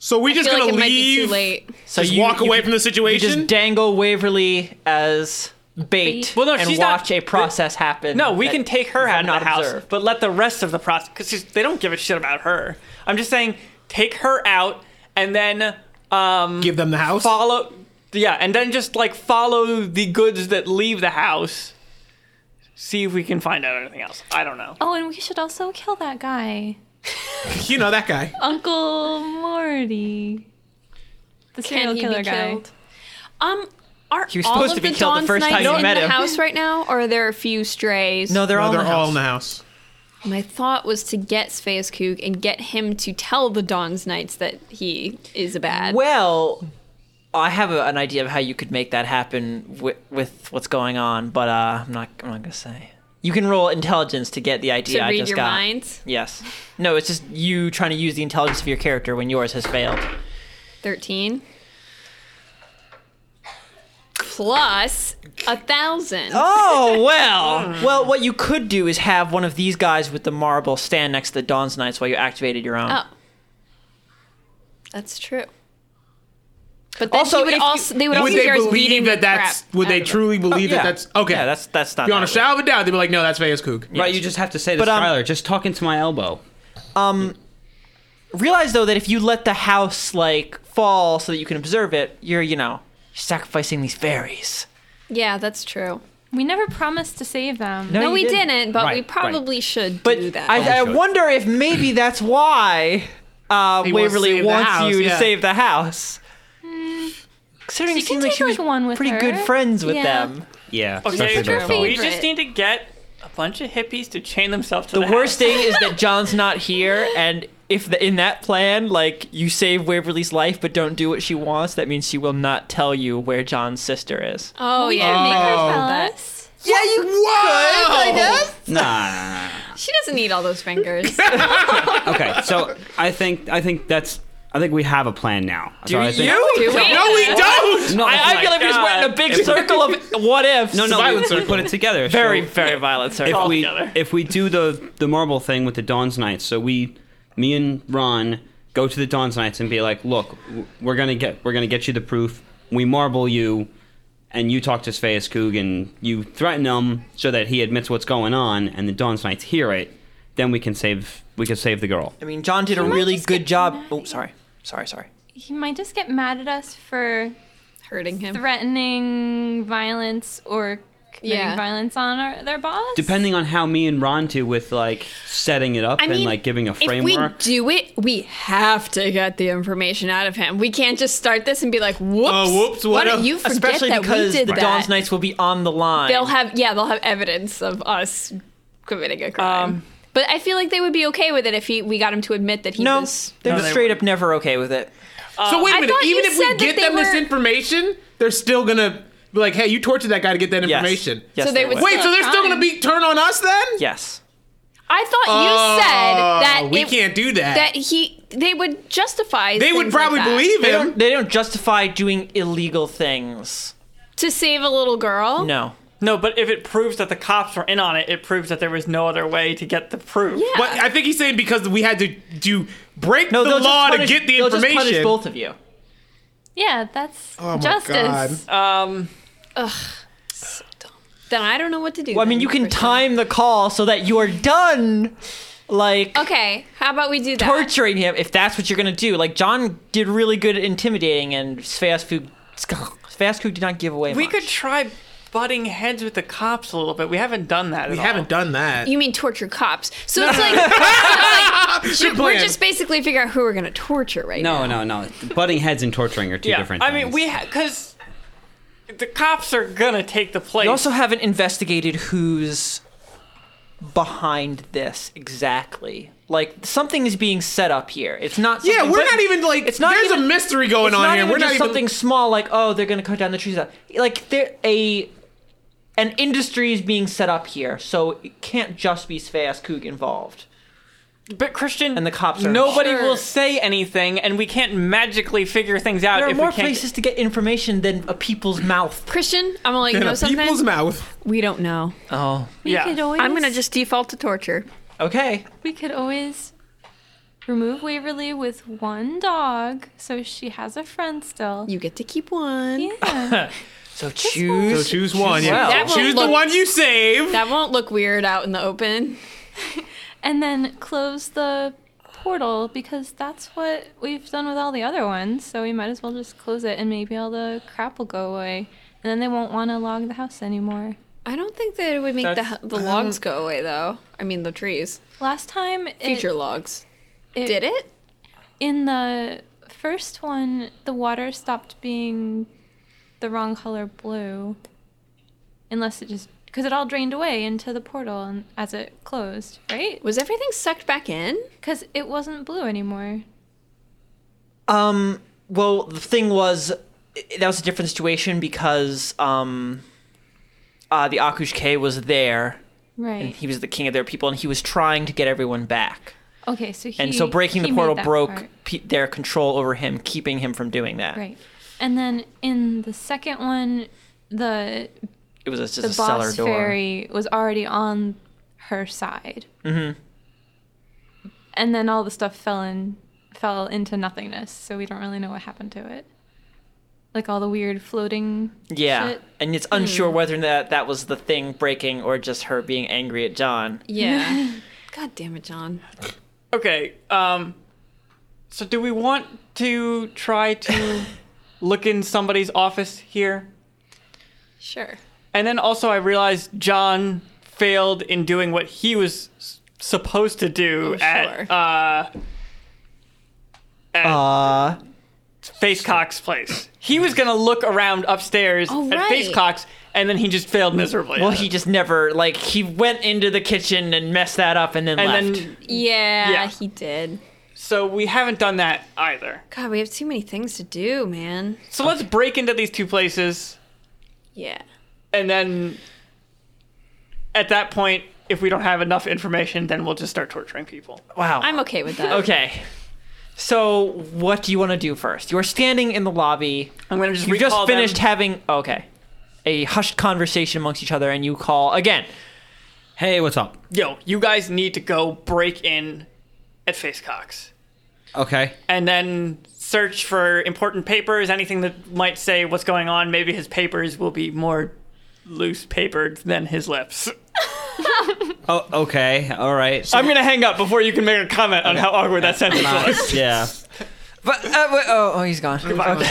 [SPEAKER 5] So we
[SPEAKER 6] I
[SPEAKER 5] just
[SPEAKER 6] feel
[SPEAKER 5] gonna
[SPEAKER 6] like it might be
[SPEAKER 5] leave.
[SPEAKER 6] too late.
[SPEAKER 1] So
[SPEAKER 5] Just
[SPEAKER 1] you,
[SPEAKER 5] walk
[SPEAKER 1] you
[SPEAKER 5] away from the
[SPEAKER 1] You
[SPEAKER 5] situation.
[SPEAKER 1] just dangle Waverly as bait
[SPEAKER 3] Bait. Well,
[SPEAKER 4] no,
[SPEAKER 1] and
[SPEAKER 4] she's not-
[SPEAKER 1] watch a process happen.
[SPEAKER 4] No, we
[SPEAKER 1] that
[SPEAKER 4] can take her
[SPEAKER 1] you
[SPEAKER 4] out
[SPEAKER 1] had
[SPEAKER 4] of the
[SPEAKER 1] not
[SPEAKER 4] house,
[SPEAKER 1] observed.
[SPEAKER 4] but let the rest of the process because they don't give a shit about her. I'm just saying, take her out and then um,
[SPEAKER 5] Give them the house.
[SPEAKER 4] follow. Yeah, and then just like follow the goods that leave the house. See if we can find out anything else. I don't know.
[SPEAKER 3] Oh, and we should also kill that guy,
[SPEAKER 5] You know that guy.
[SPEAKER 3] Uncle Morty, the serial
[SPEAKER 6] Can he
[SPEAKER 3] killer
[SPEAKER 6] be
[SPEAKER 3] guy.
[SPEAKER 6] killed? Um, are
[SPEAKER 1] was
[SPEAKER 6] all
[SPEAKER 1] supposed
[SPEAKER 6] of
[SPEAKER 1] to be
[SPEAKER 6] the
[SPEAKER 1] killed the
[SPEAKER 6] Dawn's
[SPEAKER 1] first time
[SPEAKER 6] Knights
[SPEAKER 1] you
[SPEAKER 6] in
[SPEAKER 1] met
[SPEAKER 6] the
[SPEAKER 1] him.
[SPEAKER 6] house right now, or are there a few strays?
[SPEAKER 1] No, they're, all,
[SPEAKER 5] No, they're
[SPEAKER 1] in the
[SPEAKER 5] all
[SPEAKER 1] house.
[SPEAKER 5] in the house.
[SPEAKER 6] My thought was to get Sveaskug and get him to tell the Dawn's Knights that he is a bad.
[SPEAKER 1] Well, I have a, an idea of how you could make that happen wi with what's going on, but uh, I'm not. I'm not gonna say. You can roll intelligence to get the idea
[SPEAKER 6] to
[SPEAKER 1] I
[SPEAKER 6] read
[SPEAKER 1] just
[SPEAKER 6] your
[SPEAKER 1] got.
[SPEAKER 6] minds.
[SPEAKER 1] Yes. No, it's just you trying to use the intelligence of your character when yours has failed.
[SPEAKER 6] 13 plus a thousand.
[SPEAKER 1] Oh well. well, what you could do is have one of these guys with the marble stand next to the Dawn's Knights while you activated your own.
[SPEAKER 6] Oh. That's true. But then
[SPEAKER 1] Also,
[SPEAKER 6] he would
[SPEAKER 1] if you-
[SPEAKER 6] also, they would,
[SPEAKER 5] Would
[SPEAKER 6] also
[SPEAKER 5] they
[SPEAKER 6] hear us beating
[SPEAKER 5] believe
[SPEAKER 6] the
[SPEAKER 5] that that's?
[SPEAKER 6] crap
[SPEAKER 5] Would they
[SPEAKER 6] out of him.
[SPEAKER 5] truly believe
[SPEAKER 1] yeah.
[SPEAKER 5] that that's okay?
[SPEAKER 1] Yeah, that's that's not.
[SPEAKER 5] You're on a
[SPEAKER 1] that
[SPEAKER 5] shadow of a doubt. They'd be like, no, that's Veya's Kook.
[SPEAKER 2] right, you just have to say this,
[SPEAKER 1] But, um,
[SPEAKER 2] Skylar. Just talking to my elbow.
[SPEAKER 1] realize though that if you let the house like fall so that you can observe it, you're you know sacrificing these fairies.
[SPEAKER 6] Yeah, that's true.
[SPEAKER 3] We never promised to save them.
[SPEAKER 6] No,
[SPEAKER 1] you
[SPEAKER 6] we
[SPEAKER 1] didn't.
[SPEAKER 6] didn't, but
[SPEAKER 2] Right,
[SPEAKER 6] we
[SPEAKER 2] right.
[SPEAKER 6] probably should
[SPEAKER 1] But
[SPEAKER 6] do that.
[SPEAKER 1] I, I
[SPEAKER 2] should.
[SPEAKER 1] wonder if maybe that's why uh,
[SPEAKER 5] He wants to
[SPEAKER 1] Waverly
[SPEAKER 5] save the
[SPEAKER 1] wants
[SPEAKER 5] house,
[SPEAKER 1] you to
[SPEAKER 5] yeah.
[SPEAKER 1] save the house. Considering
[SPEAKER 3] She
[SPEAKER 1] it
[SPEAKER 3] can
[SPEAKER 1] seemed like
[SPEAKER 3] take,
[SPEAKER 1] she was
[SPEAKER 3] like, one with
[SPEAKER 1] pretty
[SPEAKER 3] her.
[SPEAKER 1] good friends with
[SPEAKER 6] Yeah.
[SPEAKER 1] them.
[SPEAKER 2] Yeah.
[SPEAKER 4] Okay,
[SPEAKER 2] especially
[SPEAKER 6] your
[SPEAKER 2] both of
[SPEAKER 6] favorite?
[SPEAKER 4] we just need to get a bunch of hippies to chain themselves to the,
[SPEAKER 1] The worst
[SPEAKER 4] house.
[SPEAKER 1] thing is that John's not here, and if the, in that plan, like you save Waverly's life but don't do what she wants, that means she will not tell you where John's sister is.
[SPEAKER 6] oh,
[SPEAKER 3] We
[SPEAKER 6] yeah.
[SPEAKER 3] can make
[SPEAKER 5] Oh.
[SPEAKER 3] her tell us.
[SPEAKER 1] yeah, you
[SPEAKER 5] Whoa!
[SPEAKER 2] Nah, nah, nah, nah.
[SPEAKER 6] She doesn't need all those fingers.
[SPEAKER 2] Okay, so I think I think that's I think we have a plan now. Do I think,
[SPEAKER 6] Do we?
[SPEAKER 5] No, Oh, we don't.
[SPEAKER 4] Oh
[SPEAKER 2] No,
[SPEAKER 1] I, I feel like we just went in a big circle of what ifs.
[SPEAKER 2] no, no,
[SPEAKER 5] violent
[SPEAKER 2] we, we
[SPEAKER 5] circle.
[SPEAKER 2] put it together.
[SPEAKER 1] Very,
[SPEAKER 2] so
[SPEAKER 1] very violent circle.
[SPEAKER 2] if we
[SPEAKER 4] together.
[SPEAKER 2] if we do the the marble thing with the Dawn's Knights, so we, me and Ron go to the Dawn's Knights and be like, look, w- we're gonna get we're gonna get you the proof. We marble you, and you talk to Sveas Coog and you threaten him so that he admits what's going on, and the Dawn's Knights hear it. Then we can save we can save the girl.
[SPEAKER 1] I mean, John did a
[SPEAKER 3] might
[SPEAKER 1] really
[SPEAKER 3] just
[SPEAKER 1] good
[SPEAKER 3] get
[SPEAKER 1] job.
[SPEAKER 3] mad at
[SPEAKER 1] Oh,
[SPEAKER 3] you.
[SPEAKER 1] sorry. Sorry, sorry.
[SPEAKER 3] He might just get mad at us for
[SPEAKER 6] Hurting him.
[SPEAKER 3] threatening violence or committing
[SPEAKER 6] Yeah.
[SPEAKER 3] violence on our, their boss.
[SPEAKER 2] Depending on how me and Ron do with like setting it up
[SPEAKER 6] I
[SPEAKER 2] and
[SPEAKER 6] mean,
[SPEAKER 2] like giving a
[SPEAKER 6] If we
[SPEAKER 2] framework.
[SPEAKER 6] do it, we have to get the information out of him. We can't just start this and be like, "Whoops,
[SPEAKER 5] Oh, whoops, what
[SPEAKER 6] Why
[SPEAKER 5] a-
[SPEAKER 6] don't you forget
[SPEAKER 1] Especially
[SPEAKER 6] that
[SPEAKER 1] because
[SPEAKER 6] we
[SPEAKER 1] the
[SPEAKER 6] did that?"
[SPEAKER 1] Dawn's Knights will be on the line.
[SPEAKER 6] they'll have yeah, they'll have evidence of us committing a crime.
[SPEAKER 4] Um,
[SPEAKER 6] but I feel like they would be okay with it if he we got him to admit that he
[SPEAKER 1] no,
[SPEAKER 6] was.
[SPEAKER 1] they're
[SPEAKER 4] they
[SPEAKER 1] straight up never okay with it.
[SPEAKER 5] So wait a
[SPEAKER 6] I
[SPEAKER 5] minute.
[SPEAKER 6] thought
[SPEAKER 5] Even
[SPEAKER 6] you
[SPEAKER 5] if
[SPEAKER 6] said
[SPEAKER 5] we
[SPEAKER 6] that
[SPEAKER 5] get
[SPEAKER 6] they
[SPEAKER 5] them this
[SPEAKER 6] were-
[SPEAKER 5] information, they're still gonna be like, "Hey, you tortured that guy to get that
[SPEAKER 1] Yes.
[SPEAKER 5] information."
[SPEAKER 1] Yes,
[SPEAKER 6] So they would-
[SPEAKER 5] Wait,
[SPEAKER 6] Still
[SPEAKER 5] so
[SPEAKER 6] a
[SPEAKER 5] they're still
[SPEAKER 6] crime.
[SPEAKER 5] gonna be turn on us then?
[SPEAKER 1] Yes.
[SPEAKER 6] I thought you said that
[SPEAKER 5] Oh, we
[SPEAKER 6] it-
[SPEAKER 5] can't do that.
[SPEAKER 6] that he they would justify.
[SPEAKER 5] they would
[SPEAKER 6] things like
[SPEAKER 5] probably
[SPEAKER 6] that
[SPEAKER 5] believe
[SPEAKER 1] They
[SPEAKER 5] him.
[SPEAKER 1] don't, they don't justify doing illegal things.
[SPEAKER 6] to save a little girl.
[SPEAKER 1] No.
[SPEAKER 4] No, but if it proves that the cops were in on it, it proves that there was no other way to get the proof.
[SPEAKER 6] Yeah.
[SPEAKER 5] But I think he's saying because we had to do break
[SPEAKER 1] No,
[SPEAKER 5] the
[SPEAKER 1] they'll
[SPEAKER 5] law
[SPEAKER 1] just punish,
[SPEAKER 5] to get the
[SPEAKER 1] they'll
[SPEAKER 5] information.
[SPEAKER 1] Just punish both of you.
[SPEAKER 3] yeah, that's
[SPEAKER 5] Oh my
[SPEAKER 3] justice.
[SPEAKER 5] God.
[SPEAKER 4] Um,
[SPEAKER 6] Then I don't know what to do.
[SPEAKER 1] Well, I mean,
[SPEAKER 6] then,
[SPEAKER 1] you can
[SPEAKER 6] for sure.
[SPEAKER 1] time the call so that you are done, like
[SPEAKER 6] Okay, how about we do that?
[SPEAKER 1] torturing him if that's what you're gonna do. Like John did really good at intimidating, and fast food, fast food did not give away.
[SPEAKER 4] we
[SPEAKER 1] much.
[SPEAKER 4] could try butting heads with the cops a little bit. We haven't done that.
[SPEAKER 5] we haven't done that.
[SPEAKER 6] You mean torture cops? So it's like, so it's like,
[SPEAKER 5] Good
[SPEAKER 6] we're
[SPEAKER 5] plan.
[SPEAKER 6] just basically figuring out who we're gonna torture right now.
[SPEAKER 2] no, no, no. Butting heads and torturing are two
[SPEAKER 4] Yeah,
[SPEAKER 2] different.
[SPEAKER 4] I mean,
[SPEAKER 2] things.
[SPEAKER 4] we because the cops are gonna take the place.
[SPEAKER 1] You also haven't investigated who's behind this exactly. Like something is being set up here. It's not.
[SPEAKER 5] yeah,
[SPEAKER 1] something-
[SPEAKER 5] we're
[SPEAKER 1] but
[SPEAKER 5] not even like.
[SPEAKER 1] it's not
[SPEAKER 5] there's
[SPEAKER 1] even-
[SPEAKER 5] a mystery going
[SPEAKER 1] it's
[SPEAKER 5] on
[SPEAKER 1] not
[SPEAKER 5] here.
[SPEAKER 1] even
[SPEAKER 5] We're
[SPEAKER 1] just
[SPEAKER 5] not even
[SPEAKER 1] something small like oh they're gonna cut down the trees. Like there a an industry is being set up here, so it can't just be Sveas Coog involved.
[SPEAKER 4] but Christian
[SPEAKER 1] And the cops are-
[SPEAKER 4] Nobody
[SPEAKER 6] Sure.
[SPEAKER 4] will say anything, and we can't magically figure things out.
[SPEAKER 1] There are
[SPEAKER 4] if
[SPEAKER 1] more
[SPEAKER 4] we can't
[SPEAKER 1] places to get information than a people's mouth.
[SPEAKER 6] Christian, I'm gonna let you
[SPEAKER 5] in
[SPEAKER 6] know
[SPEAKER 5] a
[SPEAKER 6] something.
[SPEAKER 5] people's mouth.
[SPEAKER 6] we don't know.
[SPEAKER 1] Oh,
[SPEAKER 3] We
[SPEAKER 4] Yeah.
[SPEAKER 3] could always,
[SPEAKER 6] I'm gonna just default to torture.
[SPEAKER 1] okay.
[SPEAKER 3] We could always remove Waverly with one dog, so she has a friend still.
[SPEAKER 6] You get to keep one.
[SPEAKER 3] Yeah.
[SPEAKER 1] So choose.
[SPEAKER 5] So choose one. Yeah.
[SPEAKER 1] well.
[SPEAKER 6] That won't
[SPEAKER 5] Choose the
[SPEAKER 6] look-
[SPEAKER 5] one you save.
[SPEAKER 6] That won't look weird out in the open.
[SPEAKER 3] and then close the portal because that's what we've done with all the other ones. So we might as well just close it and maybe all the crap will go away. And then they won't want to log the house anymore.
[SPEAKER 6] I don't think that it would make the, the logs go away, though. I mean, the trees.
[SPEAKER 3] Last time, it,
[SPEAKER 6] Future logs.
[SPEAKER 3] it-
[SPEAKER 6] Did it?
[SPEAKER 3] in the first one, the water stopped being the wrong color blue, unless it just because it all drained away into the portal and as it closed, right?
[SPEAKER 6] Was everything sucked back in?
[SPEAKER 3] Because it wasn't blue anymore.
[SPEAKER 1] Um. Well, the thing was, i- that was a different situation because um, uh, the Akush K was there.
[SPEAKER 3] Right.
[SPEAKER 1] He was the king of their people, and he was trying to get everyone back.
[SPEAKER 3] Okay, so he
[SPEAKER 1] And so breaking the
[SPEAKER 3] he made
[SPEAKER 1] portal
[SPEAKER 3] that
[SPEAKER 1] broke
[SPEAKER 3] part.
[SPEAKER 1] pe- their control over him, keeping him from doing that.
[SPEAKER 3] Right. And then in the second one, the
[SPEAKER 1] It was just
[SPEAKER 3] the
[SPEAKER 1] a cellar
[SPEAKER 3] boss
[SPEAKER 1] door.
[SPEAKER 3] fairy was already on her side. Mm-hmm. And then all the stuff fell in fell into nothingness, so we don't really know what happened to it. Like all the weird floating
[SPEAKER 1] Yeah,
[SPEAKER 3] shit. Hmm.
[SPEAKER 1] and it's unsure whether that that was the thing breaking or just her being angry at John.
[SPEAKER 6] Yeah. God damn it, John.
[SPEAKER 4] Okay. Um. So, do we want to try to look in somebody's office here?
[SPEAKER 6] Sure.
[SPEAKER 4] And then also, I realized John failed in doing what he was s- supposed to do
[SPEAKER 6] Oh,
[SPEAKER 4] at
[SPEAKER 6] sure.
[SPEAKER 4] uh,
[SPEAKER 1] Uh,
[SPEAKER 4] Facecock's place. He was gonna look around upstairs
[SPEAKER 6] Oh,
[SPEAKER 4] at
[SPEAKER 6] right.
[SPEAKER 4] Facecock's, and then he just failed miserably.
[SPEAKER 1] well,
[SPEAKER 4] at
[SPEAKER 1] he
[SPEAKER 4] it.
[SPEAKER 1] just never like he went into the kitchen and messed that up and then
[SPEAKER 4] and
[SPEAKER 1] left.
[SPEAKER 4] then
[SPEAKER 6] Yeah,
[SPEAKER 4] Yeah.
[SPEAKER 6] he did.
[SPEAKER 4] so we haven't done that either.
[SPEAKER 6] God, we have too many things to do, man.
[SPEAKER 4] So let's break into these two places,
[SPEAKER 6] Yeah.
[SPEAKER 4] and then at that point, if we don't have enough information, then we'll just start torturing people.
[SPEAKER 1] Wow.
[SPEAKER 6] I'm okay with that.
[SPEAKER 1] okay. So, what do you want to do first? You are standing in the lobby.
[SPEAKER 4] I'm gonna just
[SPEAKER 1] You just
[SPEAKER 4] recall them.
[SPEAKER 1] finished having okay a hushed conversation amongst each other, and you call again.
[SPEAKER 2] Hey, what's up?
[SPEAKER 4] Yo, you guys need to go break in at Facecox.
[SPEAKER 2] Okay.
[SPEAKER 4] and then search for important papers, anything that might say what's going on. Maybe his papers will be more loose papered than his lips.
[SPEAKER 2] Oh, okay. All right.
[SPEAKER 4] I'm gonna hang up before you can make a comment on how awkward that sentence was.
[SPEAKER 2] yeah.
[SPEAKER 1] But uh, wait, oh, oh, he's gone. Okay. okay.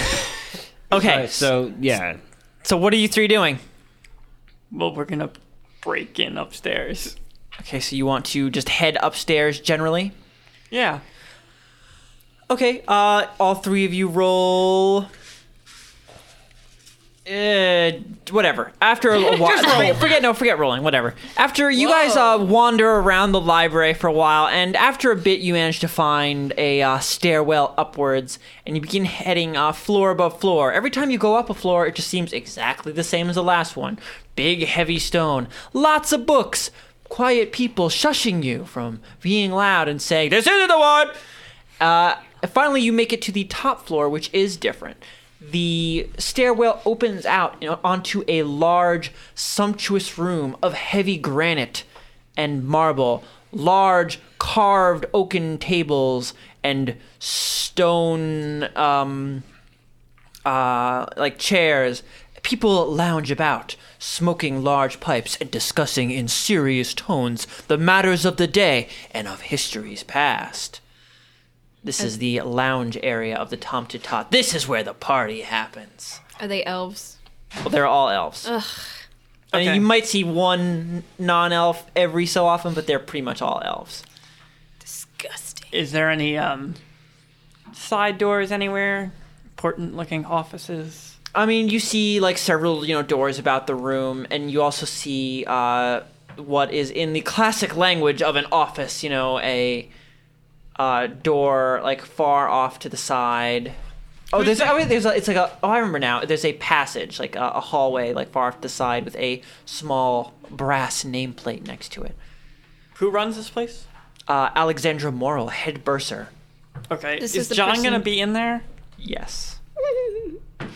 [SPEAKER 2] All right, so yeah.
[SPEAKER 1] so what are you three doing?
[SPEAKER 4] Well, we're gonna break in upstairs.
[SPEAKER 1] Okay, so you want to just head upstairs generally?
[SPEAKER 4] Yeah.
[SPEAKER 1] Okay, uh, all three of you roll. Uh, whatever. After a while, forget, forget no, forget rolling. Whatever. After you guys uh, wander around the library for a while, and after a bit, you manage to find a uh, stairwell upwards, and you begin heading uh, floor above floor. Every time you go up a floor, it just seems exactly the same as the last one. Big, heavy stone, lots of books, quiet people shushing you from being loud and saying, "This isn't the one." Uh, finally, you make it to the top floor, which is different. The stairwell opens out onto a large, sumptuous room of heavy granite and marble, large carved oaken tables, and stone um, uh, like chairs. People lounge about, smoking large pipes and discussing in serious tones the matters of the day and of history's past. This is the lounge area of the Tom to Tot. This is where the party happens.
[SPEAKER 6] Are they elves?
[SPEAKER 1] Well, they're all elves. Ugh. I mean,
[SPEAKER 4] Okay.
[SPEAKER 1] you might see one non-elf every so often, but they're pretty much all elves.
[SPEAKER 6] Disgusting.
[SPEAKER 4] Is there any um side doors anywhere? Important looking offices.
[SPEAKER 1] I mean, you see like several you know doors about the room, and you also see uh, what is in the classic language of an office. You know, a uh, door like far off to the side. Oh, there's oh, wait, there's a, it's like a oh I remember now. There's a passage like a, a hallway like far off to the side with a small brass nameplate next to it.
[SPEAKER 4] Who runs this place?
[SPEAKER 1] Uh, Alexandra Morrill, head bursar.
[SPEAKER 4] Okay.
[SPEAKER 6] This
[SPEAKER 4] is
[SPEAKER 6] is the
[SPEAKER 4] John
[SPEAKER 6] person-
[SPEAKER 4] gonna be in there?
[SPEAKER 1] Yes.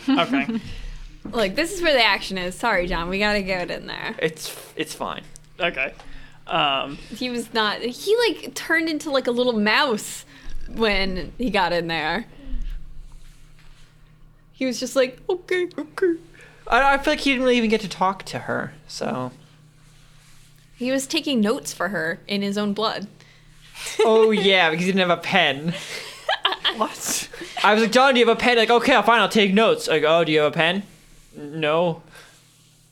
[SPEAKER 4] Okay.
[SPEAKER 6] Look, this is where the action is. Sorry, John. We gotta get in there.
[SPEAKER 1] It's it's fine.
[SPEAKER 4] okay. Um
[SPEAKER 6] He was not. He like turned into like a little mouse when he got in there. He was just like, okay, okay.
[SPEAKER 1] I, I feel like he didn't really even get to talk to her, so.
[SPEAKER 6] He was taking notes for her in his own blood.
[SPEAKER 1] Oh yeah, because he didn't have a pen.
[SPEAKER 4] what?
[SPEAKER 1] I was like, John, do you have a pen? Like, okay, I'll fine, I'll take notes. Like, oh, do you have a pen? "N- No.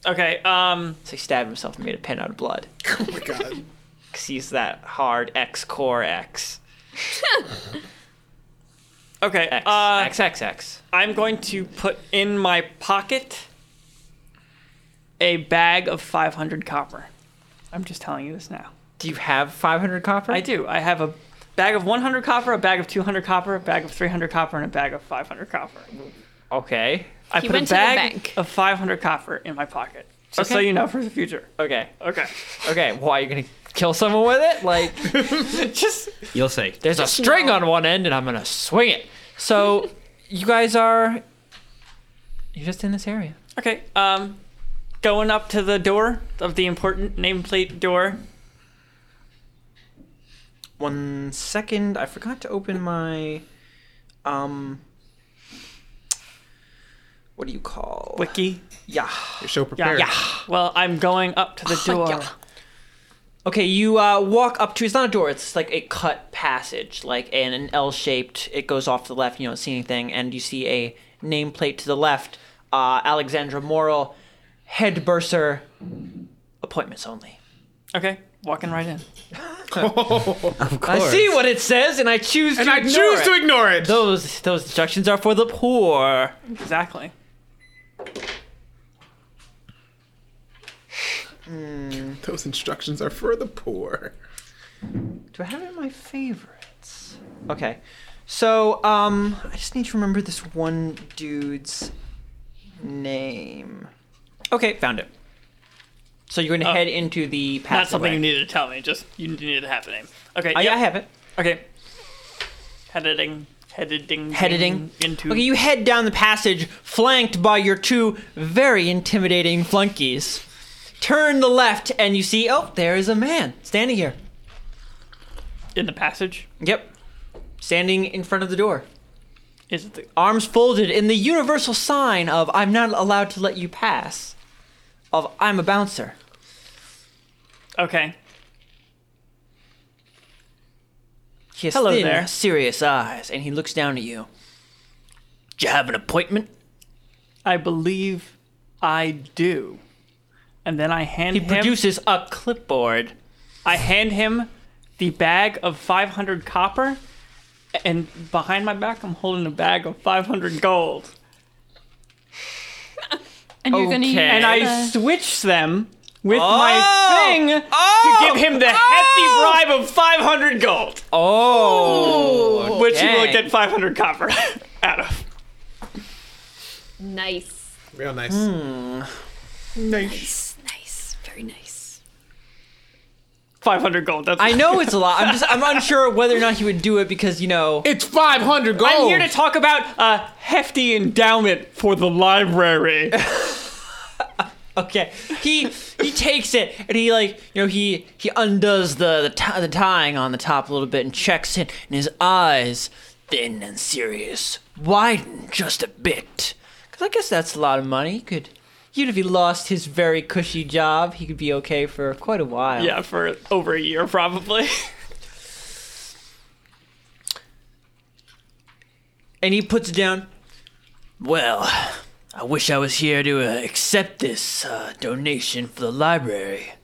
[SPEAKER 4] Okay, um
[SPEAKER 1] So he stabbed himself and made a pen out of blood.
[SPEAKER 5] Oh my god.
[SPEAKER 1] Because he's that hard X core X.
[SPEAKER 4] okay.
[SPEAKER 1] X.
[SPEAKER 4] Uh
[SPEAKER 1] X, X, X.
[SPEAKER 4] I'm going to put in my pocket a bag of 500 copper. I'm just telling you this now.
[SPEAKER 1] Do you have 500 copper?
[SPEAKER 4] I do. I have a bag of 100 copper, a bag of 200 copper, a bag of 300 copper, and a bag of 500 copper.
[SPEAKER 1] Okay.
[SPEAKER 4] I
[SPEAKER 6] He
[SPEAKER 4] put
[SPEAKER 6] went
[SPEAKER 4] a
[SPEAKER 6] to the
[SPEAKER 4] bag
[SPEAKER 6] bank.
[SPEAKER 4] of 500 copper in my pocket. Just so
[SPEAKER 1] Okay.
[SPEAKER 4] you know for the future.
[SPEAKER 1] Okay.
[SPEAKER 4] Okay.
[SPEAKER 1] Okay. Why, you going to kill someone with it? Like,
[SPEAKER 4] Just
[SPEAKER 2] You'll see.
[SPEAKER 1] there's a string on one end and I'm going to swing it. So, you guys are. You're just in this area.
[SPEAKER 4] Okay. Um going up to the door of the important nameplate door.
[SPEAKER 1] One second, I forgot to open my um what do you call?
[SPEAKER 4] Wiki.
[SPEAKER 1] Yeah.
[SPEAKER 5] You're so prepared.
[SPEAKER 4] Yeah. Well, I'm going up to the
[SPEAKER 6] Oh,
[SPEAKER 4] door.
[SPEAKER 1] Okay, you uh, walk up to it's not a door, it's like a cut passage, like an, an L shaped it goes off to the left, you don't see anything, and you see a nameplate to the left, uh, Alexandra Morrill, head bursar appointments only.
[SPEAKER 4] Okay. Walking right in.
[SPEAKER 2] Of
[SPEAKER 1] I
[SPEAKER 2] course.
[SPEAKER 1] see what it says and I choose
[SPEAKER 5] And
[SPEAKER 1] to
[SPEAKER 5] I
[SPEAKER 1] ignore
[SPEAKER 5] choose
[SPEAKER 1] it.
[SPEAKER 5] to ignore it.
[SPEAKER 1] those those instructions are for the poor.
[SPEAKER 4] Exactly.
[SPEAKER 5] Those instructions are for the poor.
[SPEAKER 1] Do I have it in my favorites? Okay. So, um, I just need to remember this one dude's name. Okay, found it. So you're going to head into the path.
[SPEAKER 4] Uh, Not something you needed to tell me. Just you needed to have the name. Okay.
[SPEAKER 1] I,
[SPEAKER 4] yep.
[SPEAKER 1] Oh, I have it.
[SPEAKER 4] Okay. Heading. Heading.
[SPEAKER 1] Heading
[SPEAKER 4] into.
[SPEAKER 1] Okay, you head down the passage, flanked by your two very intimidating flunkies. Turn the left, and you see. Oh, there is a man standing here.
[SPEAKER 4] in the passage.
[SPEAKER 1] Yep, standing in front of the door,
[SPEAKER 4] Is it the?
[SPEAKER 1] arms folded in the universal sign of "I'm not allowed to let you pass," of "I'm a bouncer."
[SPEAKER 4] Okay.
[SPEAKER 1] He has
[SPEAKER 4] Hello
[SPEAKER 1] thin,
[SPEAKER 4] there.
[SPEAKER 1] serious eyes, and he looks down at you. Do you have an appointment?
[SPEAKER 4] I believe I do. And then I hand
[SPEAKER 1] He
[SPEAKER 4] him.
[SPEAKER 1] produces a clipboard.
[SPEAKER 4] I hand him the bag of 500 copper, and behind my back, I'm holding a bag of 500 gold.
[SPEAKER 3] And you're gonna use
[SPEAKER 1] Okay.
[SPEAKER 4] And I
[SPEAKER 3] the-
[SPEAKER 4] switch them with
[SPEAKER 1] Oh!
[SPEAKER 4] my thing to give him the hefty bribe of 500 gold,
[SPEAKER 1] Oh,
[SPEAKER 4] which he will
[SPEAKER 1] dang.
[SPEAKER 4] get 500 copper out of.
[SPEAKER 6] Nice.
[SPEAKER 5] Real nice. Hmm.
[SPEAKER 6] It's nice. Very nice.
[SPEAKER 4] 500 gold. That's
[SPEAKER 1] I know it's a lot. I'm just I'm unsure whether or not he would do it because you know
[SPEAKER 5] It's 500 gold.
[SPEAKER 4] I'm here to talk about a hefty endowment for the library.
[SPEAKER 1] Okay. He he takes it and he like you know he he undoes the the, ti the tying on the top a little bit and checks it and his eyes thin and serious widen just a bit because I guess that's a lot of money. He could even if he lost his very cushy job, he could be okay for quite a while.
[SPEAKER 4] yeah, for over a year probably.
[SPEAKER 1] And he puts it down. Well, I wish I was here to uh, accept this uh, donation for the library,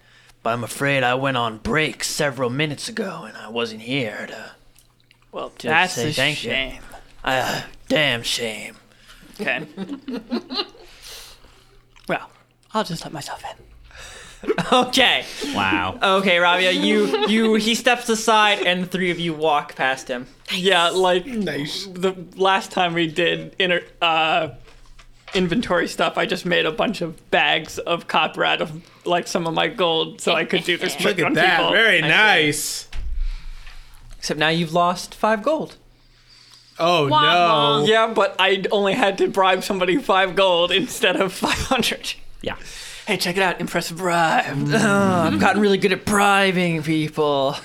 [SPEAKER 1] but I'm afraid I went on break several minutes ago and I wasn't here to.
[SPEAKER 4] Well, that's
[SPEAKER 1] say
[SPEAKER 4] a
[SPEAKER 1] thank you.
[SPEAKER 4] shame.
[SPEAKER 1] Uh, damn shame.
[SPEAKER 4] Okay. well, I'll just let myself in.
[SPEAKER 1] Okay,
[SPEAKER 2] Wow.
[SPEAKER 1] okay, Rabia, you you he steps aside and the three of you walk past him.
[SPEAKER 4] Yeah, like
[SPEAKER 5] Nice.
[SPEAKER 4] the last time we did inter- uh, inventory stuff, I just made a bunch of bags of copper out of like some of my gold, so I could do this trick
[SPEAKER 5] Look at
[SPEAKER 4] on
[SPEAKER 5] that.
[SPEAKER 4] people.
[SPEAKER 5] Very nice.
[SPEAKER 1] Except now you've lost five gold.
[SPEAKER 5] Oh
[SPEAKER 6] Wah,
[SPEAKER 5] no.
[SPEAKER 6] wah.
[SPEAKER 4] yeah, but I only had to bribe somebody five gold instead of five hundred.
[SPEAKER 2] Yeah.
[SPEAKER 4] Hey, check it out, impressive bribe.
[SPEAKER 1] I've gotten really good at bribing people.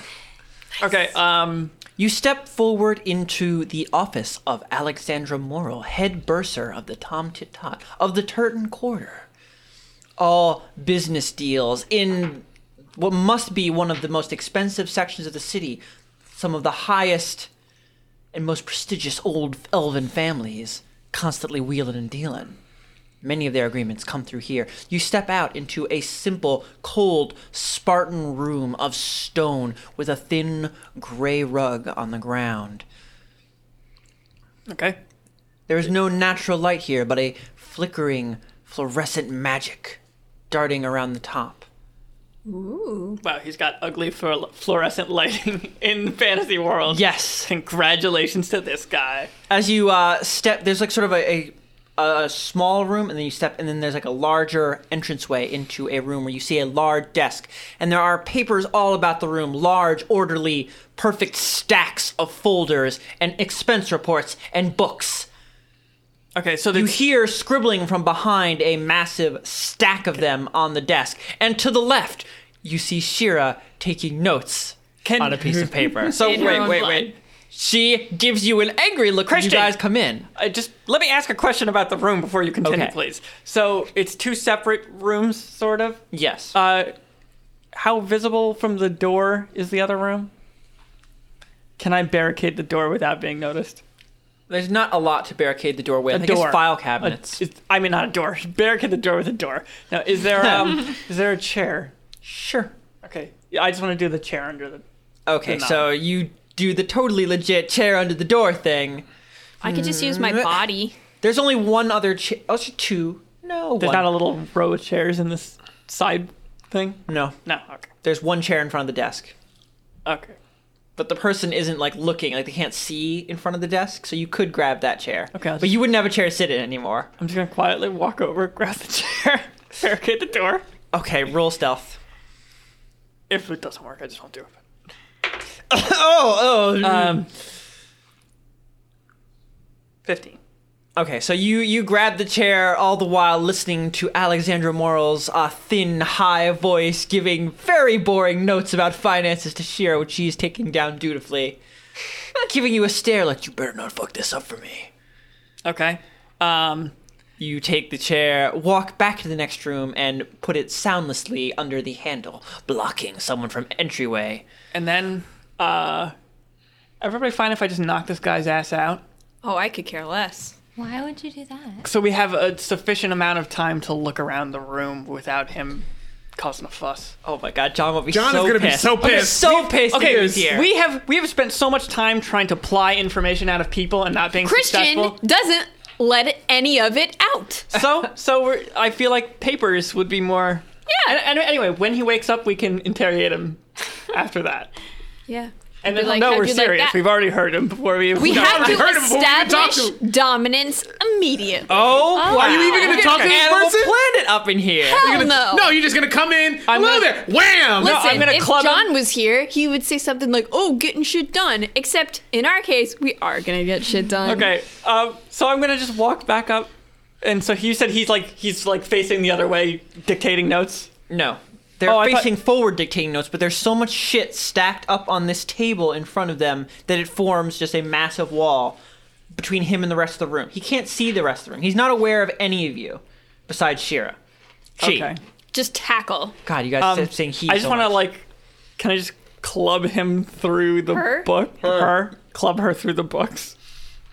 [SPEAKER 4] Okay, um,
[SPEAKER 1] You step forward into the office of Alexandra Morrow, head bursar of the Tom Tit Tot of the Turton Quarter. All business deals in what must be one of the most expensive sections of the city, some of the highest and most prestigious old elven families constantly wheeling and dealing. Many of their agreements come through here. You step out into a simple, cold, Spartan room of stone with a thin gray rug on the ground.
[SPEAKER 4] okay.
[SPEAKER 1] There is no natural light here, but a flickering, fluorescent magic darting around the top.
[SPEAKER 4] Wow, he's got ugly fluor- fluorescent lighting in the fantasy world.
[SPEAKER 1] Yes.
[SPEAKER 4] Congratulations to this guy.
[SPEAKER 1] As you uh, step, there's like sort of a, a a small room, and then you step, and then there's like a larger entranceway into a room where you see a large desk, and there are papers all about the room, large, orderly, perfect stacks of folders and expense reports and books.
[SPEAKER 4] Okay, so
[SPEAKER 1] You
[SPEAKER 4] there's
[SPEAKER 1] hear scribbling from behind a massive stack of them on the desk, and to the left, you see Shira taking notes
[SPEAKER 4] Can-
[SPEAKER 1] on a piece of paper.
[SPEAKER 4] So
[SPEAKER 1] so
[SPEAKER 4] wait,
[SPEAKER 3] her
[SPEAKER 4] wait,
[SPEAKER 3] own
[SPEAKER 4] wait,
[SPEAKER 3] blood.
[SPEAKER 1] she gives you an angry look when you
[SPEAKER 4] Christian!
[SPEAKER 1] guys come in.
[SPEAKER 4] Uh, just let me ask a question about the room before you continue,
[SPEAKER 1] Okay.
[SPEAKER 4] please. So it's two separate rooms, sort of.
[SPEAKER 1] Yes.
[SPEAKER 4] Uh, how visible from the door is the other room? Can I barricade the door without being noticed?
[SPEAKER 1] There's not a lot to barricade the door with. I
[SPEAKER 4] A
[SPEAKER 1] think
[SPEAKER 4] door,
[SPEAKER 1] it's file
[SPEAKER 4] A-
[SPEAKER 1] cabinets.
[SPEAKER 4] it's- I mean, not a door. Barricade the door with a door. Now, is there um, is there a chair?
[SPEAKER 1] sure.
[SPEAKER 4] Okay, yeah, I just want to do the chair under the.
[SPEAKER 1] Okay,
[SPEAKER 4] Enough.
[SPEAKER 1] so you do the totally legit chair under the door thing.
[SPEAKER 6] I could just use my
[SPEAKER 1] Mm.
[SPEAKER 6] body.
[SPEAKER 1] There's only one other chair. Oh, it's two. No,
[SPEAKER 4] There's
[SPEAKER 1] one.
[SPEAKER 4] not a little row of chairs in this side thing.
[SPEAKER 1] no.
[SPEAKER 4] No. Okay.
[SPEAKER 1] There's one chair in front of the desk,
[SPEAKER 4] Okay.
[SPEAKER 1] but the person isn't like looking. Like they can't see in front of the desk, so you could grab that chair.
[SPEAKER 4] Okay, I'll
[SPEAKER 1] but you wouldn't have a chair to sit in anymore.
[SPEAKER 4] I'm just gonna quietly walk over, grab the chair, barricade the door.
[SPEAKER 1] Okay, roll stealth.
[SPEAKER 4] If it doesn't work, I just won't do it.
[SPEAKER 1] Oh, oh.
[SPEAKER 4] Um, 15.
[SPEAKER 1] okay, so you you grab the chair all the while listening to Alexandra Morrell's uh, thin, high voice giving very boring notes about finances to Shira, which she is taking down dutifully, giving you a stare like you better not fuck this up for me.
[SPEAKER 4] Okay. Um,
[SPEAKER 1] You take the chair, walk back to the next room, and put it soundlessly under the handle, blocking someone from entryway.
[SPEAKER 4] and then, uh, everybody fine if I just knock this guy's ass out?
[SPEAKER 6] Oh, I could care less.
[SPEAKER 3] Why would you do that?
[SPEAKER 4] So we have a sufficient amount of time to look around the room without him causing a fuss.
[SPEAKER 1] Oh my god, John will be
[SPEAKER 5] John
[SPEAKER 1] so
[SPEAKER 5] is gonna be
[SPEAKER 1] pissed.
[SPEAKER 5] so
[SPEAKER 1] I'm gonna be
[SPEAKER 5] pissed.
[SPEAKER 1] so pissed that he
[SPEAKER 4] Okay,
[SPEAKER 1] was here.
[SPEAKER 4] we have we have spent so much time trying to ply information out of people and not being
[SPEAKER 6] Christian
[SPEAKER 4] successful.
[SPEAKER 6] doesn't let any of it out.
[SPEAKER 4] So so we're, I feel like papers would be more.
[SPEAKER 6] Yeah.
[SPEAKER 4] And, and anyway, when he wakes up, we can interrogate him after that.
[SPEAKER 6] Yeah.
[SPEAKER 4] And then
[SPEAKER 6] Be like,
[SPEAKER 4] no,
[SPEAKER 6] how'd
[SPEAKER 4] we're
[SPEAKER 6] you like
[SPEAKER 4] serious.
[SPEAKER 6] that?
[SPEAKER 4] We've already heard him before we.
[SPEAKER 6] We have to
[SPEAKER 5] I heard him before we even talked
[SPEAKER 6] establish dominance immediately.
[SPEAKER 1] Oh, wow.
[SPEAKER 6] Are you even
[SPEAKER 5] gonna talk to this
[SPEAKER 1] Animal
[SPEAKER 5] person?
[SPEAKER 1] Planet up in here.
[SPEAKER 6] Hell no.
[SPEAKER 5] No, you're just gonna come in.
[SPEAKER 4] I'm
[SPEAKER 5] hello
[SPEAKER 4] gonna-
[SPEAKER 5] there. Wham.
[SPEAKER 6] Listen,
[SPEAKER 4] I'm gonna
[SPEAKER 6] if
[SPEAKER 4] club him.
[SPEAKER 6] John was here, he would say something like, "Oh, getting shit done." Except in our case, we are gonna get shit done.
[SPEAKER 4] Okay, um, so I'm gonna just walk back up, and so you said he's like he's like facing the other way, dictating notes.
[SPEAKER 1] No. They're
[SPEAKER 4] Oh, I thought-
[SPEAKER 1] facing forward dictating notes, but there's so much shit stacked up on this table in front of them that it forms just a massive wall between him and the rest of the room. He can't see the rest of the room. He's not aware of any of you besides Shira. She.
[SPEAKER 4] Okay.
[SPEAKER 6] Just tackle
[SPEAKER 1] God, you guys
[SPEAKER 4] Um,
[SPEAKER 1] kept saying he.
[SPEAKER 4] I just
[SPEAKER 1] so
[SPEAKER 4] want to
[SPEAKER 1] much.
[SPEAKER 4] like, can I just club him through the
[SPEAKER 6] Her?
[SPEAKER 4] book? Her. club her through the books.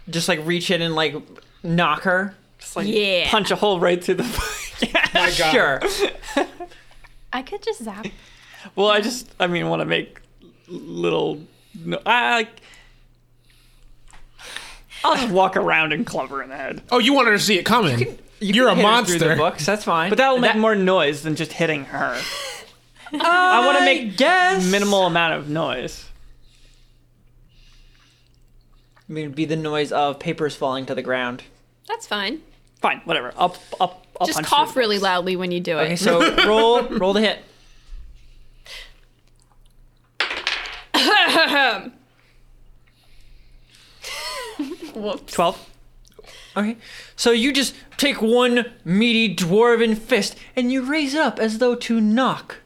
[SPEAKER 1] just like reach in and like knock her.
[SPEAKER 4] Just like
[SPEAKER 6] Yeah.
[SPEAKER 4] punch a hole right through the book. yeah.
[SPEAKER 1] Sure.
[SPEAKER 3] I could just zap.
[SPEAKER 4] Well, I just I mean want to make little no. I, I I'll just walk around and club her in the head.
[SPEAKER 5] Oh, you wanted to see it coming. You are a
[SPEAKER 1] Hit her through the
[SPEAKER 5] monster.
[SPEAKER 1] books. That's fine.
[SPEAKER 4] But that'll make
[SPEAKER 1] That-
[SPEAKER 4] more noise than just hitting her.
[SPEAKER 1] I
[SPEAKER 4] wanna
[SPEAKER 1] to
[SPEAKER 4] make
[SPEAKER 1] guess
[SPEAKER 4] Minimal amount of noise.
[SPEAKER 1] I mean, it'd be the noise of papers falling to the ground.
[SPEAKER 6] That's fine.
[SPEAKER 4] Fine, whatever. I'll I'll, I'll
[SPEAKER 6] Just
[SPEAKER 4] punch
[SPEAKER 6] cough
[SPEAKER 4] through the
[SPEAKER 6] really
[SPEAKER 4] books.
[SPEAKER 6] loudly when you do it.
[SPEAKER 1] Okay, so roll roll the hit.
[SPEAKER 4] Twelve.
[SPEAKER 1] Okay. So you just take one meaty dwarven fist and you raise it up as though to knock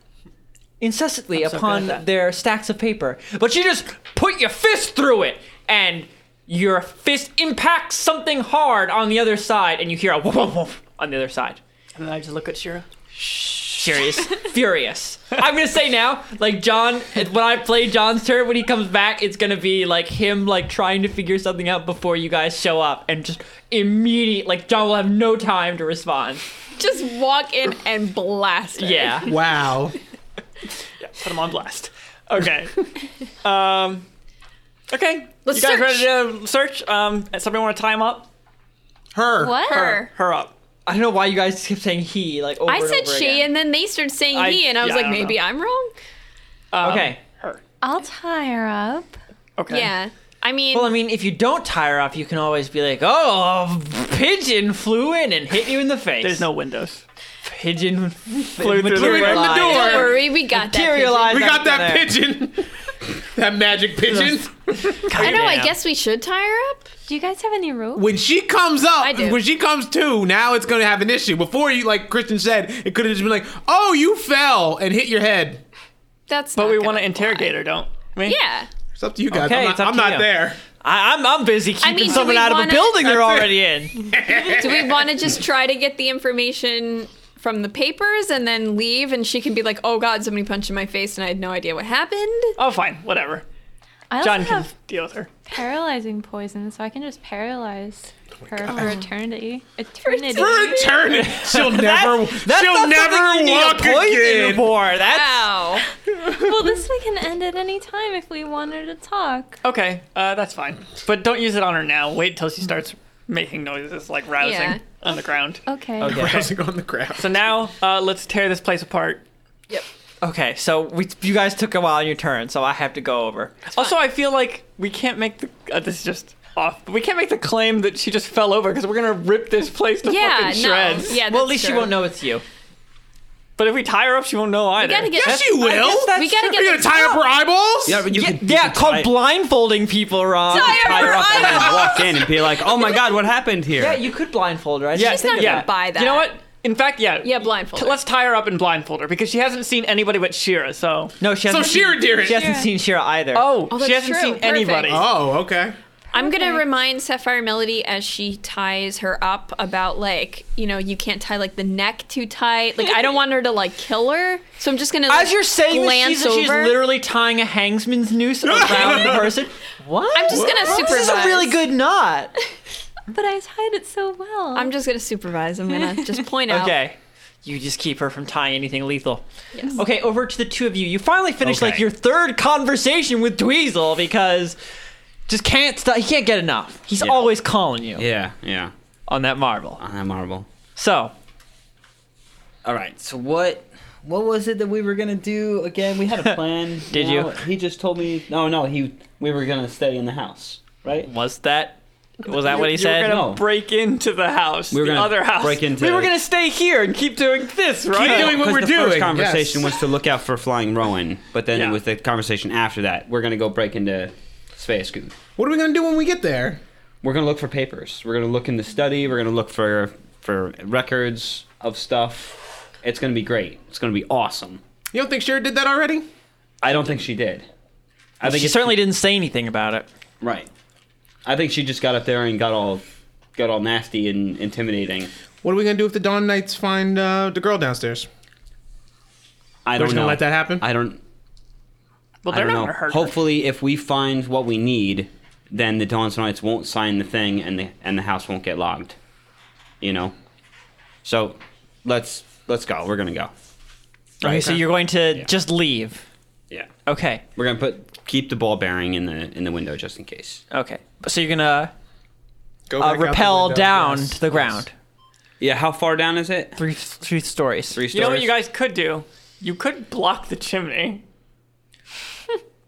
[SPEAKER 1] incessantly
[SPEAKER 4] so
[SPEAKER 1] upon
[SPEAKER 4] good at that.
[SPEAKER 1] their stacks of paper. But you just put your fist through it and your fist impacts something hard on the other side and you hear a woof woof woof on the other side.
[SPEAKER 4] And then I just look at Shira.
[SPEAKER 1] Furious. Furious. I'm gonna say now, like John when I play John's turn, when he comes back, it's gonna be like him like trying to figure something out before you guys show up and just immediate like John will have no time to respond.
[SPEAKER 6] Just walk in and blast it.
[SPEAKER 1] Yeah.
[SPEAKER 5] Wow.
[SPEAKER 4] Yeah, put him on blast. Okay. um, okay.
[SPEAKER 6] Let's
[SPEAKER 4] you guys
[SPEAKER 6] search.
[SPEAKER 4] ready to search? Um, somebody want to tie him up?
[SPEAKER 5] Her.
[SPEAKER 6] What?
[SPEAKER 4] Her, her up.
[SPEAKER 1] I don't know why you guys keep saying he like over
[SPEAKER 6] I
[SPEAKER 1] and
[SPEAKER 6] said
[SPEAKER 1] over
[SPEAKER 6] she,
[SPEAKER 1] again.
[SPEAKER 6] and then they started saying
[SPEAKER 4] I-
[SPEAKER 6] he, and I was
[SPEAKER 4] yeah, I
[SPEAKER 6] like,
[SPEAKER 4] don't
[SPEAKER 6] maybe
[SPEAKER 4] know.
[SPEAKER 6] I'm wrong.
[SPEAKER 4] Um,
[SPEAKER 1] Okay.
[SPEAKER 4] Her.
[SPEAKER 3] I'll tie her up.
[SPEAKER 4] Okay.
[SPEAKER 6] Yeah. I mean,
[SPEAKER 1] Well, I mean, if you don't tire up, you can always be like, "Oh, a pigeon flew in and hit you in the face."
[SPEAKER 4] There's no windows.
[SPEAKER 1] pigeon
[SPEAKER 4] Flew through the
[SPEAKER 1] materialized-
[SPEAKER 5] window.
[SPEAKER 6] don't
[SPEAKER 5] Sure.
[SPEAKER 6] worry, we got that.
[SPEAKER 1] Materialized.
[SPEAKER 5] We got
[SPEAKER 1] out
[SPEAKER 5] that
[SPEAKER 1] there.
[SPEAKER 5] pigeon. that magic pigeon.
[SPEAKER 6] pigeon. I know. I
[SPEAKER 1] Yeah.
[SPEAKER 6] guess we should tie her up.
[SPEAKER 3] Do you guys have any rope?
[SPEAKER 5] When she comes
[SPEAKER 6] I
[SPEAKER 5] up,
[SPEAKER 6] do.
[SPEAKER 5] when she comes to, now it's gonna have an issue. Before you, like Christian said, it could have just been like, "Oh, you fell and hit your head."
[SPEAKER 6] That's.
[SPEAKER 4] But
[SPEAKER 6] not
[SPEAKER 4] we
[SPEAKER 6] gonna
[SPEAKER 4] want to
[SPEAKER 6] fly.
[SPEAKER 4] interrogate her, don't we?
[SPEAKER 6] Yeah.
[SPEAKER 5] It's up to you guys.
[SPEAKER 1] Okay,
[SPEAKER 5] I'm
[SPEAKER 1] it's up
[SPEAKER 5] not, I'm
[SPEAKER 1] to
[SPEAKER 5] not
[SPEAKER 1] you.
[SPEAKER 5] there.
[SPEAKER 1] I, I'm I'm busy keeping
[SPEAKER 6] mean, do
[SPEAKER 1] someone
[SPEAKER 6] we
[SPEAKER 1] out of a
[SPEAKER 6] wanna-
[SPEAKER 1] building they're already in.
[SPEAKER 6] Do we want to just try to get the information from the papers and then leave? And she can be like, "Oh God, somebody punched in my face, and I had no idea what happened."
[SPEAKER 4] Oh, fine. Whatever.
[SPEAKER 3] I also
[SPEAKER 4] John can
[SPEAKER 3] have
[SPEAKER 4] deal with her.
[SPEAKER 3] paralyzing poison, so I can just paralyze her for eternity. Eternity.
[SPEAKER 5] For eternity, she'll never,
[SPEAKER 1] That's
[SPEAKER 5] she'll
[SPEAKER 1] not
[SPEAKER 5] never
[SPEAKER 1] something you need a
[SPEAKER 5] walk
[SPEAKER 1] poison
[SPEAKER 5] again.
[SPEAKER 1] For. That's
[SPEAKER 6] Wow.
[SPEAKER 3] well, this we can end at any time if we want her to talk.
[SPEAKER 4] Okay, uh, that's fine. But don't use it on her now. Wait till she starts making noises like rousing
[SPEAKER 6] Yeah.
[SPEAKER 4] on the ground.
[SPEAKER 3] Okay.
[SPEAKER 5] Bouncing on the ground.
[SPEAKER 4] So now uh, let's tear this place apart.
[SPEAKER 1] okay. So we, you guys took a while on your turn, so I have to go over.
[SPEAKER 4] Also, I feel like we can't make the. Uh, this is just off. But we can't make the claim that she just fell over because we're gonna rip this place to
[SPEAKER 6] Yeah.
[SPEAKER 4] fucking
[SPEAKER 6] No.
[SPEAKER 4] shreds.
[SPEAKER 6] Yeah.
[SPEAKER 1] well, at
[SPEAKER 6] that's
[SPEAKER 1] least she
[SPEAKER 6] true.
[SPEAKER 1] won't know it's you.
[SPEAKER 4] But if we tie her up, she won't know either.
[SPEAKER 3] gotta get-
[SPEAKER 5] Yes, you
[SPEAKER 3] I guess
[SPEAKER 5] will.
[SPEAKER 3] that's We gotta true. get
[SPEAKER 5] You're gonna
[SPEAKER 3] the
[SPEAKER 5] tie up her eyeballs.
[SPEAKER 2] Yeah, but you
[SPEAKER 1] yeah,
[SPEAKER 2] could,
[SPEAKER 1] yeah, called blindfolding people, Ron.
[SPEAKER 6] Tie her
[SPEAKER 2] Fire up and
[SPEAKER 6] eyeball.
[SPEAKER 2] then walk in and be like, "Oh my god, what happened here?"
[SPEAKER 1] Yeah, you could blindfold her. I
[SPEAKER 4] Yeah,
[SPEAKER 1] yeah,
[SPEAKER 6] She's not
[SPEAKER 4] yeah.
[SPEAKER 6] gonna buy that.
[SPEAKER 4] You know what? In fact, yeah.
[SPEAKER 6] Yeah, blindfold
[SPEAKER 4] T-
[SPEAKER 6] her.
[SPEAKER 4] let's tie her up and blindfold her because she hasn't seen anybody but Shira. So
[SPEAKER 1] No, she hasn't.
[SPEAKER 5] So
[SPEAKER 1] seen,
[SPEAKER 5] Shira did it.
[SPEAKER 1] She hasn't
[SPEAKER 3] Yeah.
[SPEAKER 1] seen Shira either.
[SPEAKER 4] oh,
[SPEAKER 6] Oh,
[SPEAKER 4] she
[SPEAKER 6] that's
[SPEAKER 4] hasn't
[SPEAKER 6] true.
[SPEAKER 4] seen
[SPEAKER 6] Perfect.
[SPEAKER 4] anybody.
[SPEAKER 2] Uh,
[SPEAKER 5] Oh, okay.
[SPEAKER 6] I'm gonna
[SPEAKER 3] Okay.
[SPEAKER 6] remind Sapphire Melody as she ties her up about like you know you can't tie like the neck too tight. Like I don't want her to like kill her, so I'm just gonna like,
[SPEAKER 1] As you're saying this,
[SPEAKER 6] glance
[SPEAKER 1] she's,
[SPEAKER 6] over.
[SPEAKER 1] she's literally tying a hangsman's noose around the person. What?
[SPEAKER 6] I'm just gonna
[SPEAKER 1] This is a
[SPEAKER 6] supervise.
[SPEAKER 1] really good knot.
[SPEAKER 3] But I tied it so well.
[SPEAKER 6] I'm just gonna supervise. I'm gonna just point out.
[SPEAKER 1] Okay. You just keep her from tying anything lethal. Yes. Okay, over to the two of you. You finally finished like
[SPEAKER 2] Okay.
[SPEAKER 1] your third conversation with Dweezil because just can't stop. He can't get enough. He's
[SPEAKER 2] Yeah.
[SPEAKER 1] always calling you
[SPEAKER 2] yeah, yeah.
[SPEAKER 1] on that marble.
[SPEAKER 2] On that marble.
[SPEAKER 1] So
[SPEAKER 2] All right. So what? What was it that we were gonna do again? We had a plan.
[SPEAKER 1] Did
[SPEAKER 2] No,
[SPEAKER 1] you?
[SPEAKER 2] He just told me. No, no. He. We were gonna stay in the house, right?
[SPEAKER 1] was that was that what he
[SPEAKER 4] You
[SPEAKER 1] said?
[SPEAKER 4] were gonna
[SPEAKER 2] No.
[SPEAKER 4] break into the house,
[SPEAKER 2] We were
[SPEAKER 4] the
[SPEAKER 2] gonna
[SPEAKER 4] other house.
[SPEAKER 2] break into-
[SPEAKER 4] We were gonna stay here and keep doing this, right?
[SPEAKER 5] Keep doing what
[SPEAKER 2] 'Cause
[SPEAKER 5] we're
[SPEAKER 2] the
[SPEAKER 5] doing.
[SPEAKER 2] first conversation
[SPEAKER 5] yes.
[SPEAKER 2] was to look out for flying Rowan, but then
[SPEAKER 4] Yeah.
[SPEAKER 2] it was the conversation after that. We're gonna go break into Space Scoot.
[SPEAKER 5] What are we gonna do when we get there?
[SPEAKER 2] We're gonna look for papers. We're gonna look in the study. We're gonna look for for records of stuff. It's gonna be great. It's gonna be awesome.
[SPEAKER 5] You don't think Shira did that already?
[SPEAKER 2] I don't think she did. I think
[SPEAKER 1] She
[SPEAKER 2] it's-
[SPEAKER 1] certainly didn't say anything about it.
[SPEAKER 2] Right. I think she just got up there and got all got all nasty and intimidating.
[SPEAKER 5] What are we gonna do if the Dawn Knights find uh, the girl downstairs?
[SPEAKER 2] I
[SPEAKER 5] We're
[SPEAKER 2] don't
[SPEAKER 5] just gonna
[SPEAKER 2] know.
[SPEAKER 5] let that happen?
[SPEAKER 2] I don't.
[SPEAKER 4] Well,
[SPEAKER 2] I
[SPEAKER 4] they're
[SPEAKER 2] don't
[SPEAKER 4] not
[SPEAKER 2] know.
[SPEAKER 4] gonna hurt. her.
[SPEAKER 2] Hopefully, if we find what we need, then the Dawn Knights won't sign the thing, and the and the house won't get logged. You know. So, let's let's go. We're gonna go.
[SPEAKER 1] Okay, so you're going to just leave.
[SPEAKER 2] Yeah.
[SPEAKER 1] Okay.
[SPEAKER 2] We're gonna put keep the ball bearing in the in the window just in case.
[SPEAKER 1] Okay. So you're gonna
[SPEAKER 5] Go
[SPEAKER 1] uh,
[SPEAKER 5] back out the
[SPEAKER 1] rappel
[SPEAKER 5] window,
[SPEAKER 1] down
[SPEAKER 5] yes.
[SPEAKER 1] to the ground.
[SPEAKER 2] Yeah. How far down is it?
[SPEAKER 1] Three three stories.
[SPEAKER 2] Three stories.
[SPEAKER 4] You know what you guys could do? You could block the chimney.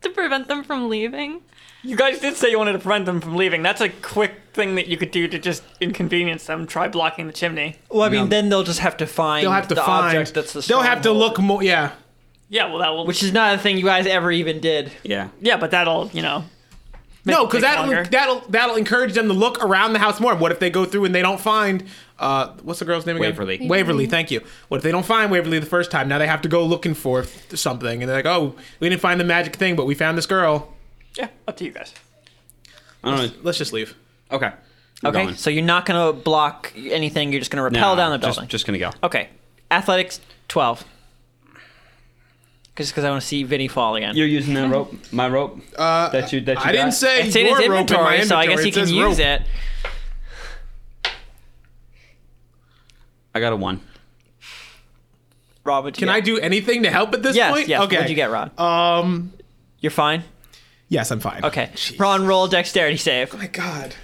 [SPEAKER 3] to prevent them from leaving.
[SPEAKER 4] You guys did say you wanted to prevent them from leaving. That's a quick thing that you could do to just inconvenience them. Try blocking the chimney.
[SPEAKER 1] Well, I mean,
[SPEAKER 2] No.
[SPEAKER 1] then they'll just have to find
[SPEAKER 5] They'll have to
[SPEAKER 1] the
[SPEAKER 5] find.
[SPEAKER 1] object that's the
[SPEAKER 5] they'll have to
[SPEAKER 1] stronghold,
[SPEAKER 5] look more. Yeah.
[SPEAKER 4] Yeah, well, that will.
[SPEAKER 1] which is not a thing you guys ever even did.
[SPEAKER 2] Yeah.
[SPEAKER 4] yeah, but that'll you know.
[SPEAKER 5] No, because
[SPEAKER 4] take
[SPEAKER 5] that'll
[SPEAKER 4] longer.
[SPEAKER 5] that'll that'll encourage them to look around the house more. What if they go through and they don't find uh, what's the girl's name again?
[SPEAKER 2] Waverly.
[SPEAKER 5] Waverly, thank you. What if they don't find Waverly the first time? Now they have to go looking for th- something, and they're like, "Oh, we didn't find the magic thing, but we found this girl.
[SPEAKER 4] Yeah, up to you guys.
[SPEAKER 2] I don't
[SPEAKER 5] Let's just leave."
[SPEAKER 2] know. Okay. We're
[SPEAKER 1] Okay,
[SPEAKER 2] going.
[SPEAKER 1] so you're not gonna block anything. You're just gonna rappel
[SPEAKER 2] No,
[SPEAKER 1] down the
[SPEAKER 2] just-
[SPEAKER 1] building.
[SPEAKER 2] just gonna go.
[SPEAKER 1] Okay, athletics twelve. Just because I want to see Vinny fall again.
[SPEAKER 2] You're using that rope, my rope.
[SPEAKER 5] Uh,
[SPEAKER 2] that you, that you
[SPEAKER 5] I didn't
[SPEAKER 2] got?
[SPEAKER 5] say
[SPEAKER 1] it's in
[SPEAKER 5] your
[SPEAKER 1] his
[SPEAKER 5] rope
[SPEAKER 1] inventory,
[SPEAKER 5] my
[SPEAKER 1] so I guess
[SPEAKER 5] inventory.
[SPEAKER 1] he can
[SPEAKER 5] says
[SPEAKER 1] use
[SPEAKER 5] rope.
[SPEAKER 1] it.
[SPEAKER 2] I got a one.
[SPEAKER 1] Rob, what'd you
[SPEAKER 5] Can
[SPEAKER 1] get?
[SPEAKER 5] I do anything to help at this
[SPEAKER 1] Yes,
[SPEAKER 5] point?
[SPEAKER 1] yes.
[SPEAKER 5] Okay.
[SPEAKER 1] What'd you get, Ron?
[SPEAKER 5] Um.
[SPEAKER 1] you're fine.
[SPEAKER 5] Yes, I'm fine.
[SPEAKER 1] Okay,
[SPEAKER 5] Jeez.
[SPEAKER 1] Ron, roll dexterity save.
[SPEAKER 5] My God.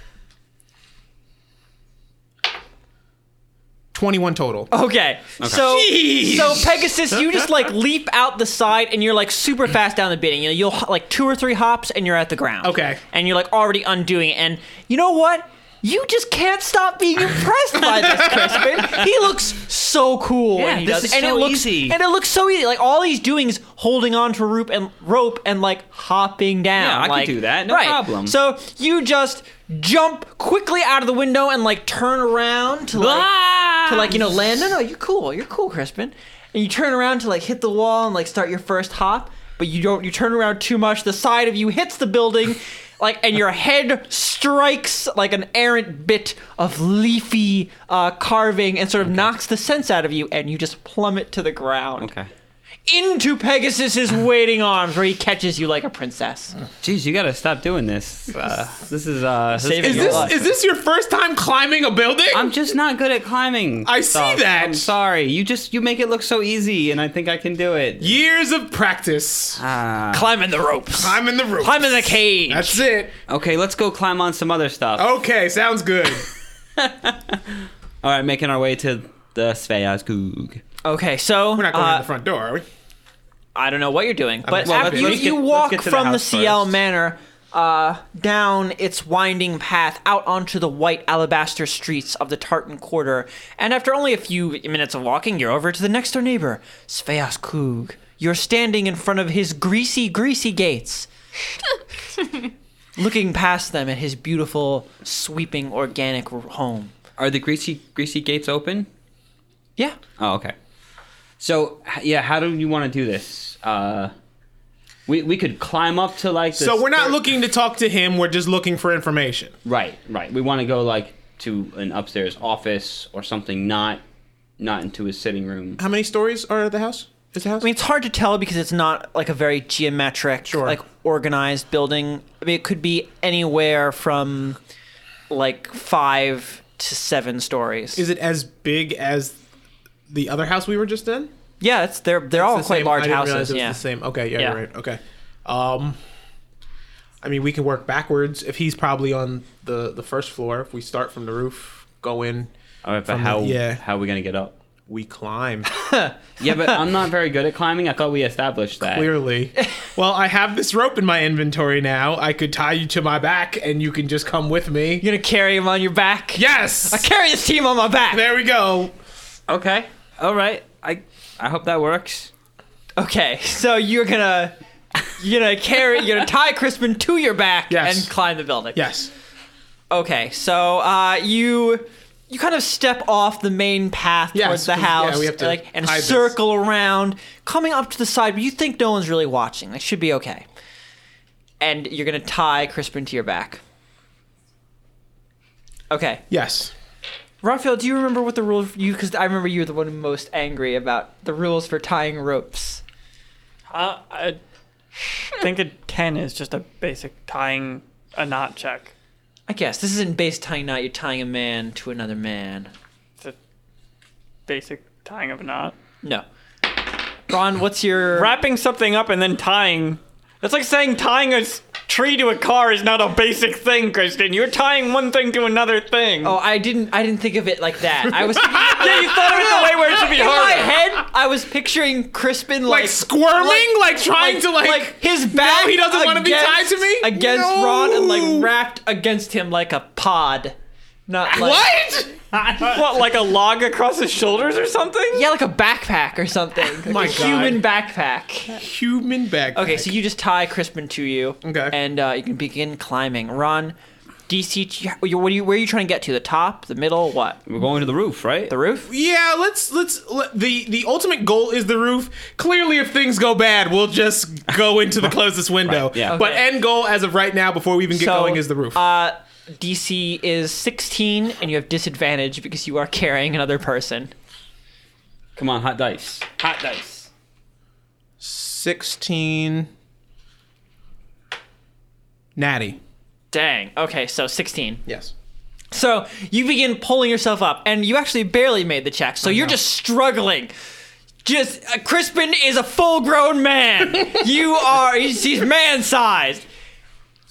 [SPEAKER 5] Twenty-one total.
[SPEAKER 1] Okay. So
[SPEAKER 5] Jeez.
[SPEAKER 1] so Pegasus, you just like leap out the side and you're like super fast down the bidding. You know, you'll h- like two or three hops and you're at the ground.
[SPEAKER 5] Okay.
[SPEAKER 1] And you're like already undoing it. And you know what? You just can't stop being impressed by this Crispin. He looks so cool when
[SPEAKER 2] Yeah,
[SPEAKER 1] he
[SPEAKER 2] this
[SPEAKER 1] does,
[SPEAKER 2] is
[SPEAKER 1] it. and
[SPEAKER 2] so
[SPEAKER 1] it looks
[SPEAKER 2] easy.
[SPEAKER 1] and it looks so easy. Like all he's doing is holding on to rope and rope and like hopping down.
[SPEAKER 2] Yeah, I could
[SPEAKER 1] Like-
[SPEAKER 2] do that. No
[SPEAKER 1] right.
[SPEAKER 2] problem.
[SPEAKER 1] So you just jump quickly out of the window and like turn around to like
[SPEAKER 2] Ah!
[SPEAKER 1] to like you know land. No, no, you're cool. You're cool, Crispin. And you turn around to like hit the wall and like start your first hop, but you don't. You turn around too much. The side of you hits the building, like, and your head strikes like an errant bit of leafy uh, carving and sort of knocks the sense out of you, and you just plummet to the ground
[SPEAKER 2] Okay.
[SPEAKER 1] into Pegasus's waiting arms, where he catches you like a princess.
[SPEAKER 2] Jeez, you gotta stop doing this. Uh, this is uh.
[SPEAKER 1] Saving
[SPEAKER 5] Is
[SPEAKER 1] your
[SPEAKER 5] this
[SPEAKER 1] life.
[SPEAKER 5] is this your first time climbing a building?
[SPEAKER 2] I'm just not good at climbing.
[SPEAKER 5] I see
[SPEAKER 2] stuff.
[SPEAKER 5] that.
[SPEAKER 2] I'm sorry. You just you make it look so easy, and I think I can do it.
[SPEAKER 5] Years of practice.
[SPEAKER 2] Ah.
[SPEAKER 1] Climbing the ropes.
[SPEAKER 5] I'm in the room.
[SPEAKER 1] Climbing the cage.
[SPEAKER 5] That's it.
[SPEAKER 2] okay, let's go climb on some other stuff.
[SPEAKER 5] Okay, sounds good.
[SPEAKER 2] All right, making our way to the Sveazgug.
[SPEAKER 1] okay, so
[SPEAKER 5] We're not going
[SPEAKER 1] uh,
[SPEAKER 5] in the front door, are we?
[SPEAKER 1] I don't know what you're doing, but
[SPEAKER 5] Well,
[SPEAKER 1] after
[SPEAKER 2] let's-
[SPEAKER 1] you,
[SPEAKER 2] let's
[SPEAKER 1] you
[SPEAKER 2] get- let's
[SPEAKER 1] walk
[SPEAKER 2] get to the
[SPEAKER 1] from the
[SPEAKER 2] house
[SPEAKER 1] CL
[SPEAKER 2] first.
[SPEAKER 1] Manor uh, down its winding path out onto the white alabaster streets of the Tartan Quarter. And after only a few minutes of walking, you're over to the next door neighbor, Sveas Kug. You're standing in front of his greasy, greasy gates, looking past them at his beautiful, sweeping, organic r- home.
[SPEAKER 2] Are the greasy greasy gates open?
[SPEAKER 1] Yeah.
[SPEAKER 2] Oh, okay. So h- yeah, how do you want to do this? Uh, we we could climb up to like. The
[SPEAKER 5] So we're not
[SPEAKER 2] third-
[SPEAKER 5] looking to talk to him. We're just looking for information.
[SPEAKER 2] Right, right. We want to go like to an upstairs office or something, not not into his sitting room.
[SPEAKER 5] How many stories are the house? Is the house?
[SPEAKER 1] I mean, it's hard to tell because it's not like a very geometric,
[SPEAKER 5] Sure.
[SPEAKER 1] like organized building. I mean, it could be anywhere from like five to seven stories.
[SPEAKER 5] is it as big as the other house we were just in?
[SPEAKER 1] yeah, it's they're they're all
[SPEAKER 5] It's the
[SPEAKER 1] Oh, quite
[SPEAKER 5] same- I
[SPEAKER 1] large
[SPEAKER 5] didn't
[SPEAKER 1] houses.
[SPEAKER 5] Realize it was
[SPEAKER 1] yeah.
[SPEAKER 5] the same. Okay, yeah,
[SPEAKER 1] Yeah.
[SPEAKER 5] you're right. Okay. Um, I mean, we can work backwards if he's probably on the the first floor. If we start from the roof, go in,
[SPEAKER 2] All right, but
[SPEAKER 5] Uh, From the-
[SPEAKER 2] how
[SPEAKER 5] yeah.
[SPEAKER 2] how are we gonna get up?
[SPEAKER 5] we climb.
[SPEAKER 2] Yeah, but I'm not very good at climbing. I thought we established that.
[SPEAKER 5] Clearly. well, I have this rope in my inventory now. I could tie you to my back, and you can just come with me.
[SPEAKER 1] You're gonna carry him on your back. I
[SPEAKER 5] Yes.
[SPEAKER 1] carry this team on my back.
[SPEAKER 5] There we go.
[SPEAKER 2] Okay. All right. I I hope that works.
[SPEAKER 1] Okay, so you're gonna you're gonna carry you're gonna tie Crispin to your back
[SPEAKER 5] Yes.
[SPEAKER 1] and climb the building.
[SPEAKER 5] Yes.
[SPEAKER 1] Okay, so uh, you you kind of step off the main path
[SPEAKER 5] Yes,
[SPEAKER 1] towards the
[SPEAKER 5] we- yeah,
[SPEAKER 1] house,
[SPEAKER 5] we have to
[SPEAKER 1] like, and
[SPEAKER 5] hide this.
[SPEAKER 1] circle around, coming up to the side. But you think no one's really watching. That should be okay. And you're gonna tie Crispin to your back. Okay,
[SPEAKER 5] Yes.
[SPEAKER 1] Raphael, do you remember what the rules? You because I remember you were the one most angry about the rules for tying ropes.
[SPEAKER 4] Uh, I think a 10 is just a basic tying a knot check.
[SPEAKER 1] I guess this isn't base tying knot. You're tying a man to another man.
[SPEAKER 4] It's a basic tying of a knot.
[SPEAKER 1] No. Ron, what's your
[SPEAKER 4] Wrapping something up and then tying. That's like saying tying a s- tree to a car is not a basic thing, Kristen. You're tying one thing to another thing.
[SPEAKER 1] Oh, I didn't. I didn't think of it like that. I was. Thinking,
[SPEAKER 4] yeah, you thought of it the way where it should be
[SPEAKER 1] in my
[SPEAKER 4] harder.
[SPEAKER 1] head, I was picturing Crispin like,
[SPEAKER 5] Like squirming, like, trying to like,
[SPEAKER 1] his back.
[SPEAKER 5] No, he doesn't wanna be tied to me?
[SPEAKER 1] against- against
[SPEAKER 5] No.
[SPEAKER 1] Ron and like wrapped against him like a pod, not like
[SPEAKER 5] what?
[SPEAKER 4] What, like a log across his shoulders or something?
[SPEAKER 1] Yeah, like a backpack or something. Like
[SPEAKER 5] My
[SPEAKER 1] a
[SPEAKER 5] God.
[SPEAKER 1] human backpack.
[SPEAKER 5] Human back.
[SPEAKER 1] Okay, so you just tie Crispin to you.
[SPEAKER 5] Okay.
[SPEAKER 1] And uh, you can begin climbing. Ron, DC, what are you? Where are you trying to get to? The top, the middle, what?
[SPEAKER 2] We're going to the roof, right?
[SPEAKER 1] The roof?
[SPEAKER 5] yeah, let's let's let, the the ultimate goal is the roof. Clearly, if things go bad, we'll just go into the closest window.
[SPEAKER 2] yeah. Okay.
[SPEAKER 5] But end goal as of right now, before we even get
[SPEAKER 1] So,
[SPEAKER 5] going, is the roof.
[SPEAKER 1] Uh, DC is 16, and you have disadvantage because you are carrying another person.
[SPEAKER 2] Come on, hot dice. Hot dice.
[SPEAKER 5] Sixteen. Natty.
[SPEAKER 1] Dang. Okay, so 16.
[SPEAKER 5] Yes.
[SPEAKER 1] So you begin pulling yourself up, and you actually barely made the check, so you're just struggling. Just uh, Crispin is a full-grown man. you are he's, he's man-sized.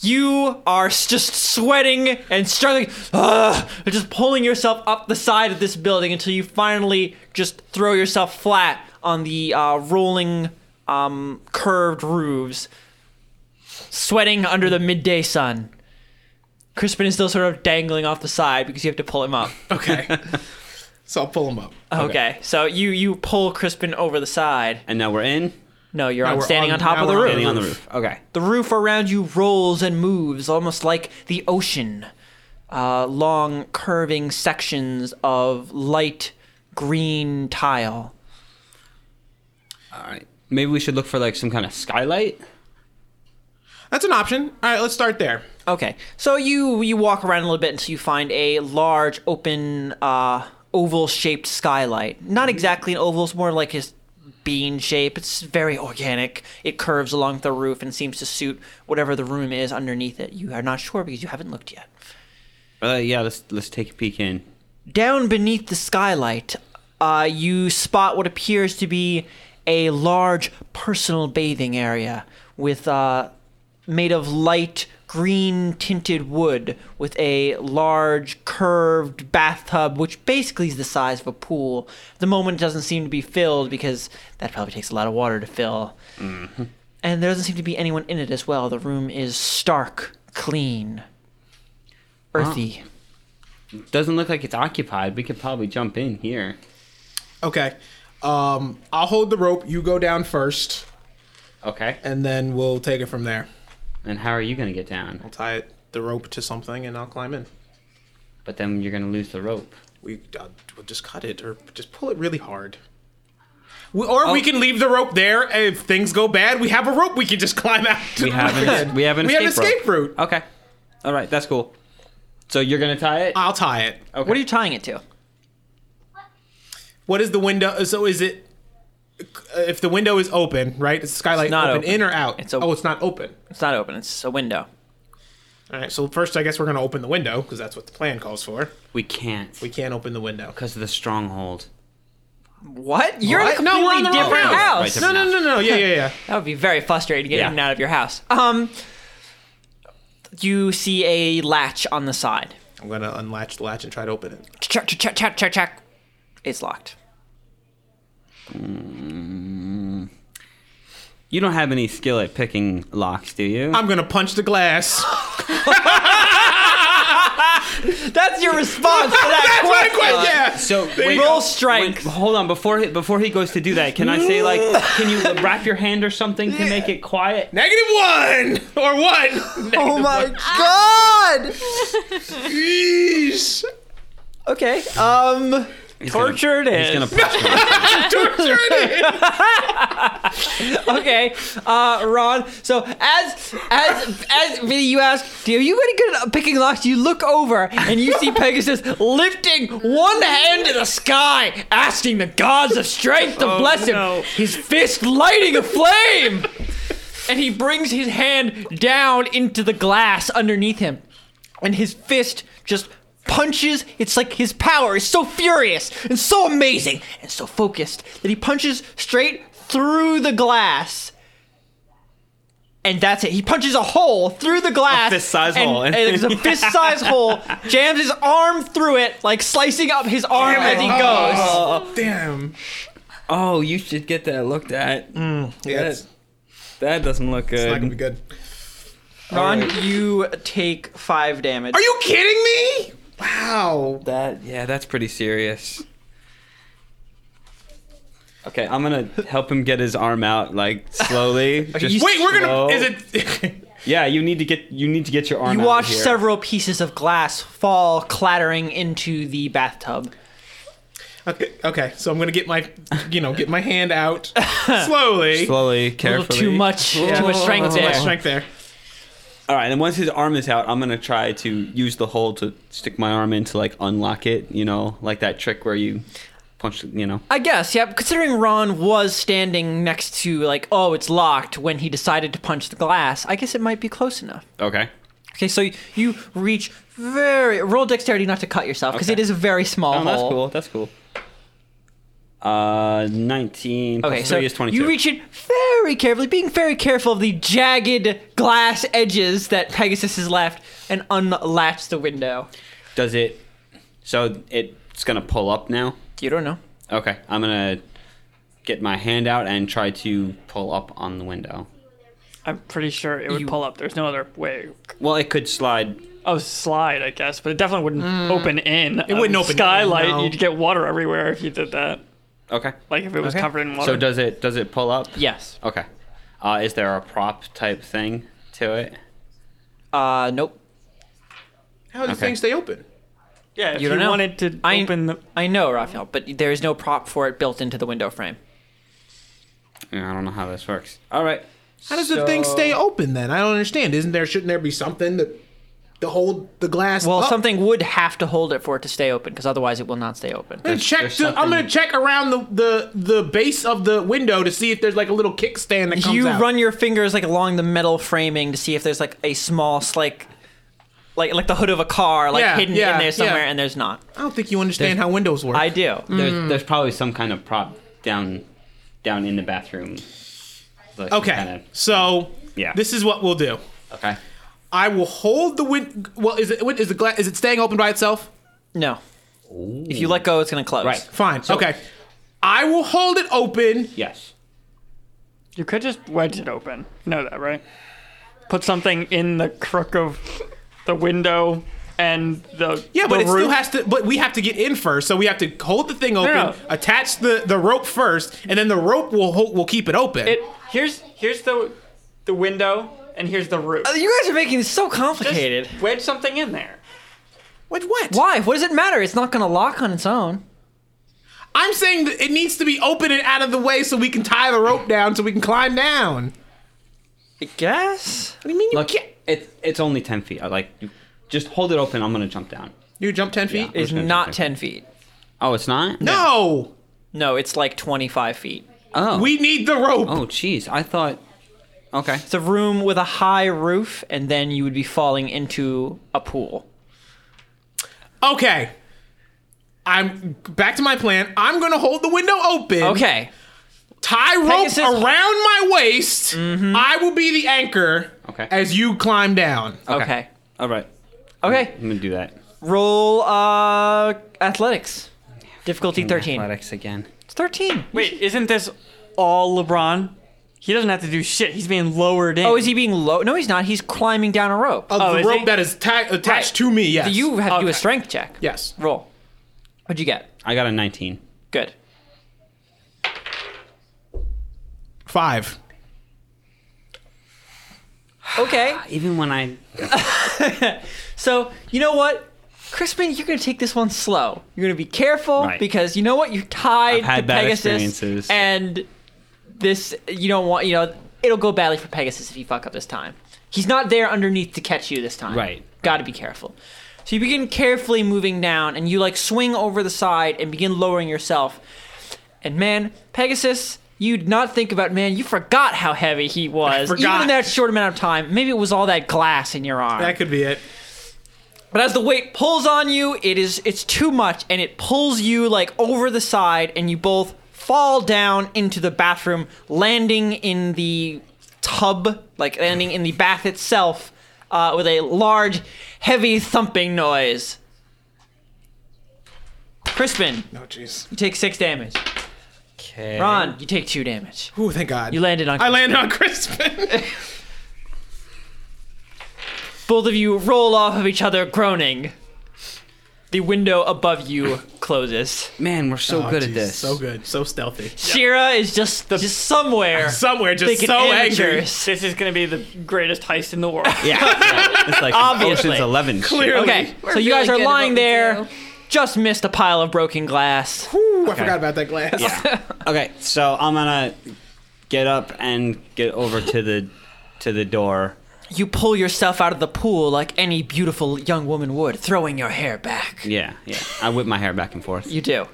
[SPEAKER 1] You are s- just sweating and struggling, ugh, and just pulling yourself up the side of this building until you finally just throw yourself flat on the uh, rolling, um, curved roofs, sweating under the midday sun. Crispin is still sort of dangling off the side because you have to pull him up.
[SPEAKER 5] Okay. so I'll pull him up.
[SPEAKER 1] Okay, so you you pull Crispin over the side.
[SPEAKER 2] And now we're in.
[SPEAKER 1] No, you're
[SPEAKER 5] Now
[SPEAKER 1] on,
[SPEAKER 5] we're
[SPEAKER 1] standing
[SPEAKER 5] on-
[SPEAKER 1] on, top
[SPEAKER 5] now
[SPEAKER 1] of the
[SPEAKER 5] we're
[SPEAKER 1] roof.
[SPEAKER 2] Standing on the roof. Okay.
[SPEAKER 1] The roof around you rolls and moves almost like the ocean. Uh, long curving sections of light green tile.
[SPEAKER 2] All right. Maybe we should look for like some kind of skylight.
[SPEAKER 5] That's an option. All right, let's start there.
[SPEAKER 1] Okay, so you you walk around a little bit until you find a large open uh, oval shaped skylight. Not exactly an oval; it's more like a bean shape. It's very organic. It curves along the roof and seems to suit whatever the room is underneath it. You are not sure because you haven't looked yet.
[SPEAKER 2] Uh, yeah, let's let's take a peek in.
[SPEAKER 1] Down beneath the skylight, uh, you spot what appears to be a large personal bathing area with uh, made of light green tinted wood with a large curved bathtub which basically is the size of a pool. At the moment it doesn't seem to be filled because that probably takes a lot of water to fill. and there doesn't seem to be anyone in it as well. The room is stark, clean, earthy.
[SPEAKER 2] Doesn't look like it's occupied. We could probably jump in here.
[SPEAKER 5] Okay. Um, I'll hold the rope. You go down first,
[SPEAKER 2] Okay.
[SPEAKER 5] and then we'll take it from there.
[SPEAKER 2] And how are you going to get down?
[SPEAKER 5] I'll tie it, the rope to something, and I'll climb in.
[SPEAKER 2] But then you're going to lose the rope.
[SPEAKER 5] We uh, we'll just cut it or just pull it really hard. We, or
[SPEAKER 2] Oh.
[SPEAKER 5] we can leave the rope there. If things go bad, we have a rope we can just climb out.
[SPEAKER 2] We have an, we have an
[SPEAKER 5] we have an
[SPEAKER 2] escape,
[SPEAKER 5] escape
[SPEAKER 2] rope.
[SPEAKER 5] route.
[SPEAKER 2] Okay. All right, that's cool. So you're going to tie it?
[SPEAKER 5] I'll tie it.
[SPEAKER 2] Okay.
[SPEAKER 1] What are you tying it to?
[SPEAKER 5] What is the window? So is it? uh, If the window is open, right? Is the skylight
[SPEAKER 1] not
[SPEAKER 5] open,
[SPEAKER 1] open.
[SPEAKER 5] in or out?
[SPEAKER 1] It's op-
[SPEAKER 5] oh, it's not open.
[SPEAKER 1] It's not open. It's a window.
[SPEAKER 5] All right. So first, I guess we're gonna open the window because that's what the plan calls for.
[SPEAKER 2] we can't.
[SPEAKER 5] We can't open the window.
[SPEAKER 2] Because of the stronghold.
[SPEAKER 1] What? You're in a
[SPEAKER 5] What? No,
[SPEAKER 1] completely
[SPEAKER 5] we're on the wrong
[SPEAKER 1] different
[SPEAKER 5] house.
[SPEAKER 2] Right,
[SPEAKER 1] house.
[SPEAKER 2] different
[SPEAKER 5] No, no, no, no. Yeah, yeah, yeah.
[SPEAKER 1] That would be very frustrating to get
[SPEAKER 2] Yeah.
[SPEAKER 1] in and out of your house. Um, you see a latch on the side.
[SPEAKER 5] I'm gonna unlatch the latch and try to open it.
[SPEAKER 1] Check, check, check, check, check, check. It's locked.
[SPEAKER 2] You don't have any skill at picking locks, do you?
[SPEAKER 5] I'm gonna punch the glass.
[SPEAKER 1] That's your response to that
[SPEAKER 5] That's my
[SPEAKER 1] question.
[SPEAKER 5] question. Yeah.
[SPEAKER 2] Uh, so wait,
[SPEAKER 1] Roll
[SPEAKER 2] wait,
[SPEAKER 1] strength.
[SPEAKER 2] hold on, before he, before he goes to do that, can I say like, can you wrap your hand or something to make it quiet?
[SPEAKER 5] Negative one or one.
[SPEAKER 1] Oh my god!
[SPEAKER 5] Jeez.
[SPEAKER 1] Okay. Um.
[SPEAKER 4] Tortured
[SPEAKER 2] He's
[SPEAKER 4] is.
[SPEAKER 2] gonna punch him.
[SPEAKER 1] Okay. Uh, Ron. So as as as Vinny, you ask, "Do you any good at picking locks?" You look over and you see Pegasus lifting one hand to the sky, asking the gods of strength to bless him.
[SPEAKER 4] no.
[SPEAKER 1] His fist lighting a flame, and he brings his hand down into the glass underneath him, and his fist just. Punches, it's like his power is so furious and so amazing and so focused that he punches straight through the glass and that's it. He punches a hole through the glass.
[SPEAKER 2] A fist-size
[SPEAKER 1] and-
[SPEAKER 2] hole.
[SPEAKER 1] And there's a fist size hole. Jams his arm through it, like slicing up his arm as he goes.
[SPEAKER 5] Oh, Damn.
[SPEAKER 4] Oh, you should get that looked at.
[SPEAKER 5] Yeah, it's, it's
[SPEAKER 4] That doesn't look
[SPEAKER 5] Mm. not gonna be
[SPEAKER 4] good.
[SPEAKER 5] good.
[SPEAKER 1] Ron, you take five damage.
[SPEAKER 5] Are you kidding me? Wow.
[SPEAKER 4] That yeah, that's pretty serious.
[SPEAKER 2] Okay, I'm gonna help him get his arm out like slowly. just
[SPEAKER 5] Wait, we're
[SPEAKER 2] slow.
[SPEAKER 5] gonna. Is it?
[SPEAKER 2] Yeah, you need to get you need to get your arm.
[SPEAKER 1] You
[SPEAKER 2] out of
[SPEAKER 1] watch
[SPEAKER 2] here.
[SPEAKER 1] several pieces of glass fall clattering into the bathtub.
[SPEAKER 5] okay. Okay. So I'm gonna get my, you know, get my hand out slowly.
[SPEAKER 2] slowly,
[SPEAKER 1] A
[SPEAKER 2] carefully.
[SPEAKER 1] little too much, too much strength
[SPEAKER 5] Too much
[SPEAKER 1] there.
[SPEAKER 5] strength there.
[SPEAKER 2] All right, and once his arm is out, I'm gonna try to use the hole to stick my arm in to like unlock it. You know, like that trick where you punch. You know.
[SPEAKER 1] I guess, yeah. Considering Ron was standing next to, like, oh, it's locked when he decided to punch the glass, I guess it might be close enough.
[SPEAKER 2] Okay.
[SPEAKER 1] Okay, so you reach very roll dexterity not to cut yourself because it
[SPEAKER 2] Okay.
[SPEAKER 1] is a very small
[SPEAKER 2] Oh, that's
[SPEAKER 1] hole.
[SPEAKER 2] cool. That's cool. Uh, 19 plus
[SPEAKER 1] Okay, so
[SPEAKER 2] three is 22.
[SPEAKER 1] you reach it very carefully, being very careful of the jagged glass edges that Pegasus has left, and unlatch the window.
[SPEAKER 2] Does it? So it's gonna pull up now.
[SPEAKER 1] You don't know.
[SPEAKER 2] Okay, I'm gonna get my hand out and try to pull up on the window.
[SPEAKER 4] I'm pretty sure it would
[SPEAKER 1] You-
[SPEAKER 4] pull up. There's no other way.
[SPEAKER 2] Well, it could slide.
[SPEAKER 4] Oh, slide, I guess, but it definitely wouldn't
[SPEAKER 1] Mm.
[SPEAKER 4] open in. It
[SPEAKER 5] wouldn't open in,
[SPEAKER 4] Skylight,
[SPEAKER 5] no.
[SPEAKER 4] you'd get water everywhere if you did that.
[SPEAKER 2] Okay.
[SPEAKER 4] Like if it was
[SPEAKER 1] Okay.
[SPEAKER 4] covered in water.
[SPEAKER 2] So does it? Does it pull up?
[SPEAKER 1] Yes.
[SPEAKER 2] Okay. Uh, is there a prop type thing to it?
[SPEAKER 1] Uh, nope.
[SPEAKER 5] How do
[SPEAKER 2] Okay.
[SPEAKER 5] things stay open?
[SPEAKER 4] yeah, if
[SPEAKER 1] you
[SPEAKER 4] you,
[SPEAKER 1] don't know.
[SPEAKER 4] wanted to
[SPEAKER 1] I-
[SPEAKER 4] open the.
[SPEAKER 1] I know, Raphael, but there is no prop for it built into the window frame.
[SPEAKER 2] Yeah, I don't know how this works. All right.
[SPEAKER 5] How does the thing stay open then? I don't understand. Isn't there? Shouldn't there be something that to hold the glass?
[SPEAKER 1] Well,
[SPEAKER 5] up?
[SPEAKER 1] something would have to hold it for it to stay open because otherwise it will not stay open.
[SPEAKER 5] I'm gonna check.
[SPEAKER 2] there's
[SPEAKER 5] The, I'm
[SPEAKER 2] something-
[SPEAKER 5] gonna check around the, the the base of the window to see if there's like a little kickstand that comes
[SPEAKER 1] you
[SPEAKER 5] out.
[SPEAKER 1] run your fingers like along the metal framing to see if there's like a small s- like like like the hood of a car like
[SPEAKER 5] Yeah,
[SPEAKER 1] hidden
[SPEAKER 5] yeah,
[SPEAKER 1] in there somewhere
[SPEAKER 5] yeah.
[SPEAKER 1] and there's not
[SPEAKER 5] I don't think you understand how windows work.
[SPEAKER 1] i do
[SPEAKER 2] There's,
[SPEAKER 5] Hmm.
[SPEAKER 2] there's probably some kind of prop down, down in the bathroom. Like some
[SPEAKER 5] okay,
[SPEAKER 2] kind of-
[SPEAKER 5] so
[SPEAKER 2] Yeah.
[SPEAKER 5] this is what we'll do.
[SPEAKER 2] okay.
[SPEAKER 5] I will hold the wind. Well, is it is the gla- is it staying open by itself?
[SPEAKER 1] no if you let go it's gonna close
[SPEAKER 2] Right.
[SPEAKER 5] Fine. okay. I will hold it open
[SPEAKER 2] Yes.
[SPEAKER 4] You could just wedge it open. You know that, right? Put something in the crook of the window and the
[SPEAKER 5] Yeah, but
[SPEAKER 4] the
[SPEAKER 5] it
[SPEAKER 4] roof.
[SPEAKER 5] still has to. But we have to get in first, so we have to hold the thing open,
[SPEAKER 4] no.
[SPEAKER 5] attach the, the rope first, and then the rope will ho- will keep it open.
[SPEAKER 4] It here's here's the the window and here's the roof.
[SPEAKER 1] You guys are making this so
[SPEAKER 4] Just
[SPEAKER 1] complicated.
[SPEAKER 4] wedge something in there.
[SPEAKER 5] What? What?
[SPEAKER 1] Why? What does it matter? It's not going to lock on its own.
[SPEAKER 5] I'm saying that it needs to be open and out of the way so we can tie the rope down so we can climb down.
[SPEAKER 1] I guess.
[SPEAKER 5] What do you mean? You
[SPEAKER 2] Look,
[SPEAKER 5] can't-
[SPEAKER 2] it, it's only 10 feet. I like, you- just hold it open. I'm going to jump down.
[SPEAKER 5] You jump ten feet?
[SPEAKER 2] Yeah.
[SPEAKER 1] It's not 10 feet.
[SPEAKER 2] Oh, it's not?
[SPEAKER 5] No,
[SPEAKER 1] No, it's like 25 feet.
[SPEAKER 2] Oh.
[SPEAKER 5] we need the rope.
[SPEAKER 2] oh, jeez. I thought. Okay.
[SPEAKER 1] It's a room with a high roof, and then you would be falling into a pool.
[SPEAKER 2] Oh.
[SPEAKER 5] Okay. I'm back to my plan. I'm gonna hold the window open.
[SPEAKER 1] Okay.
[SPEAKER 5] Tie rope
[SPEAKER 1] Pegasus-
[SPEAKER 5] around my waist. I will be the anchor.
[SPEAKER 2] Mm-hmm. Okay.
[SPEAKER 5] As you climb down.
[SPEAKER 1] Okay.
[SPEAKER 2] Okay.
[SPEAKER 1] Okay.
[SPEAKER 2] All right. I'm going to do that.
[SPEAKER 1] Roll uh athletics. Difficulty 13.
[SPEAKER 2] Athletics again.
[SPEAKER 1] It's 13.
[SPEAKER 4] Wait, isn't this all LeBron? He doesn't have to do shit. He's being lowered in.
[SPEAKER 1] Oh, is he being low? No, he's not. He's climbing down a rope.
[SPEAKER 5] Of
[SPEAKER 4] Oh,
[SPEAKER 5] the
[SPEAKER 4] is
[SPEAKER 5] rope
[SPEAKER 4] he?
[SPEAKER 5] that is ta- attached to me. Yes.
[SPEAKER 1] You have to do a
[SPEAKER 4] Okay.
[SPEAKER 1] strength check.
[SPEAKER 5] Yes.
[SPEAKER 1] Roll. What'd you get?
[SPEAKER 2] I got a 19.
[SPEAKER 1] Good.
[SPEAKER 5] Five.
[SPEAKER 1] Okay.
[SPEAKER 2] Even when I.
[SPEAKER 1] So, you know what? Crispin, you're going to take this one slow. You're going to be careful
[SPEAKER 2] Right.
[SPEAKER 1] because you know what? You tied
[SPEAKER 2] I've had
[SPEAKER 1] to
[SPEAKER 2] bad
[SPEAKER 1] Pegasus.
[SPEAKER 2] experiences.
[SPEAKER 1] And this, you don't want, you know, it'll go badly for Pegasus if you fuck up this time. He's not there underneath to catch you this time.
[SPEAKER 2] Right.
[SPEAKER 1] Got to be careful. So you begin carefully moving down and you like swing over the side and begin lowering yourself. And man, Pegasus, you'd not think about, man, you forgot how heavy he was. Even
[SPEAKER 5] forgot.
[SPEAKER 1] in that short amount of time. Maybe it was all that glass in your arm.
[SPEAKER 5] That could be it.
[SPEAKER 1] But as the weight pulls on you, it is it's too much and it pulls you like over the side and you both fall down into the bathroom, landing in the tub, like landing in the bath itself uh, with a large, heavy thumping noise. Crispin,
[SPEAKER 5] Oh jeez.
[SPEAKER 1] you take six damage.
[SPEAKER 2] Okay.
[SPEAKER 1] Ron, you take two damage.
[SPEAKER 5] Ooh, thank God.
[SPEAKER 1] You landed on.
[SPEAKER 5] I landed on Crispin.
[SPEAKER 1] Both of you roll off of each other, groaning. The window above you closes.
[SPEAKER 2] Man, we're so
[SPEAKER 5] Oh,
[SPEAKER 2] good
[SPEAKER 5] jeez,
[SPEAKER 2] at this.
[SPEAKER 5] So good. So stealthy.
[SPEAKER 1] Shira is just just somewhere.
[SPEAKER 5] Somewhere just
[SPEAKER 1] thinking
[SPEAKER 5] so angry.
[SPEAKER 1] amateurs.
[SPEAKER 4] This is gonna be the greatest heist in the world.
[SPEAKER 2] Yeah. yeah. It's like
[SPEAKER 1] Obviously.
[SPEAKER 2] Ocean's 11. shit.
[SPEAKER 5] Clearly.
[SPEAKER 1] Okay,
[SPEAKER 6] We're
[SPEAKER 1] so you guys are
[SPEAKER 6] really good at what
[SPEAKER 1] lying
[SPEAKER 6] we
[SPEAKER 1] there.
[SPEAKER 6] do.
[SPEAKER 1] Just missed a pile of broken glass.
[SPEAKER 5] Ooh, I forgot about that glass.
[SPEAKER 2] Okay, so I'm gonna get up and get over to the to the door.
[SPEAKER 1] You pull yourself out of the pool like any beautiful young woman would, throwing your hair back.
[SPEAKER 2] Yeah, yeah. I whip my hair back and forth,
[SPEAKER 1] You do.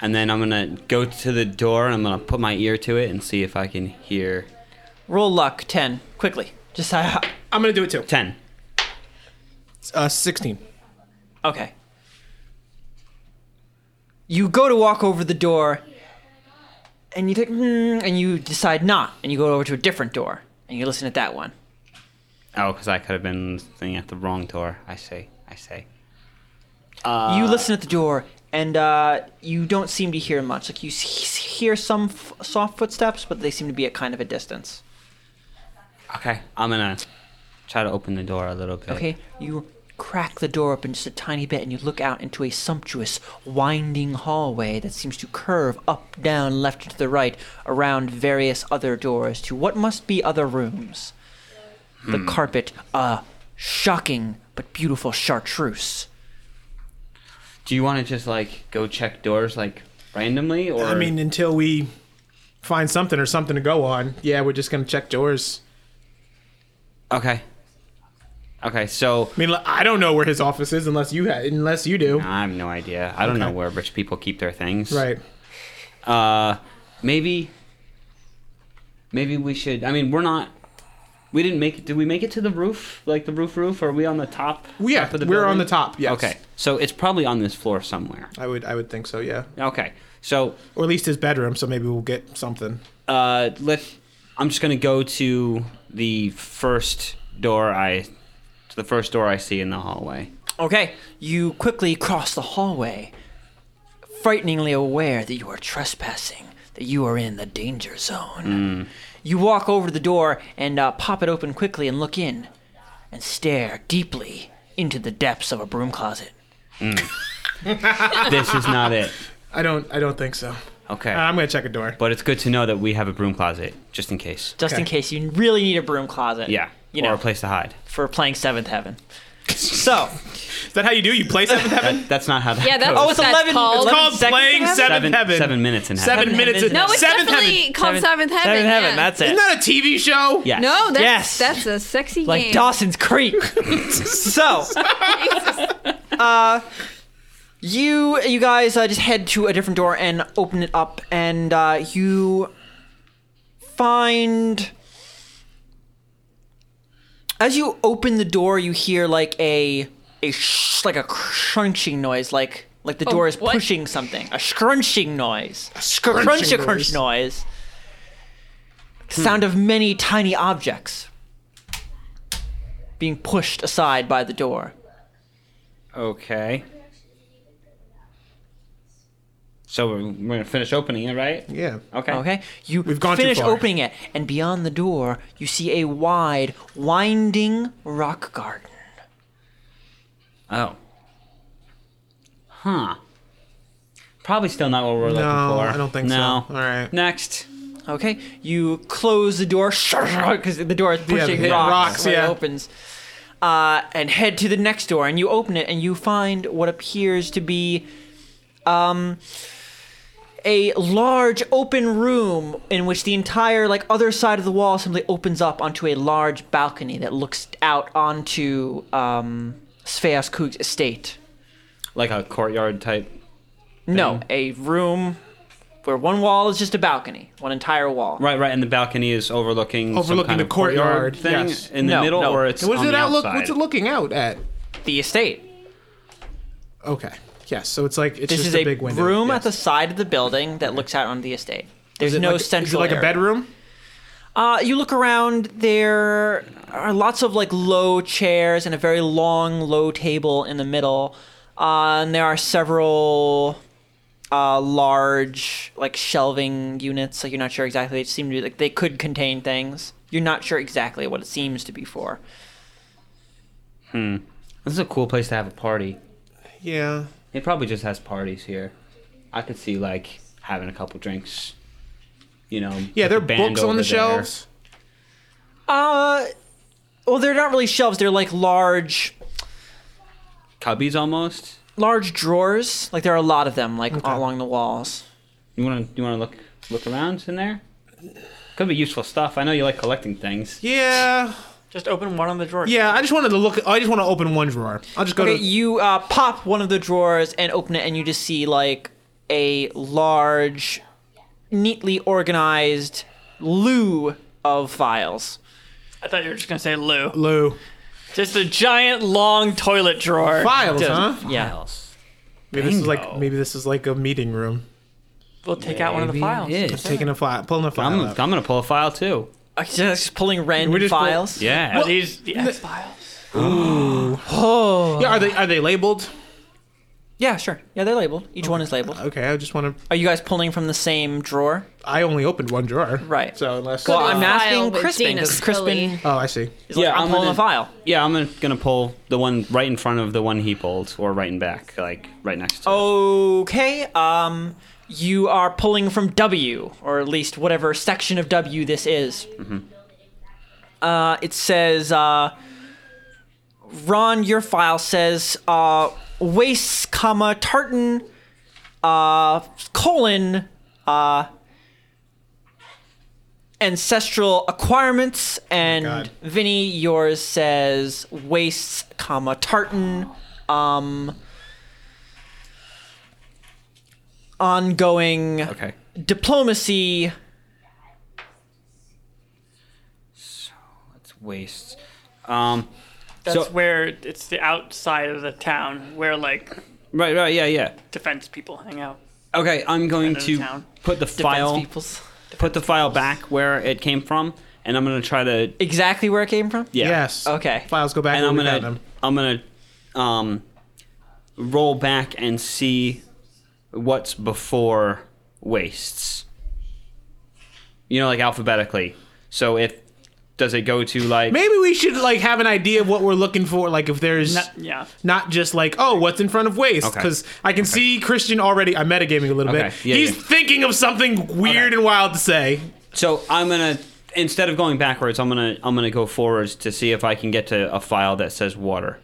[SPEAKER 2] and then I'm gonna go to the door and I'm gonna put my ear to it and see if I can hear
[SPEAKER 1] Roll luck 10, quickly. Just uh,
[SPEAKER 5] I'm gonna do it too.
[SPEAKER 2] ten.
[SPEAKER 5] Uh, sixteen.
[SPEAKER 1] Okay. You go to walk over the door, and you think, mm, and you decide not, and you go over to a different door, and you listen at that one.
[SPEAKER 2] Oh, because I could have been listening at the wrong door. I see. I see.
[SPEAKER 1] you listen at the door and uh, you don't seem to hear much like you s- hear some f- soft footsteps but they seem to be at kind of a distance
[SPEAKER 2] Okay, I'm gonna try to open the door a little bit.
[SPEAKER 1] okay you crack the door open just a tiny bit and you look out into a sumptuous winding hallway that seems to curve up down left to the right around various other doors to what must be other rooms the carpet uh shocking but beautiful chartreuse
[SPEAKER 2] Do you want to just like go check doors like randomly, or
[SPEAKER 5] I mean, until we find something or something to go on, yeah, we're just gonna check doors.
[SPEAKER 2] okay, okay. So
[SPEAKER 5] I mean, li- I don't know where his office is unless you ha- unless you do.
[SPEAKER 2] I have no idea. I don't know where rich people keep their things.
[SPEAKER 5] Right.
[SPEAKER 2] Uh, maybe, maybe we should. I mean, we're not. We didn't make. Did we make it to the roof? Like the roof? Roof? Are we on the top?
[SPEAKER 5] We yeah,
[SPEAKER 2] top of the
[SPEAKER 5] we're on the
[SPEAKER 2] building?
[SPEAKER 5] top. Yes.
[SPEAKER 2] Okay, so it's probably on this floor somewhere.
[SPEAKER 5] I would I would think so. Yeah.
[SPEAKER 2] Okay, so
[SPEAKER 5] Or at least his bedroom. So maybe we'll get something.
[SPEAKER 2] uh, let. I'm just gonna go to the first door I, to the first door I see in the hallway.
[SPEAKER 1] Okay, you quickly cross the hallway, frighteningly aware that you are trespassing, that you are in the danger zone. You walk over to the door and uh, pop it open quickly and look in and stare deeply into the depths of a broom closet.
[SPEAKER 2] This is not it.
[SPEAKER 5] I don't. I don't think so.
[SPEAKER 2] Okay.
[SPEAKER 5] Uh, I'm gonna check a door.
[SPEAKER 2] but it's good to know that we have a broom closet just in case.
[SPEAKER 1] Just in
[SPEAKER 5] Okay.
[SPEAKER 1] case you really need a broom closet.
[SPEAKER 2] Yeah.
[SPEAKER 1] You
[SPEAKER 2] or
[SPEAKER 1] know.
[SPEAKER 2] a place to hide.
[SPEAKER 1] For playing Seventh Heaven. So,
[SPEAKER 5] Is that how you do? You play seventh heaven?
[SPEAKER 2] That, that's not how that
[SPEAKER 6] Yeah, that's
[SPEAKER 2] goes.
[SPEAKER 1] oh, it's
[SPEAKER 6] That's
[SPEAKER 1] 11,
[SPEAKER 6] called- It's
[SPEAKER 5] called
[SPEAKER 1] seconds
[SPEAKER 5] playing
[SPEAKER 1] to heaven?
[SPEAKER 5] seven-
[SPEAKER 2] seven,
[SPEAKER 5] heaven.
[SPEAKER 2] seven minutes in heaven.
[SPEAKER 5] Seven minutes.
[SPEAKER 1] heaven.
[SPEAKER 5] in-
[SPEAKER 6] No, it's
[SPEAKER 5] seventh
[SPEAKER 6] definitely
[SPEAKER 5] heaven.
[SPEAKER 6] called Seventh Heaven.
[SPEAKER 1] Seventh
[SPEAKER 6] yeah.
[SPEAKER 1] Heaven, that's it.
[SPEAKER 5] Isn't that a TV show?
[SPEAKER 2] Yes.
[SPEAKER 6] No, that's
[SPEAKER 1] Yes.
[SPEAKER 6] that's a sexy
[SPEAKER 1] like
[SPEAKER 6] game.
[SPEAKER 1] Dawson's Creek. so, uh, you you guys uh, just head to a different door and open it up, and uh, you find as you open the door, you hear like a a sh- like a crunching noise, like like the door is
[SPEAKER 6] what?
[SPEAKER 1] pushing something, a crunching noise,
[SPEAKER 5] scrunching
[SPEAKER 1] crunch a
[SPEAKER 5] noise.
[SPEAKER 1] crunch noise, sound of many tiny objects being pushed aside by the door.
[SPEAKER 2] Okay. So we're, we're gonna finish opening it, right?
[SPEAKER 5] Yeah.
[SPEAKER 2] Okay.
[SPEAKER 1] Okay, you
[SPEAKER 5] We've gone too
[SPEAKER 1] finish
[SPEAKER 5] far.
[SPEAKER 1] opening it, and beyond the door, you see a wide, winding rock garden.
[SPEAKER 2] Oh. Huh. Probably still not what we're looking
[SPEAKER 5] No,
[SPEAKER 2] for.
[SPEAKER 5] I don't think
[SPEAKER 2] no.
[SPEAKER 5] so. All right.
[SPEAKER 2] Next.
[SPEAKER 1] Okay, you close the door because the door is
[SPEAKER 5] Yeah,
[SPEAKER 1] pushing
[SPEAKER 5] the-
[SPEAKER 1] rocks,
[SPEAKER 5] rocks,
[SPEAKER 1] when it
[SPEAKER 5] yeah.
[SPEAKER 1] opens, uh, and head to the next door. And you open it, and you find what appears to be um, a large open room in which the entire like other side of the wall simply opens up onto a large balcony that looks out onto um, Sveaskug's estate.
[SPEAKER 2] Like a courtyard type.
[SPEAKER 1] No, a room where one wall is just a balcony, one entire wall.
[SPEAKER 2] Right, right, and the balcony is overlooking some
[SPEAKER 5] Overlooking
[SPEAKER 2] kind
[SPEAKER 5] the
[SPEAKER 2] of courtyard,
[SPEAKER 5] courtyard,
[SPEAKER 2] thing
[SPEAKER 5] yes.
[SPEAKER 2] in the
[SPEAKER 1] No,
[SPEAKER 2] middle,
[SPEAKER 1] no.
[SPEAKER 2] or it's
[SPEAKER 5] What's
[SPEAKER 2] on
[SPEAKER 5] it
[SPEAKER 2] the
[SPEAKER 5] out? Look,
[SPEAKER 2] outside.
[SPEAKER 5] what's it looking out at?
[SPEAKER 1] The estate.
[SPEAKER 5] Okay. Yes. So it's like it's
[SPEAKER 1] This
[SPEAKER 5] just
[SPEAKER 1] is
[SPEAKER 5] a,
[SPEAKER 1] a,
[SPEAKER 5] big window.
[SPEAKER 1] room
[SPEAKER 5] yes.
[SPEAKER 1] at the side of the building that looks out on the estate. There's
[SPEAKER 5] Is it
[SPEAKER 1] no
[SPEAKER 5] like, a-
[SPEAKER 1] central.
[SPEAKER 5] Is it like
[SPEAKER 1] area.
[SPEAKER 5] a bedroom?
[SPEAKER 1] Uh, you look around. There are lots of like low chairs and a very long low table in the middle, uh, and there are several uh, large like shelving units. Like you're not sure exactly. They seem to be, like they could contain things. You're not sure exactly what it seems to be for.
[SPEAKER 2] This is a cool place to have a party.
[SPEAKER 5] Yeah.
[SPEAKER 2] It probably just has parties here. I could see like having a couple drinks. You know.
[SPEAKER 5] Yeah.
[SPEAKER 2] with
[SPEAKER 5] There are
[SPEAKER 2] a band
[SPEAKER 5] books on
[SPEAKER 2] over
[SPEAKER 5] the
[SPEAKER 2] there.
[SPEAKER 5] shelves.
[SPEAKER 1] Uh, well, they're not really shelves. They're like large
[SPEAKER 2] Cubbies almost.
[SPEAKER 1] large drawers. Like there are a lot of them, like along the walls.
[SPEAKER 2] You wanna you wanna look look around in there? Could be useful stuff. I know you like collecting things.
[SPEAKER 5] Yeah.
[SPEAKER 4] Just open one of the drawers.
[SPEAKER 5] Yeah. I just wanted to look. I just want to open one drawer. I'll just go
[SPEAKER 1] Okay,
[SPEAKER 5] to.
[SPEAKER 1] you uh, pop one of the drawers and open it, and you just see like a large, neatly organized loo of files.
[SPEAKER 4] I thought you were just gonna say Lou.
[SPEAKER 5] Lou.
[SPEAKER 4] Just a giant long toilet drawer.
[SPEAKER 5] Files, huh?
[SPEAKER 1] Yeah.
[SPEAKER 5] Maybe this is like
[SPEAKER 2] Bingo.
[SPEAKER 5] maybe this is like a meeting room.
[SPEAKER 4] We'll take out one of the files.
[SPEAKER 2] It
[SPEAKER 5] Just
[SPEAKER 2] is.
[SPEAKER 5] taking a file, pulling a file.
[SPEAKER 2] I'm, I'm
[SPEAKER 5] out.
[SPEAKER 2] gonna pull a file too.
[SPEAKER 1] Uh, Just pulling random
[SPEAKER 5] We're just pull-
[SPEAKER 1] files.
[SPEAKER 2] Yeah.
[SPEAKER 4] Are these the X files?
[SPEAKER 1] Oh.
[SPEAKER 5] Yeah, are they are they labeled?
[SPEAKER 1] Yeah, sure. Yeah, they're labeled. Each one is labeled.
[SPEAKER 5] Okay, I just want to.
[SPEAKER 1] Are you guys pulling from the same drawer?
[SPEAKER 5] I only opened one drawer.
[SPEAKER 1] Right.
[SPEAKER 5] So unless.
[SPEAKER 1] Well, I'm
[SPEAKER 6] File
[SPEAKER 1] asking
[SPEAKER 6] with
[SPEAKER 1] Crispin
[SPEAKER 6] Dina
[SPEAKER 1] because Crispin
[SPEAKER 6] Scully.
[SPEAKER 5] oh, I see.
[SPEAKER 1] is like,
[SPEAKER 2] Yeah,
[SPEAKER 1] I'm,
[SPEAKER 2] I'm
[SPEAKER 1] pulling
[SPEAKER 2] gonna-
[SPEAKER 1] a file.
[SPEAKER 2] Yeah, I'm gonna, gonna pull the one right in front of the one he pulled, or right in back, like right next to. it.
[SPEAKER 1] Okay. Um, you are pulling from W, or at least whatever section of W this is. Uh, it says, uh, Ron, your file says, uh, wastes, comma, tartan, uh, colon, uh, ancestral acquirements, and
[SPEAKER 5] God.
[SPEAKER 1] Vinny, yours says wastes, comma, tartan, um, ongoing
[SPEAKER 2] Okay.
[SPEAKER 1] diplomacy.
[SPEAKER 2] It's waste. Um.
[SPEAKER 4] That's
[SPEAKER 2] So-
[SPEAKER 4] where it's the outside of the town where like
[SPEAKER 2] Right. Right. Yeah. Yeah.
[SPEAKER 4] defense people hang out.
[SPEAKER 2] Okay. I'm going
[SPEAKER 4] Friend of the
[SPEAKER 2] to
[SPEAKER 4] town.
[SPEAKER 2] put the file
[SPEAKER 1] peoples.
[SPEAKER 2] put the file back where it came from, and I'm gonna try to
[SPEAKER 1] Exactly where it came from?
[SPEAKER 2] yeah.
[SPEAKER 5] Yes.
[SPEAKER 1] Okay.
[SPEAKER 5] Files go back.
[SPEAKER 2] and
[SPEAKER 5] where
[SPEAKER 2] I'm
[SPEAKER 5] we found
[SPEAKER 2] gonna
[SPEAKER 5] them.
[SPEAKER 2] I'm gonna um roll back and see what's before wastes. You know, like alphabetically. So if does it go to like
[SPEAKER 5] Maybe we should like have an idea of what we're looking for. Like if there's
[SPEAKER 4] Not- yeah.
[SPEAKER 5] not just like oh what's in front of waste
[SPEAKER 2] Okay.
[SPEAKER 5] because I can see Christian already. I'm metagaming a little
[SPEAKER 2] Okay.
[SPEAKER 5] bit.
[SPEAKER 2] Yeah,
[SPEAKER 5] He's
[SPEAKER 2] yeah.
[SPEAKER 5] thinking of something weird
[SPEAKER 2] Okay.
[SPEAKER 5] and wild to say.
[SPEAKER 2] So I'm gonna instead of going backwards, I'm gonna I'm gonna go forwards to see if I can get to a file that says water.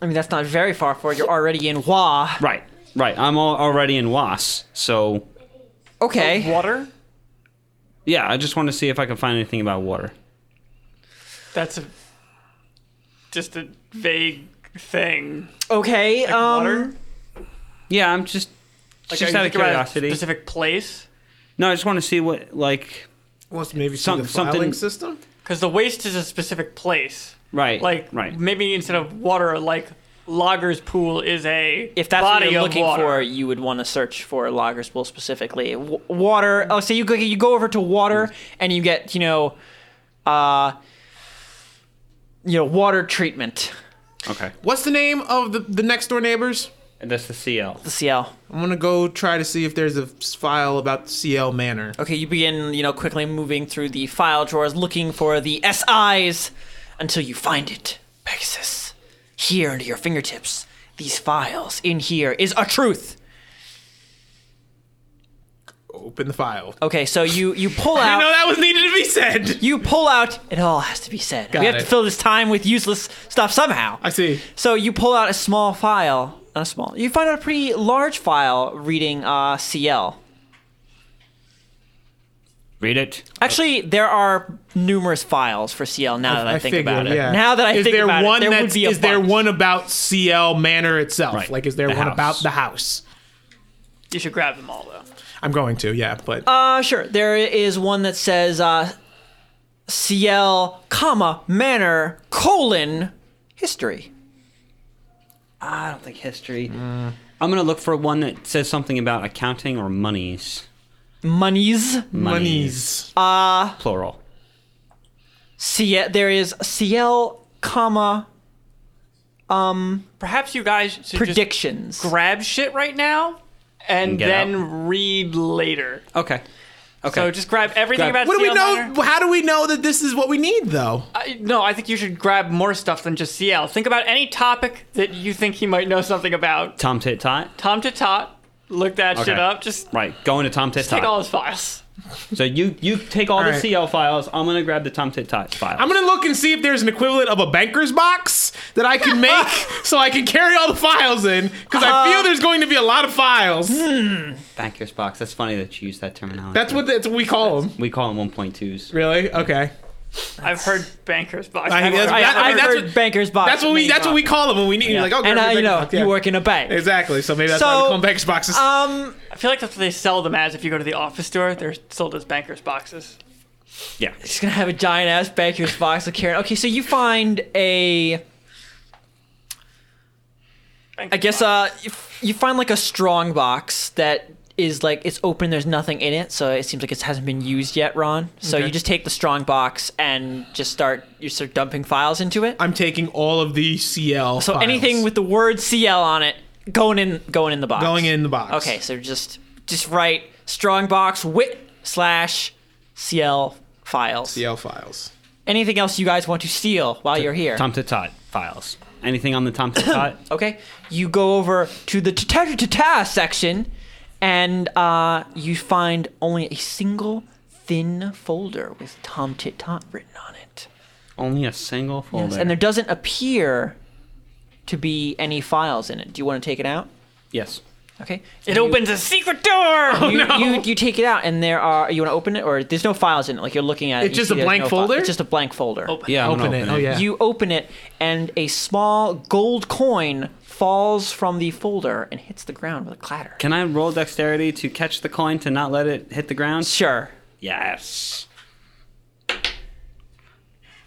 [SPEAKER 1] I mean, that's not very far forward. You're already in Wah.
[SPEAKER 2] Right, right. I'm al- already in Was, so
[SPEAKER 1] Okay.
[SPEAKER 4] Water?
[SPEAKER 2] yeah. I just want to see if I can find anything about water.
[SPEAKER 4] That's a just a vague thing.
[SPEAKER 1] Okay. um,
[SPEAKER 4] Water?
[SPEAKER 2] Yeah, I'm just
[SPEAKER 4] Like,
[SPEAKER 2] just
[SPEAKER 4] are
[SPEAKER 2] out
[SPEAKER 4] you
[SPEAKER 2] of
[SPEAKER 4] thinking about a
[SPEAKER 2] curiosity.
[SPEAKER 4] specific place?
[SPEAKER 2] No, I just want to see what like
[SPEAKER 5] Wants to maybe see
[SPEAKER 2] Some-
[SPEAKER 5] the filing
[SPEAKER 2] something-
[SPEAKER 5] system.
[SPEAKER 4] Because the waste is a specific place.
[SPEAKER 2] right,
[SPEAKER 4] Like
[SPEAKER 2] right.
[SPEAKER 4] maybe instead of water, like Logger's Pool is a
[SPEAKER 1] If that's
[SPEAKER 4] body
[SPEAKER 1] what you're
[SPEAKER 4] of
[SPEAKER 1] looking
[SPEAKER 4] water.
[SPEAKER 1] for, you would want to search for Lagerspool specifically. W- water. Oh, so you go, you go over to water and you get you know, uh, you know, water treatment.
[SPEAKER 2] Okay,
[SPEAKER 5] What's the name of the, the next door neighbors?
[SPEAKER 2] and that's the CL.
[SPEAKER 1] The CL.
[SPEAKER 5] I'm gonna go try to see if there's a file about CL Manor.
[SPEAKER 1] Okay, you begin you know quickly moving through the file drawers looking for the SIs until you find it. Pegasus, here under your fingertips. These files in here is a truth.
[SPEAKER 5] Open the file.
[SPEAKER 2] Uh,
[SPEAKER 1] Okay, so you you pull out.
[SPEAKER 5] I know that was needed to be said.
[SPEAKER 1] You pull out. It all has to be said. we have
[SPEAKER 5] it.
[SPEAKER 1] to fill this time with useless stuff somehow.
[SPEAKER 5] I see.
[SPEAKER 1] So you pull out a small file. Not a small. You find out a pretty large file reading uh, CL.
[SPEAKER 2] Read it.
[SPEAKER 1] Actually, there are numerous files for CL. Now that I, think
[SPEAKER 5] figured,
[SPEAKER 1] about it.
[SPEAKER 5] yeah.
[SPEAKER 1] Now that I
[SPEAKER 5] is
[SPEAKER 1] think
[SPEAKER 5] there
[SPEAKER 1] about
[SPEAKER 5] one
[SPEAKER 1] it, there
[SPEAKER 5] that's,
[SPEAKER 1] would be a
[SPEAKER 5] is there
[SPEAKER 1] bunch.
[SPEAKER 5] one about CL Manor itself?
[SPEAKER 2] Right.
[SPEAKER 5] Like, is there
[SPEAKER 2] The
[SPEAKER 5] one
[SPEAKER 2] house.
[SPEAKER 5] about the house?
[SPEAKER 4] You should grab them all though.
[SPEAKER 5] I'm going to, yeah, but
[SPEAKER 1] Uh, sure. There is one that says uh, CL, comma Manor colon history. Ah,
[SPEAKER 2] I don't think history. I'm gonna look for one that says something about accounting or monies.
[SPEAKER 1] Monies.
[SPEAKER 5] monies.
[SPEAKER 2] plural.
[SPEAKER 1] CL. There is CL, comma
[SPEAKER 4] Perhaps you guys should just
[SPEAKER 1] predictions.
[SPEAKER 4] grab shit right now and,
[SPEAKER 2] And get
[SPEAKER 4] then
[SPEAKER 2] out.
[SPEAKER 4] read later.
[SPEAKER 2] Okay, okay.
[SPEAKER 4] So just grab everything
[SPEAKER 2] Grab-
[SPEAKER 4] about
[SPEAKER 5] What do
[SPEAKER 4] CL
[SPEAKER 5] we know?
[SPEAKER 4] Minor.
[SPEAKER 5] How do we know that this is what we need, though?
[SPEAKER 4] I, no, I think you should grab more stuff than just CL. Think about any topic that you think he might know something about.
[SPEAKER 2] Tom Tit Tot.
[SPEAKER 4] Tom to tot, look that shit
[SPEAKER 2] Okay.
[SPEAKER 4] up. Just
[SPEAKER 2] Right, going to Tom Tit
[SPEAKER 4] take all
[SPEAKER 2] Tot.
[SPEAKER 4] his files.
[SPEAKER 2] So you you take all the
[SPEAKER 5] right.
[SPEAKER 2] CL files. I'm gonna grab the Tom Tit Tot file.
[SPEAKER 5] I'm gonna look and see if there's an equivalent of a banker's box that I can make so I can carry all the files in because I feel there's going to be a lot of files.
[SPEAKER 2] Banker's box. That's funny that you use that terminology.
[SPEAKER 5] That's what that's what we call them.
[SPEAKER 2] we call them 1.2s.
[SPEAKER 5] Really? Okay.
[SPEAKER 4] I've heard bankers box.
[SPEAKER 5] I-
[SPEAKER 4] I've heard-
[SPEAKER 5] that's- that- I-
[SPEAKER 1] I've
[SPEAKER 5] that's
[SPEAKER 1] heard
[SPEAKER 5] what-
[SPEAKER 1] banker's box.
[SPEAKER 5] That's what we that's what we call them when we need like oh
[SPEAKER 1] and
[SPEAKER 5] grab
[SPEAKER 1] uh,
[SPEAKER 5] the
[SPEAKER 1] you
[SPEAKER 5] banker's
[SPEAKER 1] know
[SPEAKER 5] box. Yeah.
[SPEAKER 1] you work in a bank.
[SPEAKER 5] exactly. So uh, maybe that's why we
[SPEAKER 1] So,
[SPEAKER 5] call them banker's boxes.
[SPEAKER 1] Um,
[SPEAKER 4] I feel like that's what they sell them as. If you go to the office store, they're sold as bankers boxes.
[SPEAKER 2] Yeah.
[SPEAKER 1] he's gonna have a giant ass banker's box with Karen. Okay, so you find a, I
[SPEAKER 4] Banker's
[SPEAKER 1] guess
[SPEAKER 4] box.
[SPEAKER 1] uh, you f- you find like a strong box that is like it's open. There's nothing in it, so it seems like it hasn't been used yet, Ron. So you just take the strong box and just start you start dumping files into it.
[SPEAKER 5] I'm taking all of the CL.
[SPEAKER 1] so
[SPEAKER 5] files.
[SPEAKER 1] anything with the word CL on it going in going in the box.
[SPEAKER 5] going in the box.
[SPEAKER 1] Okay, so just just write strong box wit slash CL files.
[SPEAKER 5] CL files.
[SPEAKER 1] Anything else you guys want to steal while you're here?
[SPEAKER 2] Tom Tit Tot files. Anything on the Tom Tit Tot?
[SPEAKER 1] Okay, you go over to the ta ta section, and uh, you find only a single thin folder with Tom Tit Tot written on it.
[SPEAKER 2] Only a single folder.
[SPEAKER 1] And there doesn't appear to be any files in it. Do you want to take it out?
[SPEAKER 2] yes.
[SPEAKER 1] Okay.
[SPEAKER 4] it opens a secret door.
[SPEAKER 5] Oh,
[SPEAKER 1] you, you you take it out and there are you want to open it or there's no files in it like you're looking at it
[SPEAKER 5] It's
[SPEAKER 1] you
[SPEAKER 5] just
[SPEAKER 1] see
[SPEAKER 5] a
[SPEAKER 1] there's
[SPEAKER 5] blank
[SPEAKER 1] no file.
[SPEAKER 5] folder?
[SPEAKER 1] it's just a blank folder
[SPEAKER 2] Yeah. I'm gonna
[SPEAKER 5] Open it. Oh yeah.
[SPEAKER 1] you open it and a small gold coin falls from the folder and hits the ground with a clatter
[SPEAKER 2] Can I roll dexterity to catch the coin to not let it hit the ground?
[SPEAKER 1] sure
[SPEAKER 2] Yes.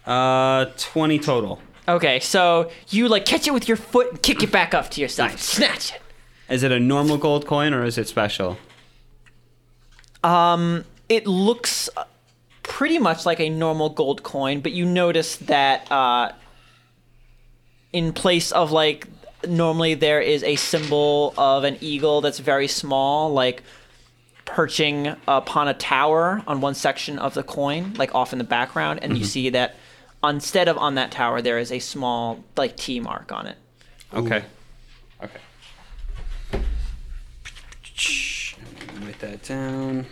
[SPEAKER 2] Uh, 20 total.
[SPEAKER 1] okay so you like catch it with your foot and kick it back up to yourself snatch it
[SPEAKER 2] Is it a normal gold coin or is it special?
[SPEAKER 1] it looks uh, pretty much like a normal gold coin, but you notice that uh, in place of like normally there is a symbol of an eagle that's very small, like perching upon a tower on one section of the coin, like off in the background, and
[SPEAKER 4] Mm-hmm.
[SPEAKER 1] you see that instead of on that tower, there is a small like T mark on it.
[SPEAKER 2] Okay. Okay. I'm gonna Write that down.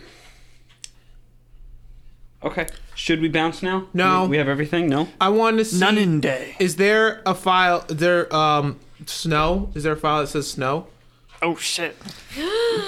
[SPEAKER 2] Okay. Should we bounce now?
[SPEAKER 5] No.
[SPEAKER 2] We, we have everything. No.
[SPEAKER 5] I want to see.
[SPEAKER 4] day.
[SPEAKER 5] Is there a file? Is there um snow? Is there a file that says snow?
[SPEAKER 4] Oh shit.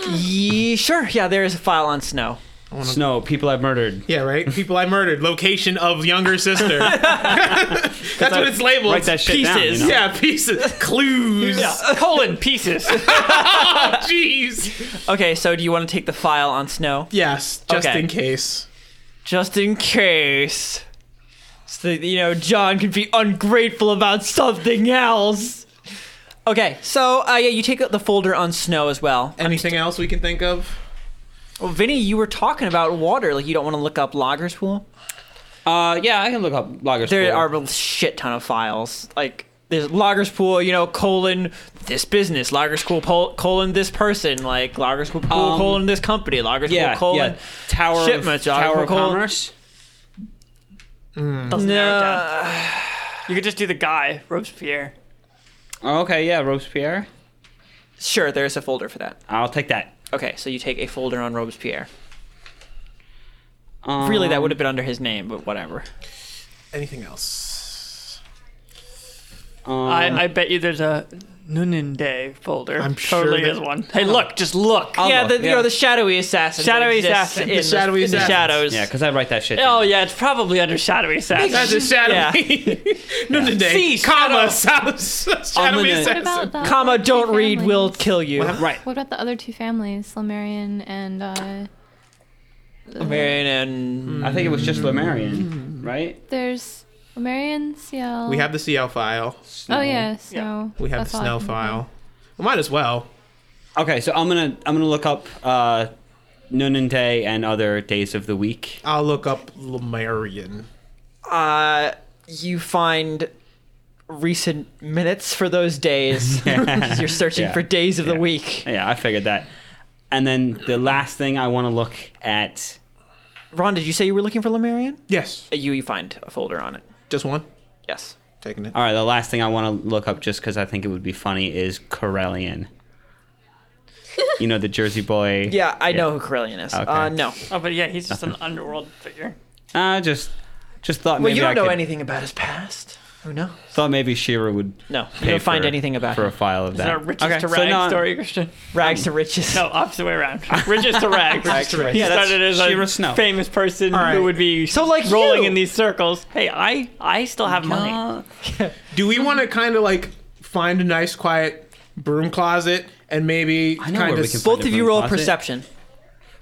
[SPEAKER 1] Ye sure, yeah, there is a file on snow.
[SPEAKER 2] Snow. People I've murdered.
[SPEAKER 5] Yeah, right. People I murdered. Location of younger sister. That's what it's labeled.
[SPEAKER 2] Write that shit down. You
[SPEAKER 1] pieces.
[SPEAKER 2] know?
[SPEAKER 5] Yeah, pieces, clues.
[SPEAKER 4] Uh,
[SPEAKER 5] Oh,
[SPEAKER 4] Colon pieces.
[SPEAKER 5] Jeez.
[SPEAKER 1] Okay, so do you want to take the file on snow?
[SPEAKER 5] Yes, just
[SPEAKER 1] Okay.
[SPEAKER 5] in case.
[SPEAKER 1] Just in case. So that, you know, John can be ungrateful about something else. Okay, so uh, yeah, you take out the folder on snow as well.
[SPEAKER 5] Anything else we can think of?
[SPEAKER 1] Well, "Oh, Vinny, you were talking about water. Like, you don't want to look up Lagerspool?
[SPEAKER 2] Uh, yeah. I can look up loggers.
[SPEAKER 1] There
[SPEAKER 2] Pool.
[SPEAKER 1] are a shit ton of files. Like, there's Lagerspool, you know, colon this business, Lagerspool pol- colon this person, like Lagerspool pool,
[SPEAKER 2] Um,
[SPEAKER 1] colon this company, Lagerspool
[SPEAKER 2] Yeah.
[SPEAKER 1] colon.
[SPEAKER 2] yeah. Tower. of-
[SPEAKER 1] Shipments,
[SPEAKER 2] Tower of
[SPEAKER 1] Pool.
[SPEAKER 2] Commerce.
[SPEAKER 4] Doesn't narrow it down.
[SPEAKER 1] No.
[SPEAKER 4] You could just do the guy, Robespierre.
[SPEAKER 2] Oh, okay. Yeah. Robespierre.
[SPEAKER 1] Sure, there's a folder for that.
[SPEAKER 2] I'll take that.
[SPEAKER 1] Okay, so you take a folder on Robespierre.
[SPEAKER 2] Um,
[SPEAKER 1] Really, that would have been under his name, but whatever.
[SPEAKER 5] Anything else?
[SPEAKER 2] Um,
[SPEAKER 4] I, I bet you there's a Nuninde folder.
[SPEAKER 5] I'm sure
[SPEAKER 4] totally
[SPEAKER 5] that-
[SPEAKER 4] is one. Hey, look, just look.
[SPEAKER 2] I'll
[SPEAKER 1] yeah,
[SPEAKER 2] look,
[SPEAKER 1] the, you know the shadowy assassin. that
[SPEAKER 4] Shadowy
[SPEAKER 1] exists
[SPEAKER 4] assassin.
[SPEAKER 1] in
[SPEAKER 4] The
[SPEAKER 1] the,
[SPEAKER 5] shadowy
[SPEAKER 1] in the
[SPEAKER 5] assassin.
[SPEAKER 1] shadows.
[SPEAKER 2] yeah, because I write that shit.
[SPEAKER 4] Oh
[SPEAKER 2] down.
[SPEAKER 4] yeah, it's probably under shadowy
[SPEAKER 5] That's
[SPEAKER 4] assassin.
[SPEAKER 5] a shadowy. No, today.
[SPEAKER 4] See,
[SPEAKER 5] comma.
[SPEAKER 4] shadow.
[SPEAKER 5] Shadow. shadowy
[SPEAKER 2] Unlimited.
[SPEAKER 5] assassin.
[SPEAKER 3] about the
[SPEAKER 1] Comma,
[SPEAKER 3] other two
[SPEAKER 1] don't read,
[SPEAKER 3] families?
[SPEAKER 1] will kill you.
[SPEAKER 2] Right.
[SPEAKER 3] What about the other two families, Lemurian and uh,
[SPEAKER 1] Mm-hmm. Marion and
[SPEAKER 2] I think it was just Lemurian, right?
[SPEAKER 3] there's Lemurian CL.
[SPEAKER 5] We have the CL file.
[SPEAKER 3] Oh yeah, snow.
[SPEAKER 5] We have
[SPEAKER 3] That's
[SPEAKER 5] the
[SPEAKER 3] all I
[SPEAKER 5] snow
[SPEAKER 3] can think of.
[SPEAKER 5] file. We might as well.
[SPEAKER 2] Okay, so I'm gonna I'm gonna look up uh, Nunante and other days of the week.
[SPEAKER 5] I'll look up Lemurian.
[SPEAKER 1] uh, you find recent minutes for those days. 'Cause You're searching
[SPEAKER 2] Yeah.
[SPEAKER 1] for days of
[SPEAKER 2] Yeah.
[SPEAKER 1] the week.
[SPEAKER 2] Yeah, I figured that. And then the last thing I want to look at.
[SPEAKER 1] Ron, did you say you were looking for Lemurian?
[SPEAKER 5] Yes.
[SPEAKER 1] Uh, You, you find a folder on it.
[SPEAKER 5] Just one.
[SPEAKER 1] Yes.
[SPEAKER 5] Taking it.
[SPEAKER 2] All right, the last thing I want to look up just because I think it would be funny is Corellian. you know the Jersey Boy.
[SPEAKER 1] Yeah, I know who Corellian is. Uh,
[SPEAKER 2] Okay.
[SPEAKER 1] no.
[SPEAKER 4] Oh, but yeah, he's just an underworld figure.
[SPEAKER 2] Uh, just just thought
[SPEAKER 1] Well,
[SPEAKER 2] maybe
[SPEAKER 1] you don't
[SPEAKER 2] I
[SPEAKER 1] know
[SPEAKER 2] could-
[SPEAKER 1] anything about his past. Who knows?
[SPEAKER 2] Thought maybe Shira would.
[SPEAKER 1] No, you
[SPEAKER 2] pay
[SPEAKER 1] don't find
[SPEAKER 2] for-
[SPEAKER 1] anything about
[SPEAKER 2] for a
[SPEAKER 1] him.
[SPEAKER 2] file of
[SPEAKER 4] Is that
[SPEAKER 2] that.
[SPEAKER 4] a riches
[SPEAKER 2] okay,
[SPEAKER 4] to
[SPEAKER 2] so
[SPEAKER 4] rags
[SPEAKER 2] now-
[SPEAKER 4] story, Christian?
[SPEAKER 1] Rags to riches.
[SPEAKER 4] No, opposite way around. Riches to rags.
[SPEAKER 5] Rags to rags.
[SPEAKER 4] He
[SPEAKER 5] Yeah,
[SPEAKER 2] that's
[SPEAKER 4] started as
[SPEAKER 2] Shira
[SPEAKER 4] a
[SPEAKER 2] Snow.
[SPEAKER 4] famous person
[SPEAKER 5] right.
[SPEAKER 4] who would be
[SPEAKER 1] So, like
[SPEAKER 4] rolling
[SPEAKER 1] you.
[SPEAKER 4] in these circles. Hey, I I still have money.
[SPEAKER 5] Do
[SPEAKER 1] Mm-hmm.
[SPEAKER 5] we want to kind of like find a nice quiet broom closet and maybe
[SPEAKER 2] know where we
[SPEAKER 5] kind
[SPEAKER 2] can
[SPEAKER 5] of
[SPEAKER 2] find-
[SPEAKER 1] Both of you roll
[SPEAKER 2] Closet.
[SPEAKER 1] perception.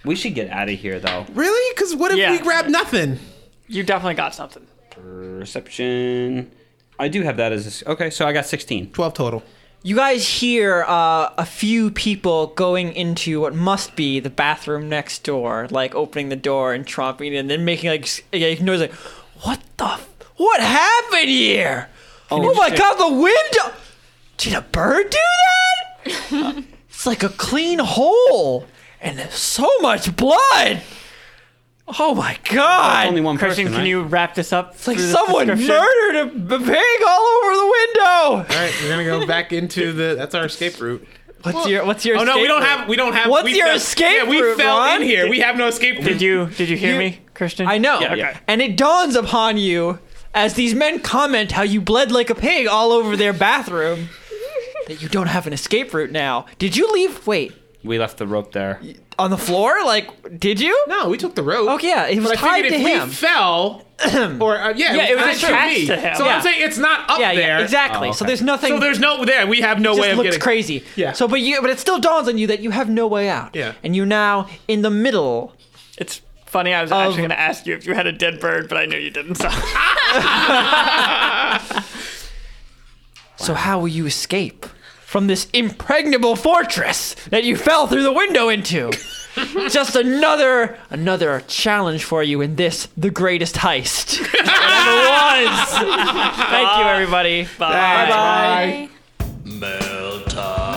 [SPEAKER 2] We should get out of here though.
[SPEAKER 5] really? Because what if
[SPEAKER 4] Yeah.
[SPEAKER 5] we grab nothing?
[SPEAKER 4] You definitely got something.
[SPEAKER 2] Perception. I do have that as a, s- okay. So I got sixteen.
[SPEAKER 5] Twelve total.
[SPEAKER 1] You guys hear uh, a few people going into what must be the bathroom next door, like opening the door and tromping and then making like s- like noise like, "What the? F- what happened here? Oh, my
[SPEAKER 2] shit.
[SPEAKER 1] god, the window! Did a bird do that? it's like a clean hole, and there's so much blood. Oh my god!
[SPEAKER 2] Only one
[SPEAKER 4] Christian,
[SPEAKER 2] person.
[SPEAKER 4] can
[SPEAKER 2] right?
[SPEAKER 4] you wrap this up?
[SPEAKER 1] It's like someone murdered a b- pig all over the window.
[SPEAKER 5] All right, we're gonna go back into the. That's our escape route.
[SPEAKER 1] What's your What's your?
[SPEAKER 5] Oh no, we
[SPEAKER 1] escape
[SPEAKER 5] don't
[SPEAKER 1] route?
[SPEAKER 5] have. We don't have.
[SPEAKER 1] What's
[SPEAKER 5] we
[SPEAKER 1] your escape
[SPEAKER 5] Yeah, we
[SPEAKER 1] route,
[SPEAKER 5] fell
[SPEAKER 1] Ron?
[SPEAKER 5] in here. We have no escape route.
[SPEAKER 4] Did you did you hear
[SPEAKER 1] You-
[SPEAKER 4] me, Christian?
[SPEAKER 1] I know.
[SPEAKER 4] Yeah,
[SPEAKER 2] yeah.
[SPEAKER 4] okay.
[SPEAKER 1] And it dawns upon you as these men comment how you bled like a pig all over their bathroom that you don't have an escape route now. Did you leave? Wait,
[SPEAKER 2] We left the rope there.
[SPEAKER 1] on the floor? Like, did you?
[SPEAKER 5] No, we took the rope.
[SPEAKER 1] Oh, yeah, it was
[SPEAKER 5] but I
[SPEAKER 1] tied
[SPEAKER 5] figured
[SPEAKER 1] to
[SPEAKER 5] if
[SPEAKER 1] him.
[SPEAKER 5] we fell, or uh, yeah,
[SPEAKER 4] Yeah, it was
[SPEAKER 5] tied to
[SPEAKER 4] attached
[SPEAKER 5] me.
[SPEAKER 4] to him.
[SPEAKER 5] So
[SPEAKER 1] Yeah.
[SPEAKER 5] I'm saying it's not up
[SPEAKER 1] yeah,
[SPEAKER 5] there.
[SPEAKER 1] yeah, exactly.
[SPEAKER 2] Oh,
[SPEAKER 1] So
[SPEAKER 2] okay.
[SPEAKER 1] there's nothing.
[SPEAKER 5] So there's no there. We have no
[SPEAKER 1] it
[SPEAKER 5] way
[SPEAKER 1] just
[SPEAKER 5] of
[SPEAKER 1] looks
[SPEAKER 5] getting
[SPEAKER 1] crazy.
[SPEAKER 5] Yeah.
[SPEAKER 1] So, but you, but it still dawns on you that you have no way out.
[SPEAKER 5] Yeah.
[SPEAKER 1] And you're now in the middle.
[SPEAKER 4] It's funny. I was
[SPEAKER 1] Of-
[SPEAKER 4] actually going to ask you if you had a dead bird, but I knew you didn't. So
[SPEAKER 1] So how will you escape from this impregnable fortress that you fell through the window into? Just another another challenge for you in this the greatest heist. it was. Thank you everybody. Bye.
[SPEAKER 4] Bye.
[SPEAKER 3] Bye.
[SPEAKER 7] Melt up.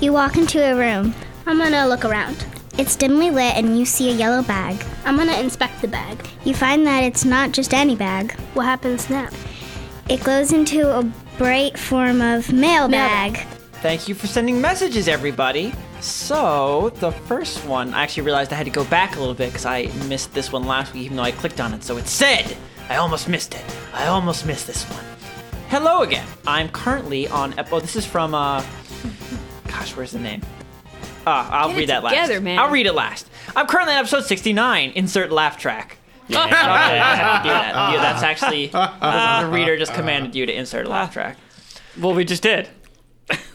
[SPEAKER 7] You walk into a room. I'm gonna look around. It's dimly lit and you see a yellow bag. I'm gonna inspect the bag. You find that it's not just any bag. What happens now? It glows into a bright form of mail bag.
[SPEAKER 1] Thank you for sending messages, everybody. So, the first one, I actually realized I had to go back a little bit because I missed this one last week, even though I clicked on it. So it said, I almost missed it. I almost missed this one. Hello again. I'm currently on. ep- Oh, this is from. uh Gosh, where's the name? Ah, I'll
[SPEAKER 6] Get it
[SPEAKER 1] read that
[SPEAKER 6] together,
[SPEAKER 1] last.
[SPEAKER 6] man.
[SPEAKER 1] I'll read it last. I'm currently on episode 69. Insert laugh track. Yeah, okay, yeah, that- yeah, that's actually the reader just commanded you to insert a laugh track.
[SPEAKER 4] Uh-huh. Well, we just did.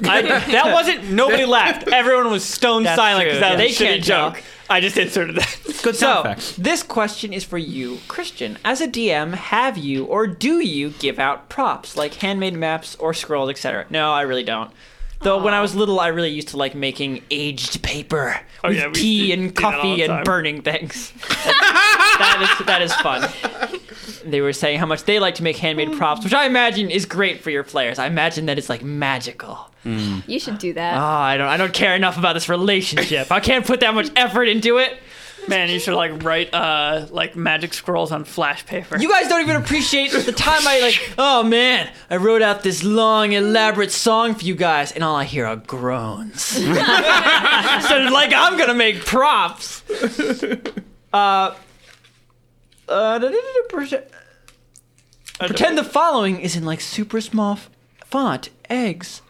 [SPEAKER 1] I, that wasn't nobody laughed.
[SPEAKER 4] Everyone was stone
[SPEAKER 1] That's
[SPEAKER 4] silent because
[SPEAKER 1] true,
[SPEAKER 4] that was
[SPEAKER 1] yeah.
[SPEAKER 4] a
[SPEAKER 1] They
[SPEAKER 4] shitty
[SPEAKER 1] can't tell.
[SPEAKER 4] joke. I just inserted that.
[SPEAKER 2] Good sound
[SPEAKER 1] So,
[SPEAKER 2] effects.
[SPEAKER 1] this question is for you, Christian. As a DM, have you or do you give out props like handmade maps or scrolls, etc.? No, I really don't. Though when I was little, I really used to like making aged paper with
[SPEAKER 4] Oh, yeah, we
[SPEAKER 1] tea
[SPEAKER 4] did-
[SPEAKER 1] and
[SPEAKER 4] did that all
[SPEAKER 1] coffee
[SPEAKER 4] the
[SPEAKER 1] and
[SPEAKER 4] time.
[SPEAKER 1] burning things. that, is, that is fun. They were saying how much they like to make
[SPEAKER 4] Oh.
[SPEAKER 1] handmade props, which I imagine is great for your players. I imagine that it's like magical.
[SPEAKER 6] You should do that.
[SPEAKER 1] Oh, I don't, I don't care enough about this relationship. I can't put that much effort into it.
[SPEAKER 4] Man, you should like write uh like magic scrolls on flash paper.
[SPEAKER 1] You guys don't even appreciate the time I like. Oh man, I wrote out this long, elaborate song for you guys, and all I hear are groans. so like, I'm gonna make props. Uh, uh, da- da- da- pretend- pretend the following is in like super small f- font. Eggs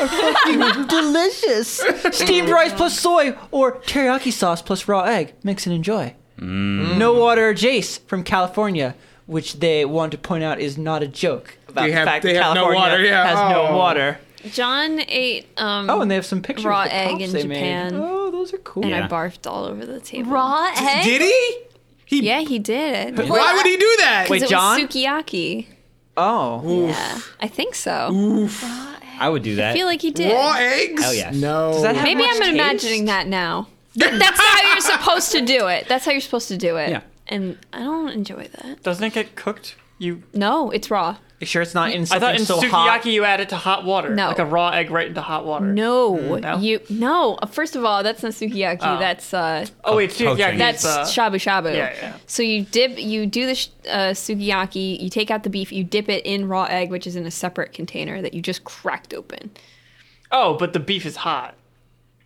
[SPEAKER 1] are fucking delicious. Steamed rice plus soy or teriyaki sauce plus raw egg. Mix and enjoy.
[SPEAKER 4] Mm.
[SPEAKER 1] No Water Jace from California, which they want to point out is not a joke about
[SPEAKER 5] They
[SPEAKER 1] the
[SPEAKER 5] have-
[SPEAKER 1] fact
[SPEAKER 5] they
[SPEAKER 1] that
[SPEAKER 5] have no
[SPEAKER 1] California
[SPEAKER 5] water, yeah.
[SPEAKER 1] has
[SPEAKER 5] Oh.
[SPEAKER 1] no water.
[SPEAKER 6] John ate. Um,
[SPEAKER 1] Oh, and they have some pictures
[SPEAKER 6] Raw
[SPEAKER 1] of the
[SPEAKER 6] egg
[SPEAKER 1] props
[SPEAKER 6] in
[SPEAKER 1] they made.
[SPEAKER 6] Japan.
[SPEAKER 1] Oh, those are cool.
[SPEAKER 6] and
[SPEAKER 2] Yeah.
[SPEAKER 6] I barfed all over the table.
[SPEAKER 3] Raw egg?
[SPEAKER 5] Did he?
[SPEAKER 6] Yeah, he did.
[SPEAKER 5] Why would he do that?
[SPEAKER 1] Wait,
[SPEAKER 6] it
[SPEAKER 1] John?
[SPEAKER 6] was sukiyaki.
[SPEAKER 1] Oh,
[SPEAKER 6] Yeah, I think so.
[SPEAKER 2] I would do that.
[SPEAKER 6] I feel like he did.
[SPEAKER 5] Raw eggs?
[SPEAKER 2] Hell yes.
[SPEAKER 5] No.
[SPEAKER 1] Oh, does that have
[SPEAKER 6] Maybe
[SPEAKER 1] much
[SPEAKER 6] I'm
[SPEAKER 1] taste?
[SPEAKER 6] imagining that now. That's how you're supposed to do it. That's how you're supposed to do it.
[SPEAKER 2] Yeah.
[SPEAKER 6] And I don't enjoy that.
[SPEAKER 4] Doesn't it get cooked? You
[SPEAKER 6] No, it's raw.
[SPEAKER 1] You sure it's not in
[SPEAKER 4] I
[SPEAKER 1] something
[SPEAKER 4] thought in
[SPEAKER 1] so
[SPEAKER 4] sukiyaki
[SPEAKER 1] hot?
[SPEAKER 4] you add it to hot water.
[SPEAKER 6] No.
[SPEAKER 4] Like a raw egg right into hot water.
[SPEAKER 6] No,
[SPEAKER 4] no?
[SPEAKER 6] you no. uh, First of all, that's not sukiyaki. That's uh,
[SPEAKER 4] Oh wait,
[SPEAKER 2] Poaching.
[SPEAKER 4] sukiyaki is,
[SPEAKER 6] that's
[SPEAKER 4] uh,
[SPEAKER 6] shabu shabu.
[SPEAKER 4] yeah, yeah.
[SPEAKER 6] So you dip, you do the sh- uh, sukiyaki. You take out the beef. You dip it in raw egg, which is in a separate container that you just cracked open.
[SPEAKER 4] Oh, but the beef is hot.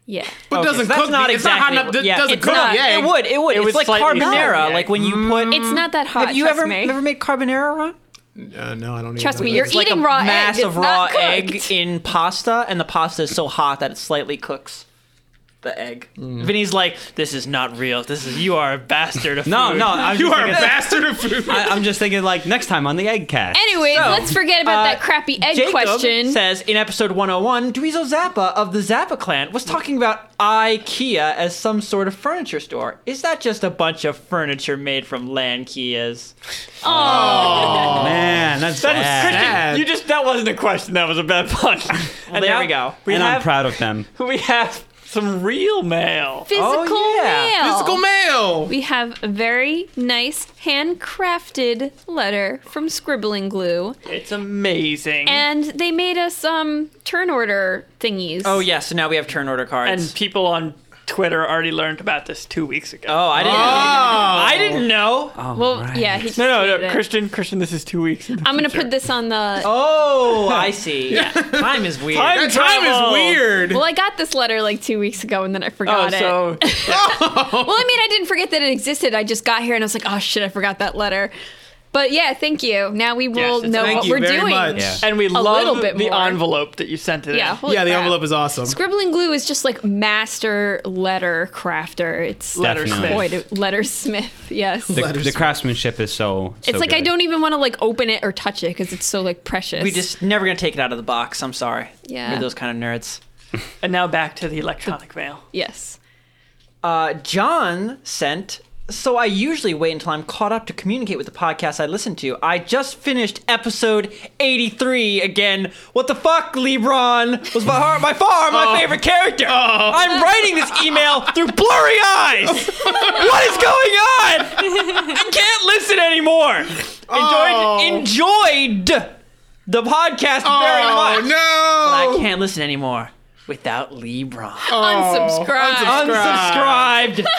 [SPEAKER 6] Yeah.
[SPEAKER 5] But it doesn't
[SPEAKER 1] That's
[SPEAKER 5] cook
[SPEAKER 1] not
[SPEAKER 5] the- it's not hot
[SPEAKER 1] exactly.
[SPEAKER 5] enough to-
[SPEAKER 1] yeah,
[SPEAKER 5] doesn't
[SPEAKER 1] it's
[SPEAKER 5] cook
[SPEAKER 1] not-
[SPEAKER 5] the egg.
[SPEAKER 1] It would. It would.
[SPEAKER 4] It
[SPEAKER 1] it's
[SPEAKER 4] was
[SPEAKER 1] like
[SPEAKER 4] slightly
[SPEAKER 1] carbonara.
[SPEAKER 4] soggy.
[SPEAKER 1] Like when you put.
[SPEAKER 5] Mm.
[SPEAKER 6] It's not that hot.
[SPEAKER 1] Have you
[SPEAKER 6] trust
[SPEAKER 1] ever
[SPEAKER 6] me.
[SPEAKER 1] ever made carbonara, Ron?
[SPEAKER 5] Uh, no, I don't.
[SPEAKER 6] Trust
[SPEAKER 5] even
[SPEAKER 6] me,
[SPEAKER 5] know
[SPEAKER 6] you're
[SPEAKER 5] that.
[SPEAKER 1] It's like
[SPEAKER 6] Eating
[SPEAKER 1] a
[SPEAKER 6] raw egg
[SPEAKER 1] mass
[SPEAKER 6] that's
[SPEAKER 1] of raw
[SPEAKER 6] not cooked.
[SPEAKER 1] egg in pasta, and the pasta is so hot that it slightly cooks the egg.
[SPEAKER 5] Mm.
[SPEAKER 1] Vinny's like, "This is not real. This is you are a bastard of
[SPEAKER 2] no,
[SPEAKER 1] food."
[SPEAKER 2] no. I'm
[SPEAKER 5] You
[SPEAKER 2] just
[SPEAKER 5] are a
[SPEAKER 2] thinking-
[SPEAKER 5] bastard
[SPEAKER 1] Oh,
[SPEAKER 5] of food.
[SPEAKER 2] I, I'm just thinking like next time on the egg cast.
[SPEAKER 6] Anyways,
[SPEAKER 1] So,
[SPEAKER 6] let's forget about
[SPEAKER 1] uh,
[SPEAKER 6] that crappy egg
[SPEAKER 1] Jacob
[SPEAKER 6] question.
[SPEAKER 1] says in episode 101, Dweezil Zappa of the Zappa clan was talking about IKEA as some sort of furniture store. Is that just a bunch of furniture made from Lankias?
[SPEAKER 2] Oh, Man, that's
[SPEAKER 4] That was
[SPEAKER 2] sad.
[SPEAKER 4] Christian.
[SPEAKER 5] Sad.
[SPEAKER 4] You just that wasn't a question. That was a bad pun. and
[SPEAKER 1] there
[SPEAKER 4] now
[SPEAKER 1] we go.
[SPEAKER 4] We
[SPEAKER 2] and
[SPEAKER 4] have,
[SPEAKER 2] I'm proud of them.
[SPEAKER 4] We have some real mail.
[SPEAKER 6] Physical
[SPEAKER 1] yeah.
[SPEAKER 6] mail.
[SPEAKER 5] Physical mail.
[SPEAKER 6] We have a very nice handcrafted letter from Scribbling Glue,
[SPEAKER 4] It's amazing.
[SPEAKER 6] and they made us um turn order thingies.
[SPEAKER 1] Oh yes, so now we have turn order cards.
[SPEAKER 4] and people on Twitter already learned about this two weeks ago.
[SPEAKER 1] oh, I didn't. I didn't know.
[SPEAKER 4] Oh.
[SPEAKER 6] well, yeah. He
[SPEAKER 4] No, no,
[SPEAKER 6] tweeted
[SPEAKER 4] no,
[SPEAKER 6] it.
[SPEAKER 4] Christian, Christian, this is two weeks. in the
[SPEAKER 6] I'm gonna
[SPEAKER 4] future.
[SPEAKER 6] put this on the.
[SPEAKER 1] Oh, I see. Time is weird.
[SPEAKER 4] Time
[SPEAKER 5] That time is
[SPEAKER 4] travel.
[SPEAKER 5] weird.
[SPEAKER 6] Well, I got this letter like two weeks ago, and then I
[SPEAKER 4] Oh,
[SPEAKER 6] forgot it.
[SPEAKER 4] so
[SPEAKER 6] Well, I mean, I didn't forget that it existed. I just got here, and I was like, oh shit, I forgot that letter. But yeah, thank you. Now we will
[SPEAKER 4] it's-
[SPEAKER 6] know
[SPEAKER 5] Thank
[SPEAKER 6] what
[SPEAKER 5] you
[SPEAKER 6] we're
[SPEAKER 5] very
[SPEAKER 6] doing.
[SPEAKER 5] much.
[SPEAKER 2] Yeah.
[SPEAKER 4] and we
[SPEAKER 6] little
[SPEAKER 4] love
[SPEAKER 6] bit
[SPEAKER 4] the
[SPEAKER 6] more.
[SPEAKER 4] envelope that you sent it.
[SPEAKER 6] Yeah,
[SPEAKER 4] in.
[SPEAKER 6] holy
[SPEAKER 5] yeah, the
[SPEAKER 6] crap.
[SPEAKER 5] envelope is awesome.
[SPEAKER 6] Scribbling glue is just like master letter crafter. It's
[SPEAKER 4] letter
[SPEAKER 2] Definitely.
[SPEAKER 4] smith.
[SPEAKER 6] Boy, letter smith. Yes.
[SPEAKER 2] The,
[SPEAKER 5] Letters.
[SPEAKER 2] the craftsmanship is so. so
[SPEAKER 6] it's like I
[SPEAKER 2] good.
[SPEAKER 6] don't even want to like open it or touch it because it's so like precious.
[SPEAKER 1] We just never gonna take it out of the box. I'm sorry.
[SPEAKER 6] Yeah.
[SPEAKER 1] We're those kind of nerds.
[SPEAKER 4] And now back to the electronic mail.
[SPEAKER 6] yes.
[SPEAKER 1] Uh, John sent. So I usually wait until I'm caught up to communicate with the podcast I listen to. I just finished episode 83 again. What the fuck, LeBron? Was by far by far
[SPEAKER 5] Oh.
[SPEAKER 1] my favorite character. I'm writing this email through blurry eyes. what is going on? I can't listen anymore. Enjoyed enjoyed the podcast very
[SPEAKER 5] Oh
[SPEAKER 1] much.
[SPEAKER 5] no!
[SPEAKER 1] I can't listen anymore. without LeBron.
[SPEAKER 6] Oh, Unsubscribe.
[SPEAKER 1] Unsubscribed.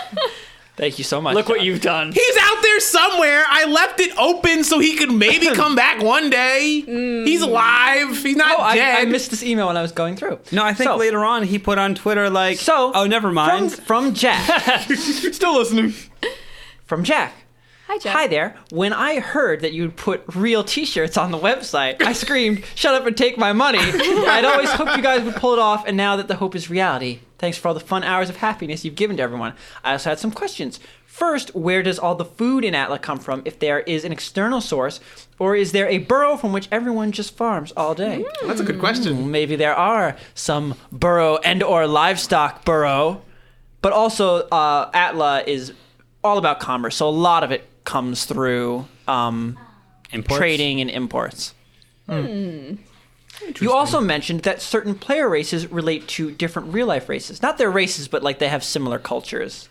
[SPEAKER 1] Thank you so much.
[SPEAKER 4] Look what you've done.
[SPEAKER 5] He's out there somewhere. I left it open so he could maybe come back one day. He's alive. He's not
[SPEAKER 1] Mm. Oh, I,
[SPEAKER 5] dead.
[SPEAKER 1] I missed this email when I was going through.
[SPEAKER 2] No, I think
[SPEAKER 1] So-
[SPEAKER 2] later on he put on Twitter like,
[SPEAKER 1] So
[SPEAKER 2] oh, never mind.
[SPEAKER 1] From, from Jack.
[SPEAKER 4] Still listening.
[SPEAKER 1] from Jack.
[SPEAKER 6] Hi, Jeff.
[SPEAKER 1] Hi there. When I heard that you'd put real T-shirts on the website, I screamed, "Shut up and take my money!" I'd always hoped you guys would pull it off, and now that the hope is reality, thanks for all the fun hours of happiness you've given to everyone. I also had some questions. First, where does all the food in Atla come from? If there is an external source, or is there a burrow from which everyone just farms all
[SPEAKER 2] Mm.
[SPEAKER 1] day?
[SPEAKER 5] That's a good question.
[SPEAKER 1] maybe there are some burrow and or livestock burrow but also uh, atla is all about commerce so a lot of it comes through um,
[SPEAKER 2] Imports.
[SPEAKER 1] trading and imports Hmm. you also mentioned that certain player races relate to different real life races not their races but like they have similar cultures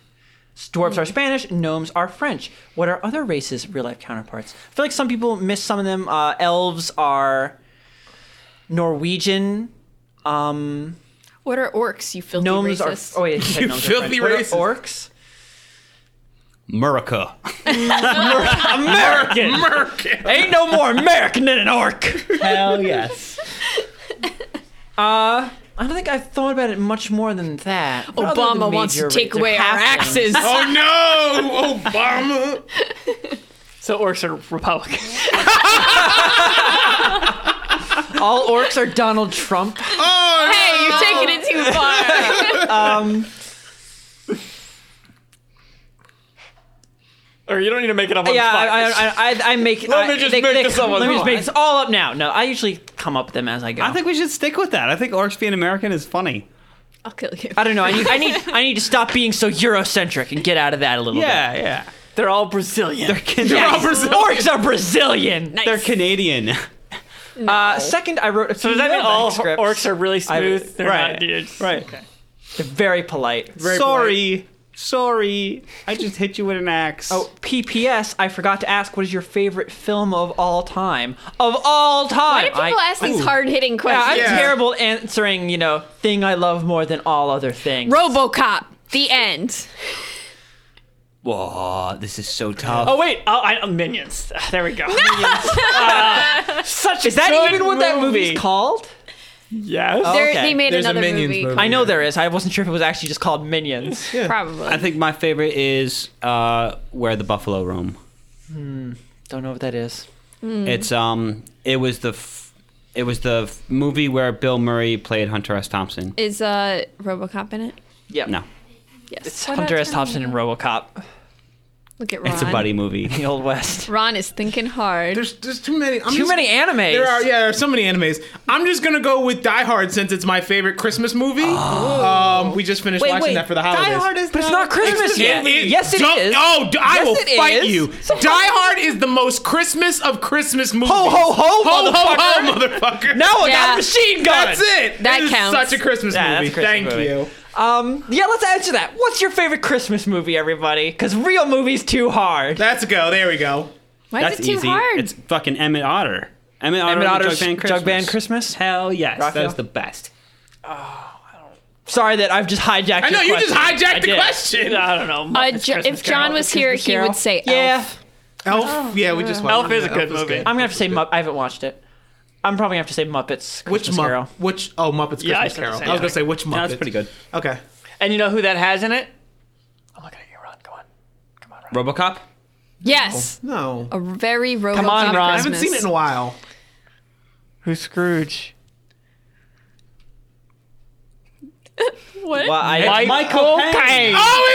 [SPEAKER 1] Dwarves are Spanish, gnomes are French. What are other races' real life counterparts? I feel like some people miss some of them. Uh, elves are Norwegian. Um,
[SPEAKER 6] What are orcs? You filthy
[SPEAKER 1] gnomes are.
[SPEAKER 6] racist.
[SPEAKER 1] Oh, yeah, you said
[SPEAKER 5] You
[SPEAKER 1] gnomes are
[SPEAKER 5] filthy
[SPEAKER 1] French. What are Orcs.
[SPEAKER 2] America.
[SPEAKER 1] American. Ain't no more American than an orc.
[SPEAKER 2] Hell yes.
[SPEAKER 1] Uh, I don't think I've thought about it much more than that. What other
[SPEAKER 6] Obama
[SPEAKER 1] than
[SPEAKER 6] wants to
[SPEAKER 1] major
[SPEAKER 6] take
[SPEAKER 1] ra-
[SPEAKER 6] away our
[SPEAKER 1] halflings.
[SPEAKER 6] axes.
[SPEAKER 5] Oh no, Obama.
[SPEAKER 4] So orcs are Republicans.
[SPEAKER 1] All orcs are Donald Trump.
[SPEAKER 5] Oh,
[SPEAKER 6] Hey, you're taking it too far.
[SPEAKER 1] Um,
[SPEAKER 4] or you don't need to make it up on
[SPEAKER 1] yeah,
[SPEAKER 4] the spot.
[SPEAKER 1] I, I, I, I make.
[SPEAKER 4] Let me
[SPEAKER 1] I-
[SPEAKER 4] just make this up on
[SPEAKER 1] Let
[SPEAKER 4] the
[SPEAKER 1] me just
[SPEAKER 4] fly.
[SPEAKER 1] make this all up now. No, I usually come up with them as I go.
[SPEAKER 2] I think we should stick with that. I think orcs being American is funny.
[SPEAKER 6] I'll kill you.
[SPEAKER 1] I don't know. I need, I need, I need to stop being so Eurocentric and get out of that a little
[SPEAKER 2] Yeah, yeah.
[SPEAKER 4] They're all Brazilian.
[SPEAKER 2] They're, can-
[SPEAKER 1] bit. Yes. Orcs are Brazilian.
[SPEAKER 6] Nice.
[SPEAKER 2] they're Canadian.
[SPEAKER 1] Uh, second, I wrote a
[SPEAKER 4] so does that mean all
[SPEAKER 1] scripts.
[SPEAKER 4] orcs are really smooth? They're
[SPEAKER 2] right,
[SPEAKER 4] not dudes.
[SPEAKER 2] right.
[SPEAKER 1] They're very polite.
[SPEAKER 2] sorry, sorry. I just hit you with an axe.
[SPEAKER 1] Oh, PPS, I forgot to ask, what is your favorite film of all time? Of all
[SPEAKER 6] Why
[SPEAKER 1] time!
[SPEAKER 6] do people
[SPEAKER 1] I,
[SPEAKER 6] ask these hard hitting
[SPEAKER 1] Yeah, I'm
[SPEAKER 6] questions?
[SPEAKER 5] Yeah.
[SPEAKER 1] terrible at answering, you know, thing I love more than all other things.
[SPEAKER 6] Robocop. The end.
[SPEAKER 2] Whoa, this is so tough.
[SPEAKER 4] Oh wait, oh, I, minions. There we go.
[SPEAKER 1] Such is that
[SPEAKER 4] good
[SPEAKER 1] even what that movie's
[SPEAKER 4] movie.
[SPEAKER 1] called?
[SPEAKER 4] yes.
[SPEAKER 1] Oh,
[SPEAKER 6] There-
[SPEAKER 1] okay.
[SPEAKER 6] They made
[SPEAKER 5] There's a
[SPEAKER 6] another
[SPEAKER 5] Minions
[SPEAKER 6] movie.
[SPEAKER 5] movie.
[SPEAKER 1] I know there is. I wasn't sure if it was actually just called Minions.
[SPEAKER 6] Probably.
[SPEAKER 2] I think my favorite is uh, where the buffalo roam.
[SPEAKER 1] Don't know what that is.
[SPEAKER 6] Hmm.
[SPEAKER 2] It's um, it was the, f- it was the f- movie where Bill Murray played Hunter S. Thompson.
[SPEAKER 6] Is uh, Robocop in it?
[SPEAKER 1] Yep.
[SPEAKER 2] No,
[SPEAKER 6] Yes.
[SPEAKER 1] It's Hunter S. Thompson and Robocop.
[SPEAKER 6] Look at Ron.
[SPEAKER 2] it's a buddy movie.
[SPEAKER 1] The Old West.
[SPEAKER 6] Ron is thinking hard.
[SPEAKER 5] There's there's too many. I'm
[SPEAKER 1] Too
[SPEAKER 5] just-
[SPEAKER 1] many animes.
[SPEAKER 5] There are yeah, there are so many animes. I'm just gonna go with Die Hard since it's my favorite Christmas movie. Um, we just finished
[SPEAKER 1] Oh. Wait,
[SPEAKER 5] watching
[SPEAKER 1] wait,
[SPEAKER 5] that for the holidays.
[SPEAKER 1] But it's not Christmas yet. yes, it is.
[SPEAKER 5] Don't- Oh, d- I
[SPEAKER 1] Yes,
[SPEAKER 5] will
[SPEAKER 1] it
[SPEAKER 5] fight
[SPEAKER 1] is.
[SPEAKER 5] you.
[SPEAKER 1] So-
[SPEAKER 5] Die Hard is the most Christmas of Christmas movies.
[SPEAKER 1] Ho, ho, ho,
[SPEAKER 5] ho, ho, ho,
[SPEAKER 1] motherfucker.
[SPEAKER 5] motherfucker.
[SPEAKER 1] Now I
[SPEAKER 6] Yeah.
[SPEAKER 1] got a machine gun.
[SPEAKER 5] that's it.
[SPEAKER 6] That
[SPEAKER 5] It is
[SPEAKER 6] counts.
[SPEAKER 5] Such a Christmas
[SPEAKER 1] Yeah,
[SPEAKER 5] movie.
[SPEAKER 1] that's a Christmas
[SPEAKER 5] Thank
[SPEAKER 1] movie.
[SPEAKER 5] you.
[SPEAKER 1] Um, yeah, let's answer that. What's your favorite Christmas movie, everybody? Because real movies too hard.
[SPEAKER 5] That's a go. There we go.
[SPEAKER 6] Why
[SPEAKER 2] That's
[SPEAKER 6] is it too
[SPEAKER 2] easy.
[SPEAKER 6] hard?
[SPEAKER 2] It's fucking Emmett Otter. Emmett Otter.
[SPEAKER 1] Emmett
[SPEAKER 2] and
[SPEAKER 1] Otter's
[SPEAKER 2] Jug Band Christmas.
[SPEAKER 1] Jug Band Christmas.
[SPEAKER 2] Hell yes,
[SPEAKER 1] Raphael?
[SPEAKER 2] that was the best.
[SPEAKER 1] Sorry that I've just hijacked.
[SPEAKER 5] I know
[SPEAKER 1] your
[SPEAKER 5] you just
[SPEAKER 1] question. I
[SPEAKER 5] hijacked the
[SPEAKER 1] did.
[SPEAKER 5] question.
[SPEAKER 4] I don't know.
[SPEAKER 6] Uh,
[SPEAKER 4] Muppets
[SPEAKER 6] Jo-
[SPEAKER 4] Christmas
[SPEAKER 6] if John
[SPEAKER 4] Carol.
[SPEAKER 6] was here, he
[SPEAKER 1] Carol?
[SPEAKER 6] would say
[SPEAKER 1] Yeah,
[SPEAKER 6] elf.
[SPEAKER 5] Elf. yeah, we just watched
[SPEAKER 4] Elf
[SPEAKER 5] it.
[SPEAKER 4] is a good movie.
[SPEAKER 1] I'm gonna have to say Mupp- I haven't watched it. I'm probably gonna have to say Muppets.
[SPEAKER 5] Which
[SPEAKER 1] Christmas Carol.
[SPEAKER 5] Muppet? Which oh Muppets
[SPEAKER 4] Yeah, I
[SPEAKER 5] Christmas
[SPEAKER 4] said the
[SPEAKER 5] Carol.
[SPEAKER 4] same
[SPEAKER 5] I was gonna
[SPEAKER 4] thing.
[SPEAKER 5] say which Muppet.
[SPEAKER 2] No, that's pretty good.
[SPEAKER 5] Okay.
[SPEAKER 4] And you know who that has in it? I'm looking at you, Ron. Come on. Come on, Ron.
[SPEAKER 2] RoboCop.
[SPEAKER 6] Yes.
[SPEAKER 5] No.
[SPEAKER 6] A very Robocop
[SPEAKER 4] Come on, Ron.
[SPEAKER 5] I haven't
[SPEAKER 6] Christmas.
[SPEAKER 5] seen it in a while.
[SPEAKER 4] Who's Scrooge?
[SPEAKER 6] What?
[SPEAKER 1] Well, I,
[SPEAKER 4] Michael Caine.
[SPEAKER 5] Oh,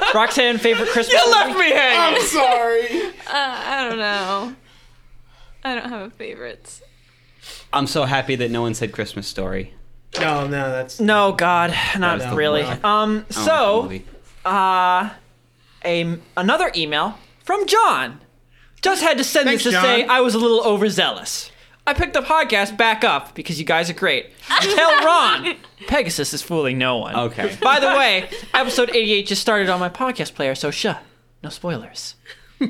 [SPEAKER 5] is it?
[SPEAKER 1] Roxanne favorite Christmas.
[SPEAKER 4] You left me hanging.
[SPEAKER 5] I'm sorry.
[SPEAKER 6] Uh, I don't know. I don't have a favorite.
[SPEAKER 2] I'm so happy that no one said Christmas Story.
[SPEAKER 5] no, no, that's
[SPEAKER 1] No, God,
[SPEAKER 2] is
[SPEAKER 1] not
[SPEAKER 2] the
[SPEAKER 1] really.
[SPEAKER 2] worst.
[SPEAKER 1] Um,
[SPEAKER 2] I don't
[SPEAKER 1] so.
[SPEAKER 2] like the movie.
[SPEAKER 1] uh, a another email from John. Just had to send
[SPEAKER 5] Thanks,
[SPEAKER 1] this to say
[SPEAKER 5] John.
[SPEAKER 1] I was a little overzealous. I picked the podcast back up because you guys are great. Tell Ron Pegasus is fooling no one.
[SPEAKER 2] Okay.
[SPEAKER 1] By the way, episode 88 just started on my podcast player, so shuh, no spoilers.
[SPEAKER 5] I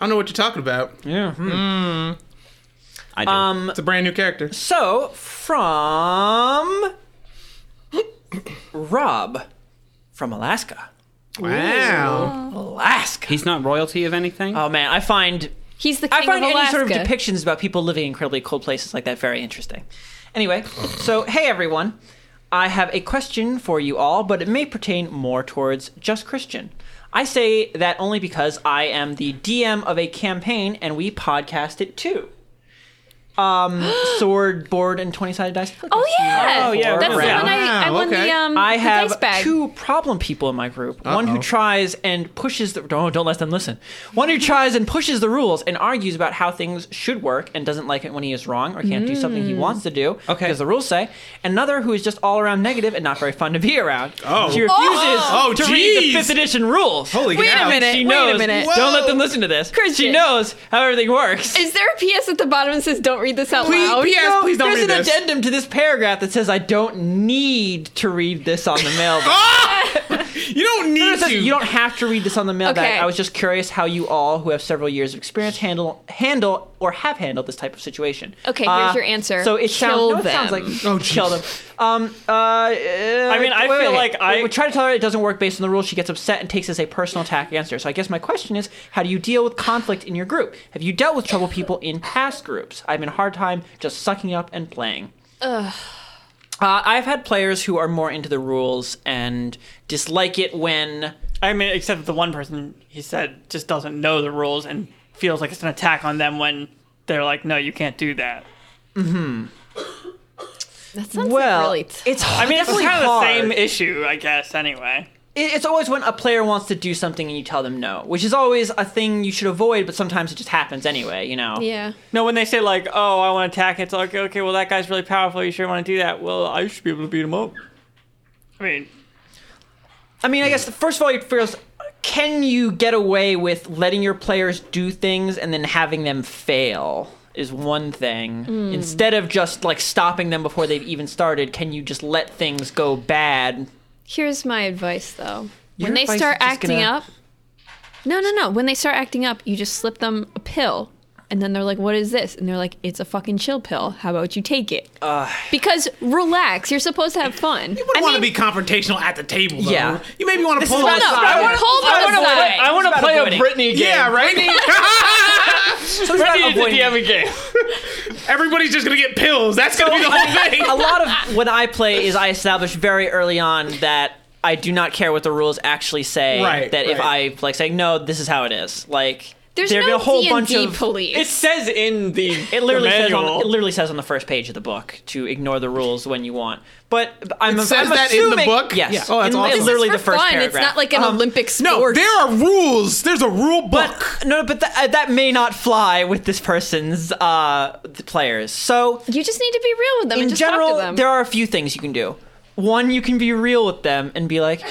[SPEAKER 5] don't know what you're talking about.
[SPEAKER 1] Yeah.
[SPEAKER 2] I do. Um,
[SPEAKER 5] It's a brand new character.
[SPEAKER 1] So, from Rob from Alaska.
[SPEAKER 5] Wow.
[SPEAKER 1] Alaska.
[SPEAKER 2] He's not royalty of anything.
[SPEAKER 1] Oh man, I find
[SPEAKER 6] He's the king
[SPEAKER 1] I find
[SPEAKER 6] of
[SPEAKER 1] any
[SPEAKER 6] Alaska.
[SPEAKER 1] sort of depictions about people living in incredibly cold places like that very interesting. Anyway, so hey everyone, I have a question for you all, but it may pertain more towards just Christian. I say that only because I am the DM of a campaign and we podcast it too. Um, sword, board, and twenty-sided dice.
[SPEAKER 6] oh yeah,
[SPEAKER 1] Oh, yeah,
[SPEAKER 6] That's the
[SPEAKER 1] remember
[SPEAKER 6] one
[SPEAKER 1] that.
[SPEAKER 6] I, I
[SPEAKER 5] Wow,
[SPEAKER 6] won
[SPEAKER 5] okay.
[SPEAKER 6] the um
[SPEAKER 1] I
[SPEAKER 6] the dice
[SPEAKER 1] have
[SPEAKER 6] bag.
[SPEAKER 1] two problem people in my group. One who
[SPEAKER 5] Uh-oh.
[SPEAKER 1] tries and pushes the don't don't let them listen. One who tries and pushes the rules and argues about how things should work and doesn't like it when he is wrong or can't do something
[SPEAKER 6] Mm.
[SPEAKER 1] he wants to do okay. because the rules say. Another who is just all around negative and not very fun to be around.
[SPEAKER 5] Oh.
[SPEAKER 1] She refuses
[SPEAKER 5] Oh.
[SPEAKER 1] to
[SPEAKER 5] Oh,
[SPEAKER 1] read the
[SPEAKER 5] geez.
[SPEAKER 1] fifth edition rules.
[SPEAKER 5] Holy
[SPEAKER 6] Wait
[SPEAKER 5] cow.
[SPEAKER 6] a minute.
[SPEAKER 1] She
[SPEAKER 6] wait
[SPEAKER 1] knows.
[SPEAKER 6] a minute.
[SPEAKER 1] Don't let
[SPEAKER 5] Whoa.
[SPEAKER 1] them listen to this. She
[SPEAKER 6] Christian.
[SPEAKER 1] knows how everything works.
[SPEAKER 6] Is there a PS at the bottom that says "Don't read this out
[SPEAKER 5] Please-
[SPEAKER 6] loud"?
[SPEAKER 5] P.S.
[SPEAKER 1] No,
[SPEAKER 5] please don't
[SPEAKER 1] there's
[SPEAKER 5] read
[SPEAKER 1] an
[SPEAKER 5] this.
[SPEAKER 1] addendum to this paragraph that says I don't need to read this on the mailbox.
[SPEAKER 5] You don't need
[SPEAKER 1] It says
[SPEAKER 5] to.
[SPEAKER 1] you don't have to read this on the mail bag.
[SPEAKER 6] Okay.
[SPEAKER 1] I was just curious how you all who have several years of experience handle handle or have handled this type of situation. Uh,
[SPEAKER 6] Okay, here's your answer.
[SPEAKER 1] So it, sound-
[SPEAKER 6] Kill
[SPEAKER 1] no, it sounds
[SPEAKER 6] them.
[SPEAKER 1] like kill them. Oh, Um, uh, I
[SPEAKER 4] mean, I feel like I-
[SPEAKER 1] we try to tell her it doesn't work based on the rules. She gets upset and takes this as a personal attack against her. So I guess my question is, how do you deal with conflict in your group? Have you dealt with trouble people in past groups? I've been a hard time just sucking up and playing. Uh, I've had players who are more into the rules and dislike it when
[SPEAKER 4] I mean, except the one person he said just doesn't know the rules and feels like it's an attack on them when they're like, "No, you can't do that."
[SPEAKER 6] That sounds
[SPEAKER 1] Well,
[SPEAKER 6] like really t-
[SPEAKER 1] it's hard.
[SPEAKER 4] I mean, it's kind
[SPEAKER 1] definitely
[SPEAKER 4] of the
[SPEAKER 1] hard.
[SPEAKER 4] same issue, I guess. Anyway,
[SPEAKER 1] It- It's always when a player wants to do something and you tell them no, which is always a thing you should avoid, but sometimes it just happens anyway, you know?
[SPEAKER 6] yeah.
[SPEAKER 4] no, when they say like, "Oh, I want to attack," it's like, "Okay, well, that guy's really powerful. You sure want to do that?" Well, I should be able to beat him up. I mean,
[SPEAKER 1] I mean, I guess, first of all, you figure out, can you get away with letting your players do things and then having them fail? Is one thing.
[SPEAKER 4] Hmm.
[SPEAKER 1] Instead of just like stopping them before they've even started, can you just let things go bad?
[SPEAKER 6] Here's my advice, though.
[SPEAKER 1] Your
[SPEAKER 6] when they
[SPEAKER 1] advice is
[SPEAKER 6] start
[SPEAKER 1] just
[SPEAKER 6] acting
[SPEAKER 1] gonna-
[SPEAKER 6] up, no, no, no. When they start acting up, you just slip them a pill, and then they're like, "What is this?" And they're like, "It's a fucking chill pill. How about you take it?" because relax. You're supposed to have fun.
[SPEAKER 5] You wouldn't want to be confrontational at the table, though.
[SPEAKER 1] Yeah.
[SPEAKER 5] You maybe want to pull
[SPEAKER 6] no,
[SPEAKER 5] them
[SPEAKER 6] no.
[SPEAKER 5] aside.
[SPEAKER 6] Pull them aside.
[SPEAKER 4] I want to
[SPEAKER 1] about
[SPEAKER 4] play
[SPEAKER 1] avoiding.
[SPEAKER 4] a Britney game.
[SPEAKER 5] Yeah, right?
[SPEAKER 1] So it's about
[SPEAKER 4] Britney did
[SPEAKER 1] avoiding-
[SPEAKER 4] the DM game.
[SPEAKER 5] Everybody's just going to get pills. That's going to be the whole thing.
[SPEAKER 1] a lot of what I play is I establish very early on that I do not care what the rules actually say.
[SPEAKER 5] Right,
[SPEAKER 1] that if
[SPEAKER 5] right.
[SPEAKER 1] I like saying no, this is how it is. Like
[SPEAKER 6] There's
[SPEAKER 1] there'd
[SPEAKER 6] no
[SPEAKER 1] be a whole
[SPEAKER 6] D&D
[SPEAKER 1] bunch of
[SPEAKER 6] police.
[SPEAKER 4] It says in the
[SPEAKER 1] It literally, says on,
[SPEAKER 4] manual.
[SPEAKER 1] it literally says on the first page of the book to ignore the rules when you want. But I'm,
[SPEAKER 5] It says
[SPEAKER 1] I'm
[SPEAKER 5] that in the
[SPEAKER 1] assuming-
[SPEAKER 5] book?
[SPEAKER 1] Yes.
[SPEAKER 5] Yeah. Oh, that's
[SPEAKER 1] In-
[SPEAKER 5] awesome.
[SPEAKER 1] it's
[SPEAKER 5] This is
[SPEAKER 1] literally
[SPEAKER 6] for
[SPEAKER 1] the first
[SPEAKER 6] fun.
[SPEAKER 1] paragraph.
[SPEAKER 6] It's not like an
[SPEAKER 1] Um,
[SPEAKER 6] Olympic sport.
[SPEAKER 5] No, there are rules. There's a rule book.
[SPEAKER 1] But no, but that uh, that may not fly with this person's uh, the players. So
[SPEAKER 6] you just need to be real with them and
[SPEAKER 1] in
[SPEAKER 6] just
[SPEAKER 1] general,
[SPEAKER 6] talk to them.
[SPEAKER 1] there are a few things you can do. One, you can be real with them and be like,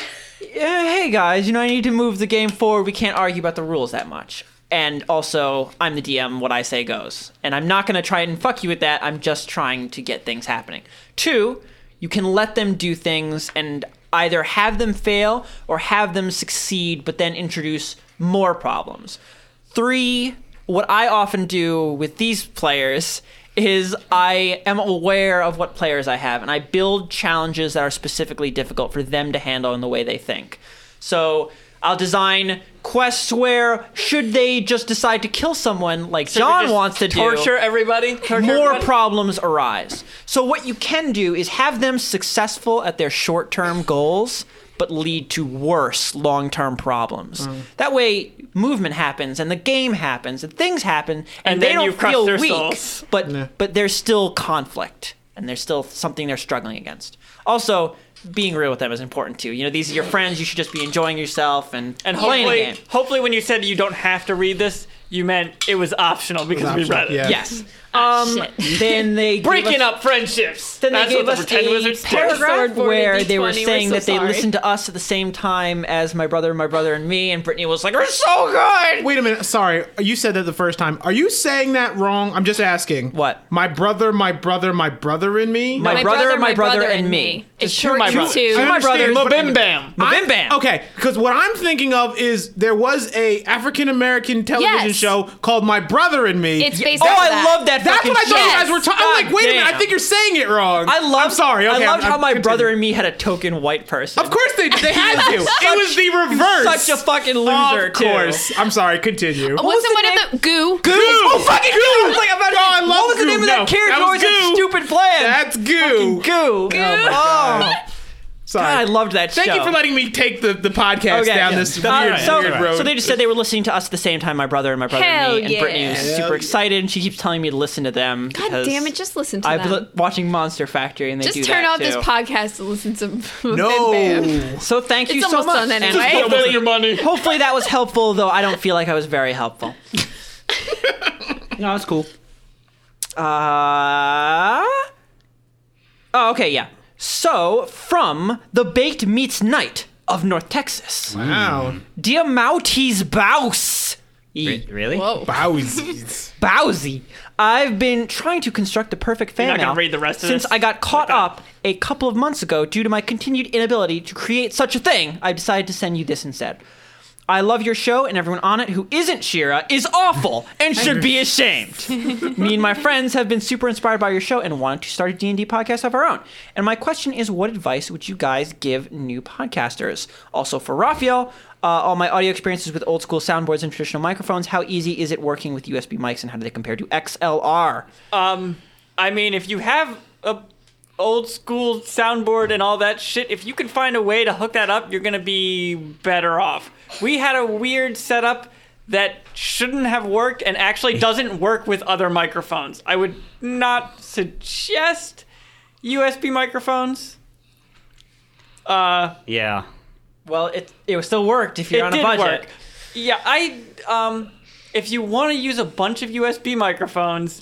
[SPEAKER 1] "Yeah, "Hey guys, you know I need to move the game forward. We can't argue about the rules that much." And also, I'm the DM. What I say goes. And I'm not gonna try and fuck you with that. I'm just trying to get things happening. Two, you can let them do things and either have them fail or have them succeed, but then introduce more problems. Three, what I often do with these players is I am aware of what players I have and I build challenges that are specifically difficult for them to handle in the way they think. So I'll design quests where should they just decide to kill someone like John
[SPEAKER 4] Just
[SPEAKER 1] wants to
[SPEAKER 4] torture
[SPEAKER 1] do
[SPEAKER 4] everybody. Torture
[SPEAKER 1] more
[SPEAKER 4] everybody.
[SPEAKER 1] problems arise. So what you can do is have them successful at their short-term goals but lead to worse long-term problems.
[SPEAKER 4] Mm.
[SPEAKER 1] That way movement happens and the game happens and things happen and,
[SPEAKER 4] And
[SPEAKER 1] they
[SPEAKER 4] then
[SPEAKER 1] don't
[SPEAKER 4] you crush
[SPEAKER 1] feel
[SPEAKER 4] their
[SPEAKER 1] weak,
[SPEAKER 4] souls.
[SPEAKER 1] but but there's still conflict and there's still something they're struggling against. Also being real with them is important too. You know, these are your friends. You should just be enjoying yourself and,
[SPEAKER 4] And
[SPEAKER 1] playing the
[SPEAKER 4] hopefully,
[SPEAKER 1] game.
[SPEAKER 4] hopefully, when you said you don't have to read this, you meant it was optional because we read it.
[SPEAKER 5] Yeah.
[SPEAKER 1] Yes. Um, then they give
[SPEAKER 4] Ah, Breaking
[SPEAKER 1] us-
[SPEAKER 4] up friendships.
[SPEAKER 1] Then they
[SPEAKER 4] That's
[SPEAKER 1] gave
[SPEAKER 4] what
[SPEAKER 1] us
[SPEAKER 4] the pretend
[SPEAKER 1] a
[SPEAKER 4] wizards do.
[SPEAKER 1] paragraph
[SPEAKER 6] Sword boarded
[SPEAKER 1] where
[SPEAKER 6] each
[SPEAKER 1] they were
[SPEAKER 6] one, you were
[SPEAKER 1] saying
[SPEAKER 6] so
[SPEAKER 1] that they
[SPEAKER 6] sorry.
[SPEAKER 1] listened to us at the same time as my brother, my brother, and me, and Brittany was like, "We're so good."
[SPEAKER 5] Wait a minute. Sorry. You said that the first time. Are you saying that wrong? I'm just asking.
[SPEAKER 1] What?
[SPEAKER 5] My brother, my brother, my brother in me?
[SPEAKER 1] my brother, my brother, and me.
[SPEAKER 6] It
[SPEAKER 4] Two of my brothers.
[SPEAKER 6] shortens to
[SPEAKER 5] I
[SPEAKER 4] my brothers.
[SPEAKER 5] understand, but-
[SPEAKER 4] Bim Bam.
[SPEAKER 5] I'm-
[SPEAKER 4] Bim Bam.
[SPEAKER 5] Okay, because what I'm thinking of is there was a African American television
[SPEAKER 6] Yes.
[SPEAKER 5] show called My Brother and Me.
[SPEAKER 6] It's based
[SPEAKER 1] Oh,
[SPEAKER 6] on
[SPEAKER 1] I
[SPEAKER 6] that.
[SPEAKER 1] love that.
[SPEAKER 5] That's
[SPEAKER 1] fucking
[SPEAKER 5] what I thought
[SPEAKER 1] show.
[SPEAKER 5] you guys were talking. I'm like,
[SPEAKER 4] God
[SPEAKER 5] wait a minute, I
[SPEAKER 4] damn.
[SPEAKER 5] think you're saying it wrong.
[SPEAKER 1] I love.
[SPEAKER 5] I'm sorry. Okay,
[SPEAKER 1] I loved
[SPEAKER 5] I'm-
[SPEAKER 1] how
[SPEAKER 5] I'm
[SPEAKER 1] my
[SPEAKER 5] continuing.
[SPEAKER 1] brother and me had a token white person.
[SPEAKER 5] Of course they they had to. it was the reverse.
[SPEAKER 1] such a fucking loser,
[SPEAKER 5] Of
[SPEAKER 1] too.
[SPEAKER 5] course. I'm sorry. Continue.
[SPEAKER 6] Wasn't one of the goo?
[SPEAKER 5] Goo.
[SPEAKER 1] Oh fucking goo! I was like, I'm about to
[SPEAKER 5] Oh,
[SPEAKER 1] say,
[SPEAKER 5] I love
[SPEAKER 1] what was the
[SPEAKER 5] Goo.
[SPEAKER 1] name of
[SPEAKER 5] No,
[SPEAKER 1] that character?
[SPEAKER 5] that
[SPEAKER 1] who always
[SPEAKER 5] was
[SPEAKER 1] had
[SPEAKER 5] Goo.
[SPEAKER 1] stupid plan.
[SPEAKER 5] That's goo.
[SPEAKER 1] Fucking goo.
[SPEAKER 5] my God.
[SPEAKER 1] Oh,
[SPEAKER 5] Sorry.
[SPEAKER 1] I loved that
[SPEAKER 5] Thank
[SPEAKER 1] show.
[SPEAKER 5] you for letting me take the, the podcast
[SPEAKER 1] Okay,
[SPEAKER 5] down
[SPEAKER 1] yeah.
[SPEAKER 5] this
[SPEAKER 1] Uh,
[SPEAKER 5] weird,
[SPEAKER 1] so,
[SPEAKER 5] weird road.
[SPEAKER 1] so they just said they were listening to us at the same time. My brother and my brother
[SPEAKER 6] Hell
[SPEAKER 1] and me. And
[SPEAKER 6] yeah.
[SPEAKER 1] Brittany was
[SPEAKER 5] Hell
[SPEAKER 1] super
[SPEAKER 5] yeah.
[SPEAKER 1] excited, and she keeps telling me to listen to them.
[SPEAKER 6] God damn it! Just listen to
[SPEAKER 1] I've
[SPEAKER 6] them.
[SPEAKER 1] been watching Monster Factory, and they
[SPEAKER 6] just
[SPEAKER 1] do
[SPEAKER 6] turn
[SPEAKER 1] that
[SPEAKER 6] off
[SPEAKER 1] too.
[SPEAKER 6] this podcast and listen to
[SPEAKER 5] no.
[SPEAKER 6] Bam Bam.
[SPEAKER 1] So thank you
[SPEAKER 6] It's
[SPEAKER 1] so
[SPEAKER 6] almost
[SPEAKER 1] much.
[SPEAKER 6] done
[SPEAKER 1] And
[SPEAKER 6] anyway. It's
[SPEAKER 1] hopefully-
[SPEAKER 4] your money.
[SPEAKER 1] Hopefully that was helpful, though I don't feel like I was very helpful.
[SPEAKER 2] No, that's cool.
[SPEAKER 1] Uh. Oh, okay, yeah. So, from the Baked Meats Night of North Texas,
[SPEAKER 5] Oh, Wow.
[SPEAKER 1] dear Mautis Baus.
[SPEAKER 2] Really?
[SPEAKER 1] Oh.
[SPEAKER 5] Bowsies.
[SPEAKER 1] Bowsy. I've been trying to construct the perfect fan
[SPEAKER 4] not gonna
[SPEAKER 1] mail
[SPEAKER 4] read the rest of
[SPEAKER 1] since
[SPEAKER 4] this?
[SPEAKER 1] I got caught up a couple of months ago due to my continued inability to create such a thing. I decided to send you this instead. I love your show, and everyone on it who isn't Shira is awful and should be ashamed. Me and my friends have been super inspired by your show and wanted to start a D&D podcast of our own. And my question is, what advice would you guys give new podcasters? Also for Raphael, uh, all my audio experiences with old school soundboards and traditional microphones, how easy is it working with USB mics and how do they compare to XLR?
[SPEAKER 4] Um, I mean, if you have a old school soundboard and all that shit, if you can find a way to hook that up, you're gonna be better off. We had a weird setup that shouldn't have worked and actually doesn't work with other microphones. I would not suggest USB microphones. Uh,
[SPEAKER 2] Yeah.
[SPEAKER 1] Well, it, it still worked if you're
[SPEAKER 4] it
[SPEAKER 1] on a
[SPEAKER 4] did
[SPEAKER 1] budget.
[SPEAKER 4] work. Yeah, I um, if you want to use a bunch of USB microphones,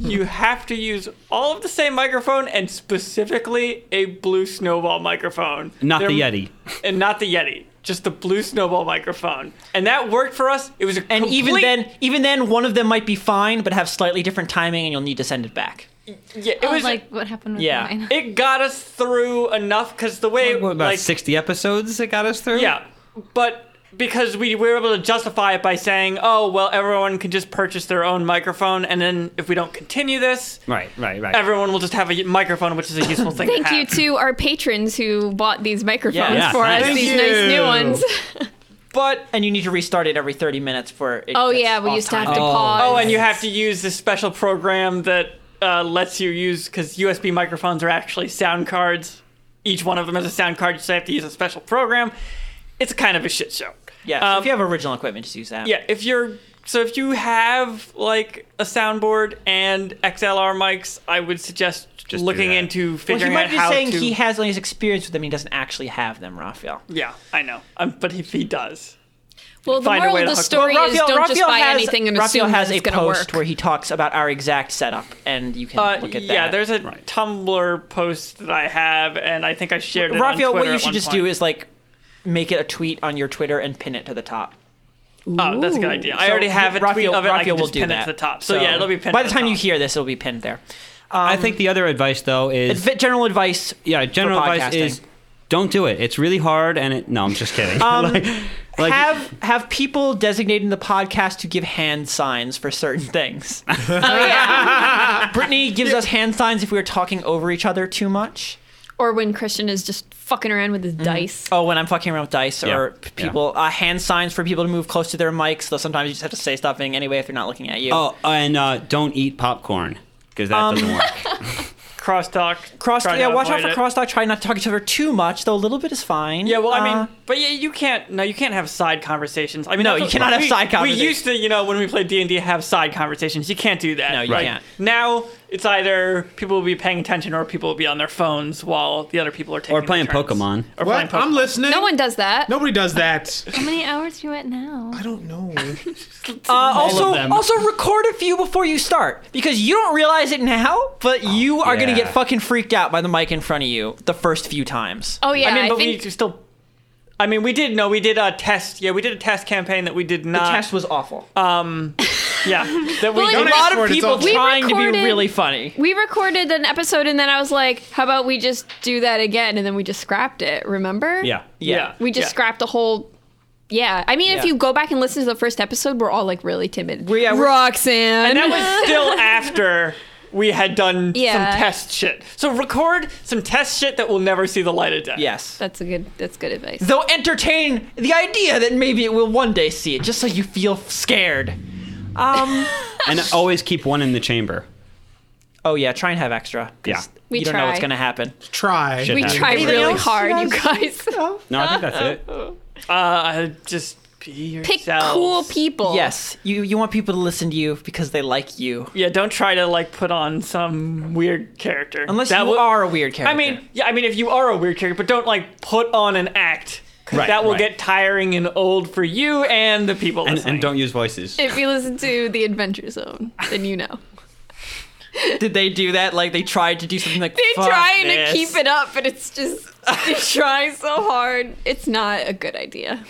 [SPEAKER 4] you have to use all of the same microphone and specifically a blue snowball microphone.
[SPEAKER 2] Not the
[SPEAKER 4] They're-
[SPEAKER 2] Yeti.
[SPEAKER 4] and not the Yeti, just the blue snowball microphone, and that worked for us. It was a
[SPEAKER 1] And even
[SPEAKER 4] complete-
[SPEAKER 1] then, even then, one of them might be fine, but have slightly different timing, and you'll need to send it back.
[SPEAKER 4] yeah, it
[SPEAKER 3] Oh,
[SPEAKER 4] was
[SPEAKER 3] like what happened with
[SPEAKER 1] Yeah.
[SPEAKER 3] mine.
[SPEAKER 4] it got us through enough because the way
[SPEAKER 2] What about
[SPEAKER 4] like,
[SPEAKER 2] 60 episodes it got us through?
[SPEAKER 4] Yeah, but because we were able to justify it by saying, "Oh, well, everyone can just purchase their own microphone, and then if we don't continue this,
[SPEAKER 2] Right, right, right.
[SPEAKER 4] everyone will just have a microphone, which is a useful thing."
[SPEAKER 6] Thank
[SPEAKER 4] to
[SPEAKER 6] you
[SPEAKER 4] have.
[SPEAKER 6] to our patrons who bought these microphones
[SPEAKER 2] Yeah,
[SPEAKER 6] for us.
[SPEAKER 2] thanks.
[SPEAKER 6] These
[SPEAKER 5] Thank
[SPEAKER 6] nice
[SPEAKER 5] you.
[SPEAKER 6] new ones.
[SPEAKER 4] But
[SPEAKER 1] And you need to restart it every 30 minutes for it.
[SPEAKER 6] Oh
[SPEAKER 1] gets
[SPEAKER 6] yeah, we
[SPEAKER 1] off
[SPEAKER 6] used to have
[SPEAKER 1] timing.
[SPEAKER 6] to pause.
[SPEAKER 4] oh, and you have to use this special program that uh, lets you use because USB microphones are actually sound cards. Each one of them has a sound card, so you have to use a special program. It's kind of a shit show.
[SPEAKER 1] Yeah, so
[SPEAKER 4] Um,
[SPEAKER 1] if you have original equipment, just use that.
[SPEAKER 4] Yeah, if you're so if you have like a soundboard and XLR mics, I would suggest
[SPEAKER 2] Just do
[SPEAKER 4] looking
[SPEAKER 2] that.
[SPEAKER 4] into
[SPEAKER 1] Well, he
[SPEAKER 4] figuring
[SPEAKER 1] might
[SPEAKER 4] out
[SPEAKER 1] be
[SPEAKER 4] how
[SPEAKER 1] saying
[SPEAKER 4] to.
[SPEAKER 1] he has only his experience with them. He doesn't actually have them, Raphael.
[SPEAKER 4] yeah, I know. Um, but if he does,
[SPEAKER 1] Oh,
[SPEAKER 6] well, the
[SPEAKER 4] find a
[SPEAKER 6] moral
[SPEAKER 4] way
[SPEAKER 6] of
[SPEAKER 4] to
[SPEAKER 6] the
[SPEAKER 4] hook-
[SPEAKER 6] story
[SPEAKER 1] Well,
[SPEAKER 6] is don't just buy
[SPEAKER 1] has-
[SPEAKER 6] anything and
[SPEAKER 1] Raphael
[SPEAKER 6] assume
[SPEAKER 1] has
[SPEAKER 6] that
[SPEAKER 1] a
[SPEAKER 6] it's going to
[SPEAKER 1] post
[SPEAKER 6] work.
[SPEAKER 1] where he talks about our exact setup, and you can
[SPEAKER 4] uh,
[SPEAKER 1] look at that.
[SPEAKER 4] yeah, there's a
[SPEAKER 2] Right.
[SPEAKER 4] Tumblr post that I have, and I think I shared it.
[SPEAKER 1] Raphael.
[SPEAKER 4] on
[SPEAKER 1] What
[SPEAKER 4] Twitter
[SPEAKER 1] you
[SPEAKER 4] at
[SPEAKER 1] should
[SPEAKER 4] one
[SPEAKER 1] just
[SPEAKER 4] point.
[SPEAKER 1] do is like make it a tweet on your Twitter and pin it to the top.
[SPEAKER 4] Oh, that's a good idea. I
[SPEAKER 1] So
[SPEAKER 4] already have a tweet
[SPEAKER 1] Raphael-
[SPEAKER 4] of it. I
[SPEAKER 1] Raphael
[SPEAKER 4] can
[SPEAKER 1] will
[SPEAKER 4] just
[SPEAKER 1] do
[SPEAKER 4] pin
[SPEAKER 1] that.
[SPEAKER 4] it to the top. So, yeah, it'll be pinned.
[SPEAKER 1] By
[SPEAKER 4] to
[SPEAKER 1] the time
[SPEAKER 4] top.
[SPEAKER 1] you hear this, it'll be pinned there.
[SPEAKER 2] I think the other advice, though, is.
[SPEAKER 1] Adv- General advice.
[SPEAKER 2] yeah, general
[SPEAKER 1] for
[SPEAKER 2] advice is
[SPEAKER 1] podcasting.
[SPEAKER 2] don't do it. It's really hard and it. No, I'm just kidding. like, like,
[SPEAKER 1] have have people designated in the podcast to give hand signs for certain things.
[SPEAKER 4] Oh,
[SPEAKER 1] Brittany gives us hand signs if we were talking over each other too much.
[SPEAKER 6] or when Christian is just fucking around with his dice.
[SPEAKER 1] Oh, when I'm fucking around with dice
[SPEAKER 2] Yeah.
[SPEAKER 1] or p- people, uh, hand signs for people to move close to their mics. Though sometimes you just have to say something anyway if they're not looking at you.
[SPEAKER 2] Oh, and uh, don't eat popcorn because that doesn't work.
[SPEAKER 4] crosstalk,
[SPEAKER 1] cross.
[SPEAKER 4] try to
[SPEAKER 1] Yeah, watch out for
[SPEAKER 4] avoid it.
[SPEAKER 1] crosstalk. Try not to talk to each other too much, though a little bit is fine.
[SPEAKER 4] Yeah, well, I
[SPEAKER 1] Uh,
[SPEAKER 4] mean, but yeah, you can't. No, you can't have side conversations. I mean,
[SPEAKER 1] No,
[SPEAKER 4] that's
[SPEAKER 1] you
[SPEAKER 4] what-
[SPEAKER 1] cannot have
[SPEAKER 4] we-
[SPEAKER 1] side
[SPEAKER 4] We
[SPEAKER 1] conversations.
[SPEAKER 4] used to, you know, when we played D and D, have side conversations. You can't do that.
[SPEAKER 1] No, you
[SPEAKER 4] Like,
[SPEAKER 1] can't.
[SPEAKER 4] Now it's either people will be paying attention, or people will be on their phones while the other people are taking
[SPEAKER 2] or playing
[SPEAKER 4] their turns.
[SPEAKER 2] Pokemon.
[SPEAKER 4] Or playing
[SPEAKER 5] What?
[SPEAKER 4] Pokemon.
[SPEAKER 5] I'm listening.
[SPEAKER 6] No one does that.
[SPEAKER 5] Nobody does that.
[SPEAKER 3] How many hours are you at now?
[SPEAKER 5] I don't know.
[SPEAKER 1] Uh, also,
[SPEAKER 2] them.
[SPEAKER 1] also record a few before you start because you don't realize it now, but you are gonna
[SPEAKER 2] yeah.
[SPEAKER 1] get fucking freaked out by the mic in front of you the first few times.
[SPEAKER 6] Oh yeah,
[SPEAKER 4] I mean, but
[SPEAKER 6] think
[SPEAKER 4] we still. I
[SPEAKER 1] Uh,
[SPEAKER 4] mean, we did. No, we did a test. Yeah, we did a test campaign that we did
[SPEAKER 1] the
[SPEAKER 4] not.
[SPEAKER 1] test was awful.
[SPEAKER 4] Um,
[SPEAKER 1] Yeah, that we
[SPEAKER 6] Well,
[SPEAKER 1] a
[SPEAKER 6] we
[SPEAKER 1] lot of
[SPEAKER 5] recorded-
[SPEAKER 1] people
[SPEAKER 5] we
[SPEAKER 1] trying to be
[SPEAKER 6] recorded-
[SPEAKER 1] really funny.
[SPEAKER 6] We recorded an episode and then I was like, how about we just do that again? And then we just scrapped it, remember?
[SPEAKER 2] Yeah.
[SPEAKER 1] Yeah,
[SPEAKER 6] We just
[SPEAKER 1] yeah.
[SPEAKER 6] scrapped the whole. Yeah. I mean, if
[SPEAKER 1] Yeah.
[SPEAKER 6] you go back and listen to the first episode, we're all like really timid.
[SPEAKER 1] We- yeah, we're-
[SPEAKER 6] Roxanne.
[SPEAKER 4] And that was still after we had done
[SPEAKER 6] Yeah.
[SPEAKER 4] some test shit. So record some test shit that will never see the light of day.
[SPEAKER 1] Yes.
[SPEAKER 6] That's a good. That's good advice.
[SPEAKER 1] Though entertain the idea that maybe it will one day see it, just so you feel scared. Um.
[SPEAKER 2] And always keep one in the chamber.
[SPEAKER 1] oh yeah, try and have extra. 'cause
[SPEAKER 2] Yeah.
[SPEAKER 6] We
[SPEAKER 1] you don't know what's
[SPEAKER 6] try.
[SPEAKER 1] gonna happen.
[SPEAKER 5] Try.
[SPEAKER 2] Shit
[SPEAKER 6] we
[SPEAKER 2] happens.
[SPEAKER 6] try
[SPEAKER 1] Anything
[SPEAKER 6] really
[SPEAKER 1] else
[SPEAKER 6] hard,
[SPEAKER 1] you
[SPEAKER 6] you guys.
[SPEAKER 2] No, I think that's it.
[SPEAKER 4] Uh, just be
[SPEAKER 6] Pick
[SPEAKER 4] yourself.
[SPEAKER 6] cool people.
[SPEAKER 1] Yes, you you want people to listen to you because they like you,
[SPEAKER 4] Yeah, don't try to like put on some weird character.
[SPEAKER 1] unless
[SPEAKER 4] that
[SPEAKER 1] you
[SPEAKER 4] will-
[SPEAKER 1] are a weird character.
[SPEAKER 4] I mean, yeah, I mean, if you are a weird character, but don't like put on an act. 'cause
[SPEAKER 2] Right,
[SPEAKER 4] that will
[SPEAKER 2] right.
[SPEAKER 4] get tiring and old for you and the people
[SPEAKER 2] And,
[SPEAKER 4] listening.
[SPEAKER 2] and don't use voices.
[SPEAKER 6] If you listen to the Adventure Zone, then you know.
[SPEAKER 1] did they do that? Like they tried to do something like
[SPEAKER 6] They're
[SPEAKER 1] "Fuck
[SPEAKER 6] trying
[SPEAKER 1] this."
[SPEAKER 6] to keep it up, but it's just they try so hard. It's not a good idea.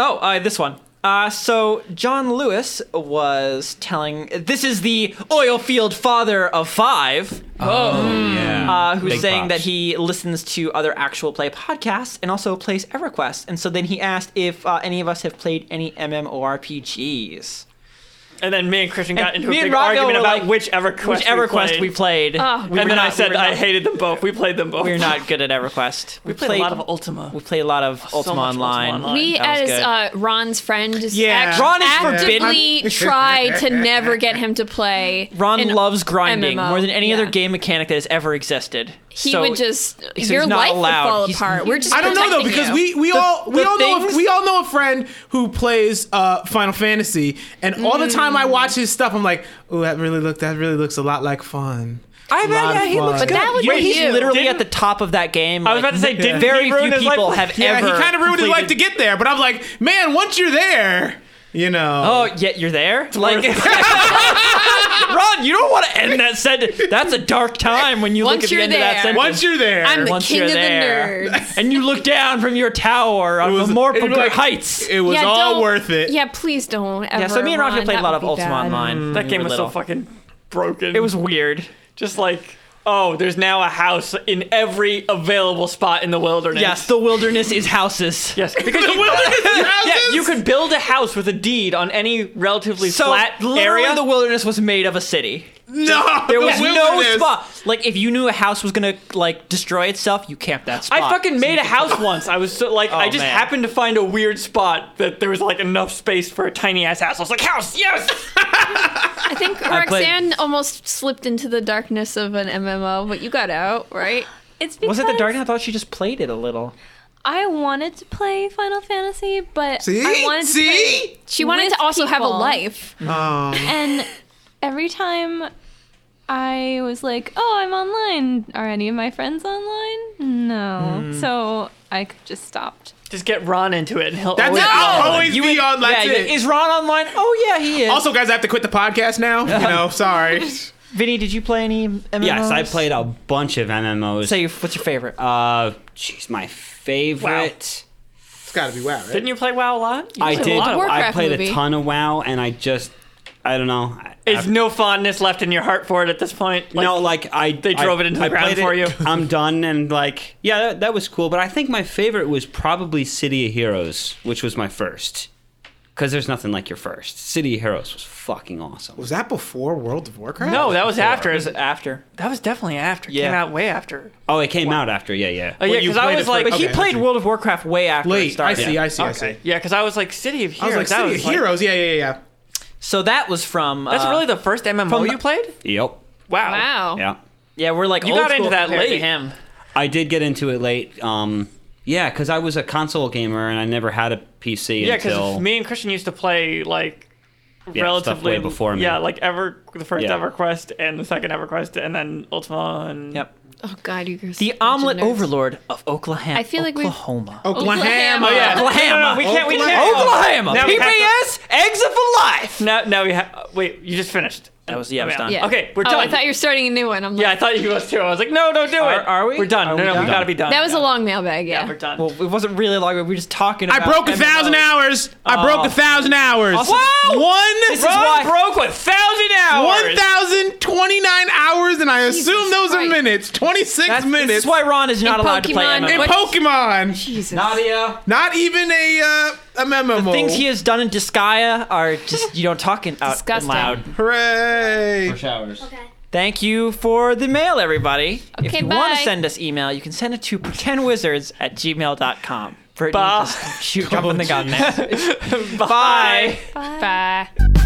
[SPEAKER 1] Oh, uh, this one. Uh, so John Lewis was telling. This is the oil field father of five,
[SPEAKER 2] yeah.
[SPEAKER 1] uh, who's
[SPEAKER 2] Big
[SPEAKER 1] saying that
[SPEAKER 2] props.
[SPEAKER 1] he listens to other actual play podcasts and also plays EverQuest. And so then he asked if uh, any of us have played any MMORPGs.
[SPEAKER 4] And then me and Christian got into a
[SPEAKER 1] me and
[SPEAKER 4] big
[SPEAKER 1] Rocco
[SPEAKER 4] argument
[SPEAKER 1] were
[SPEAKER 4] about
[SPEAKER 1] like-
[SPEAKER 4] which EverQuest
[SPEAKER 1] Which EverQuest we played.
[SPEAKER 6] Oh,
[SPEAKER 1] we
[SPEAKER 4] and
[SPEAKER 1] were
[SPEAKER 4] then I
[SPEAKER 1] not-
[SPEAKER 4] said
[SPEAKER 1] we were not-
[SPEAKER 4] I hated them both. We played them both.
[SPEAKER 1] We're not good at EverQuest.
[SPEAKER 4] We played, a lot of Ultima.
[SPEAKER 1] We played a lot of Ultima
[SPEAKER 4] much Ultima
[SPEAKER 1] Online.
[SPEAKER 4] Online.
[SPEAKER 6] We,
[SPEAKER 1] That was
[SPEAKER 6] as uh, Ron's friend, just
[SPEAKER 5] Yeah.
[SPEAKER 6] act-
[SPEAKER 1] Ron is
[SPEAKER 6] actively
[SPEAKER 5] forbidden.
[SPEAKER 6] try to never get him to play.
[SPEAKER 1] Ron
[SPEAKER 6] an
[SPEAKER 1] loves grinding
[SPEAKER 6] MMO.
[SPEAKER 1] more than any other
[SPEAKER 6] Yeah.
[SPEAKER 1] game mechanic that has ever existed.
[SPEAKER 6] He
[SPEAKER 1] So-
[SPEAKER 6] would just
[SPEAKER 1] he's
[SPEAKER 6] your
[SPEAKER 1] not
[SPEAKER 6] life
[SPEAKER 1] allowed.
[SPEAKER 6] would fall
[SPEAKER 1] He's-
[SPEAKER 6] apart. We're just
[SPEAKER 5] I don't know though
[SPEAKER 6] protecting
[SPEAKER 5] because
[SPEAKER 6] you.
[SPEAKER 5] we, we all we
[SPEAKER 1] the
[SPEAKER 5] all know
[SPEAKER 1] things-
[SPEAKER 5] a, we all know a friend who plays uh, Final Fantasy, and all the time
[SPEAKER 1] Mm.
[SPEAKER 5] I watch his stuff, I'm like, oh, that really look that really looks a lot like fun.
[SPEAKER 1] I bet
[SPEAKER 5] lot
[SPEAKER 1] yeah,
[SPEAKER 5] of
[SPEAKER 1] he looks
[SPEAKER 5] fun.
[SPEAKER 1] good.
[SPEAKER 5] But
[SPEAKER 6] that would
[SPEAKER 1] You know,
[SPEAKER 6] be
[SPEAKER 1] he's
[SPEAKER 6] you.
[SPEAKER 1] literally at
[SPEAKER 4] Didn't-
[SPEAKER 1] the top of that game.
[SPEAKER 4] I was about to say, didn't
[SPEAKER 1] very
[SPEAKER 4] he
[SPEAKER 1] few
[SPEAKER 4] ruin his life
[SPEAKER 1] people
[SPEAKER 4] with-
[SPEAKER 1] have
[SPEAKER 5] Yeah,
[SPEAKER 1] ever.
[SPEAKER 5] he kind of ruined his life to
[SPEAKER 1] completed-
[SPEAKER 5] get there, but I'm like, man, once you're there, you know.
[SPEAKER 1] Oh, yet you're there. Like, Ron, you don't want to end that sentence. That's a dark time when you
[SPEAKER 6] Once
[SPEAKER 1] look at the
[SPEAKER 6] you're
[SPEAKER 1] end of that
[SPEAKER 6] there.
[SPEAKER 1] sentence.
[SPEAKER 5] once you're there,
[SPEAKER 6] I'm the
[SPEAKER 1] Once
[SPEAKER 6] king
[SPEAKER 1] you're
[SPEAKER 6] of the
[SPEAKER 1] there.
[SPEAKER 6] nerds.
[SPEAKER 1] and you look down from your tower on
[SPEAKER 5] was- it'd
[SPEAKER 1] Morpurger
[SPEAKER 5] be like-
[SPEAKER 1] Heights.
[SPEAKER 5] it was
[SPEAKER 6] Yeah,
[SPEAKER 5] all
[SPEAKER 6] don't-
[SPEAKER 5] worth it.
[SPEAKER 6] Yeah, please don't ever.
[SPEAKER 1] yeah, so me and Rocky
[SPEAKER 6] Ron,
[SPEAKER 1] played a
[SPEAKER 6] that
[SPEAKER 1] lot
[SPEAKER 6] would
[SPEAKER 1] of
[SPEAKER 6] be
[SPEAKER 1] Ultima
[SPEAKER 6] bad.
[SPEAKER 1] Online. when
[SPEAKER 4] That
[SPEAKER 1] we
[SPEAKER 4] game
[SPEAKER 1] were
[SPEAKER 4] was
[SPEAKER 1] little.
[SPEAKER 4] so fucking broken.
[SPEAKER 1] It was weird.
[SPEAKER 4] just like, oh, there's now a house in every available spot in the wilderness.
[SPEAKER 1] Yes, the wilderness is houses.
[SPEAKER 4] Yes, because you, yeah, you could build a house with a deed on any relatively
[SPEAKER 1] So
[SPEAKER 4] flat
[SPEAKER 1] literally,
[SPEAKER 4] area.
[SPEAKER 1] the wilderness was made of a city.
[SPEAKER 5] no,
[SPEAKER 1] There was no spot. Like if you knew a house was gonna like destroy itself, you camped that spot.
[SPEAKER 4] I fucking made a house once. I was so like, I just
[SPEAKER 1] man.
[SPEAKER 4] happened to find a weird spot that there was like enough space for a tiny ass house. I was like, house, yes.
[SPEAKER 6] I think
[SPEAKER 1] played-
[SPEAKER 6] Roxanne almost slipped into the darkness of an MMO, but you got out, right?
[SPEAKER 3] It's
[SPEAKER 1] Was
[SPEAKER 3] because
[SPEAKER 1] it the dark? I thought she just played it a little.
[SPEAKER 3] I wanted to play Final Fantasy, but
[SPEAKER 5] See,
[SPEAKER 3] I wanted to play
[SPEAKER 5] see,
[SPEAKER 6] She wanted
[SPEAKER 3] With
[SPEAKER 6] to also have a
[SPEAKER 3] people.
[SPEAKER 6] life.
[SPEAKER 5] um,
[SPEAKER 3] And every time I was like, oh, I'm online. Are any of my friends online? No. So I c- just stopped.
[SPEAKER 4] just get Ron into it, and he'll
[SPEAKER 5] that's
[SPEAKER 4] always
[SPEAKER 5] it. I'll always be on. That's
[SPEAKER 1] yeah,
[SPEAKER 5] it.
[SPEAKER 1] is Ron online? Oh yeah, he is.
[SPEAKER 5] also, guys, I have to quit the podcast now. You know, sorry.
[SPEAKER 1] Vinny, did you play any MMOs?
[SPEAKER 2] Yes, I played a bunch of MMOs.
[SPEAKER 1] Say, what's your favorite?
[SPEAKER 2] uh, jeez, my favorite.
[SPEAKER 5] It's got to be wow, right?
[SPEAKER 4] Didn't you play WoW a lot? You
[SPEAKER 2] I
[SPEAKER 4] played a
[SPEAKER 2] did.
[SPEAKER 4] lot of WoW.
[SPEAKER 2] I
[SPEAKER 6] Warcraft
[SPEAKER 2] played
[SPEAKER 6] movie.
[SPEAKER 2] a ton of WoW, and I just, I don't know. I-
[SPEAKER 4] Is
[SPEAKER 2] I-
[SPEAKER 4] no fondness left in your heart for it at this point? Like,
[SPEAKER 2] no, like I, they
[SPEAKER 4] drove it into the ground for you?
[SPEAKER 2] I'm done, and like, yeah, that, that was cool. But I think my favorite was probably City of Heroes, which was my first, because there's nothing like your first. City of Heroes was fucking awesome.
[SPEAKER 5] Was that before World of Warcraft?
[SPEAKER 4] no, that was after.
[SPEAKER 1] Or is it after?
[SPEAKER 4] That was definitely after. It Came
[SPEAKER 1] Yeah.
[SPEAKER 4] out way after.
[SPEAKER 2] oh, it came out after, yeah, yeah.
[SPEAKER 4] Oh, yeah,
[SPEAKER 5] you
[SPEAKER 4] because I
[SPEAKER 5] played
[SPEAKER 4] was
[SPEAKER 5] it
[SPEAKER 4] like,
[SPEAKER 5] for-
[SPEAKER 1] But he
[SPEAKER 5] Okay,
[SPEAKER 1] played
[SPEAKER 5] okay.
[SPEAKER 1] World of Warcraft way after it
[SPEAKER 5] late. I
[SPEAKER 1] started.
[SPEAKER 5] see. I see. I see.
[SPEAKER 4] yeah, because I was like City of Heroes.
[SPEAKER 5] I was like,
[SPEAKER 4] that
[SPEAKER 5] City
[SPEAKER 4] was
[SPEAKER 5] of
[SPEAKER 4] like-
[SPEAKER 5] Heroes. Yeah, yeah, yeah.
[SPEAKER 1] So that was from.
[SPEAKER 4] That's
[SPEAKER 1] uh,
[SPEAKER 4] really the first MMO
[SPEAKER 1] From-
[SPEAKER 4] you played.
[SPEAKER 2] Yep.
[SPEAKER 4] Wow.
[SPEAKER 6] Wow.
[SPEAKER 2] Yeah.
[SPEAKER 1] Yeah, we're like
[SPEAKER 4] You
[SPEAKER 1] old
[SPEAKER 4] got
[SPEAKER 1] school
[SPEAKER 4] into that
[SPEAKER 1] compared to
[SPEAKER 4] late.
[SPEAKER 1] him.
[SPEAKER 2] I did get into it late. Um, yeah, because I was a console gamer and I never had a PC
[SPEAKER 4] Yeah,
[SPEAKER 2] until
[SPEAKER 4] because me and Christian used to play like
[SPEAKER 2] yeah,
[SPEAKER 4] relatively
[SPEAKER 2] stuff way before me.
[SPEAKER 4] Yeah, like ever the first
[SPEAKER 2] Yeah.
[SPEAKER 4] ever quest and the second ever quest and then Ultima and
[SPEAKER 1] Yep.
[SPEAKER 6] Oh God, you guys.
[SPEAKER 1] The Omelet Overlord of Oklahoma.
[SPEAKER 6] I feel like we've-
[SPEAKER 1] Oklahoma.
[SPEAKER 5] Oklahoma.
[SPEAKER 6] Oh, yeah.
[SPEAKER 1] Oklahoma.
[SPEAKER 4] No, no, no, we can't. We
[SPEAKER 5] Oklahoma.
[SPEAKER 4] can't.
[SPEAKER 1] Oklahoma.
[SPEAKER 4] Now we have
[SPEAKER 1] PBS. Exit for life.
[SPEAKER 4] Now, now we have. Wait, you just finished.
[SPEAKER 1] That was yeah, I was done.
[SPEAKER 6] Yeah.
[SPEAKER 4] Okay, we're
[SPEAKER 6] Oh,
[SPEAKER 4] done.
[SPEAKER 6] I thought you were starting a new one. I'm like,
[SPEAKER 4] yeah, I thought you was too. I was like, no, don't do
[SPEAKER 1] Are-
[SPEAKER 4] it.
[SPEAKER 1] are we?
[SPEAKER 4] We're done.
[SPEAKER 1] Are
[SPEAKER 4] no,
[SPEAKER 1] we
[SPEAKER 4] no,
[SPEAKER 1] done?
[SPEAKER 4] we gotta be done.
[SPEAKER 6] that was
[SPEAKER 4] yeah.
[SPEAKER 6] a long mailbag. Yeah.
[SPEAKER 4] Yeah, we're done.
[SPEAKER 1] Well, it wasn't really long. We were just talking. About
[SPEAKER 5] I broke a thousand
[SPEAKER 1] MMOs.
[SPEAKER 5] hours. I
[SPEAKER 1] Oh.
[SPEAKER 5] broke a thousand hours.
[SPEAKER 1] Also-
[SPEAKER 5] Whoa! One.
[SPEAKER 1] This is why-
[SPEAKER 4] broke with thousand hours.
[SPEAKER 5] 1,029 hours, and I
[SPEAKER 6] Jesus
[SPEAKER 5] assume those are
[SPEAKER 6] Christ.
[SPEAKER 5] minutes. 26
[SPEAKER 1] That's,
[SPEAKER 5] minutes.
[SPEAKER 1] This is why Ron is not
[SPEAKER 6] In
[SPEAKER 1] allowed
[SPEAKER 6] Pokemon,
[SPEAKER 1] to play
[SPEAKER 5] in
[SPEAKER 1] MMOs.
[SPEAKER 6] what-
[SPEAKER 5] Pokemon.
[SPEAKER 6] Jesus.
[SPEAKER 1] Nadia,
[SPEAKER 5] Not even a uh, a MMO.
[SPEAKER 1] things he has done in Disgaea are just you don't talk in, out and
[SPEAKER 6] Disgusting.
[SPEAKER 1] loud.
[SPEAKER 5] Hooray!
[SPEAKER 2] showers.
[SPEAKER 1] Thank you for the mail, everybody. if
[SPEAKER 6] Okay,
[SPEAKER 1] you want to
[SPEAKER 6] bye.
[SPEAKER 1] send us email, you can send it to pretendwizards at gmail.com. Brittany,
[SPEAKER 4] Bye.
[SPEAKER 1] just shoot, jump on the gun there. Bye.
[SPEAKER 6] Bye.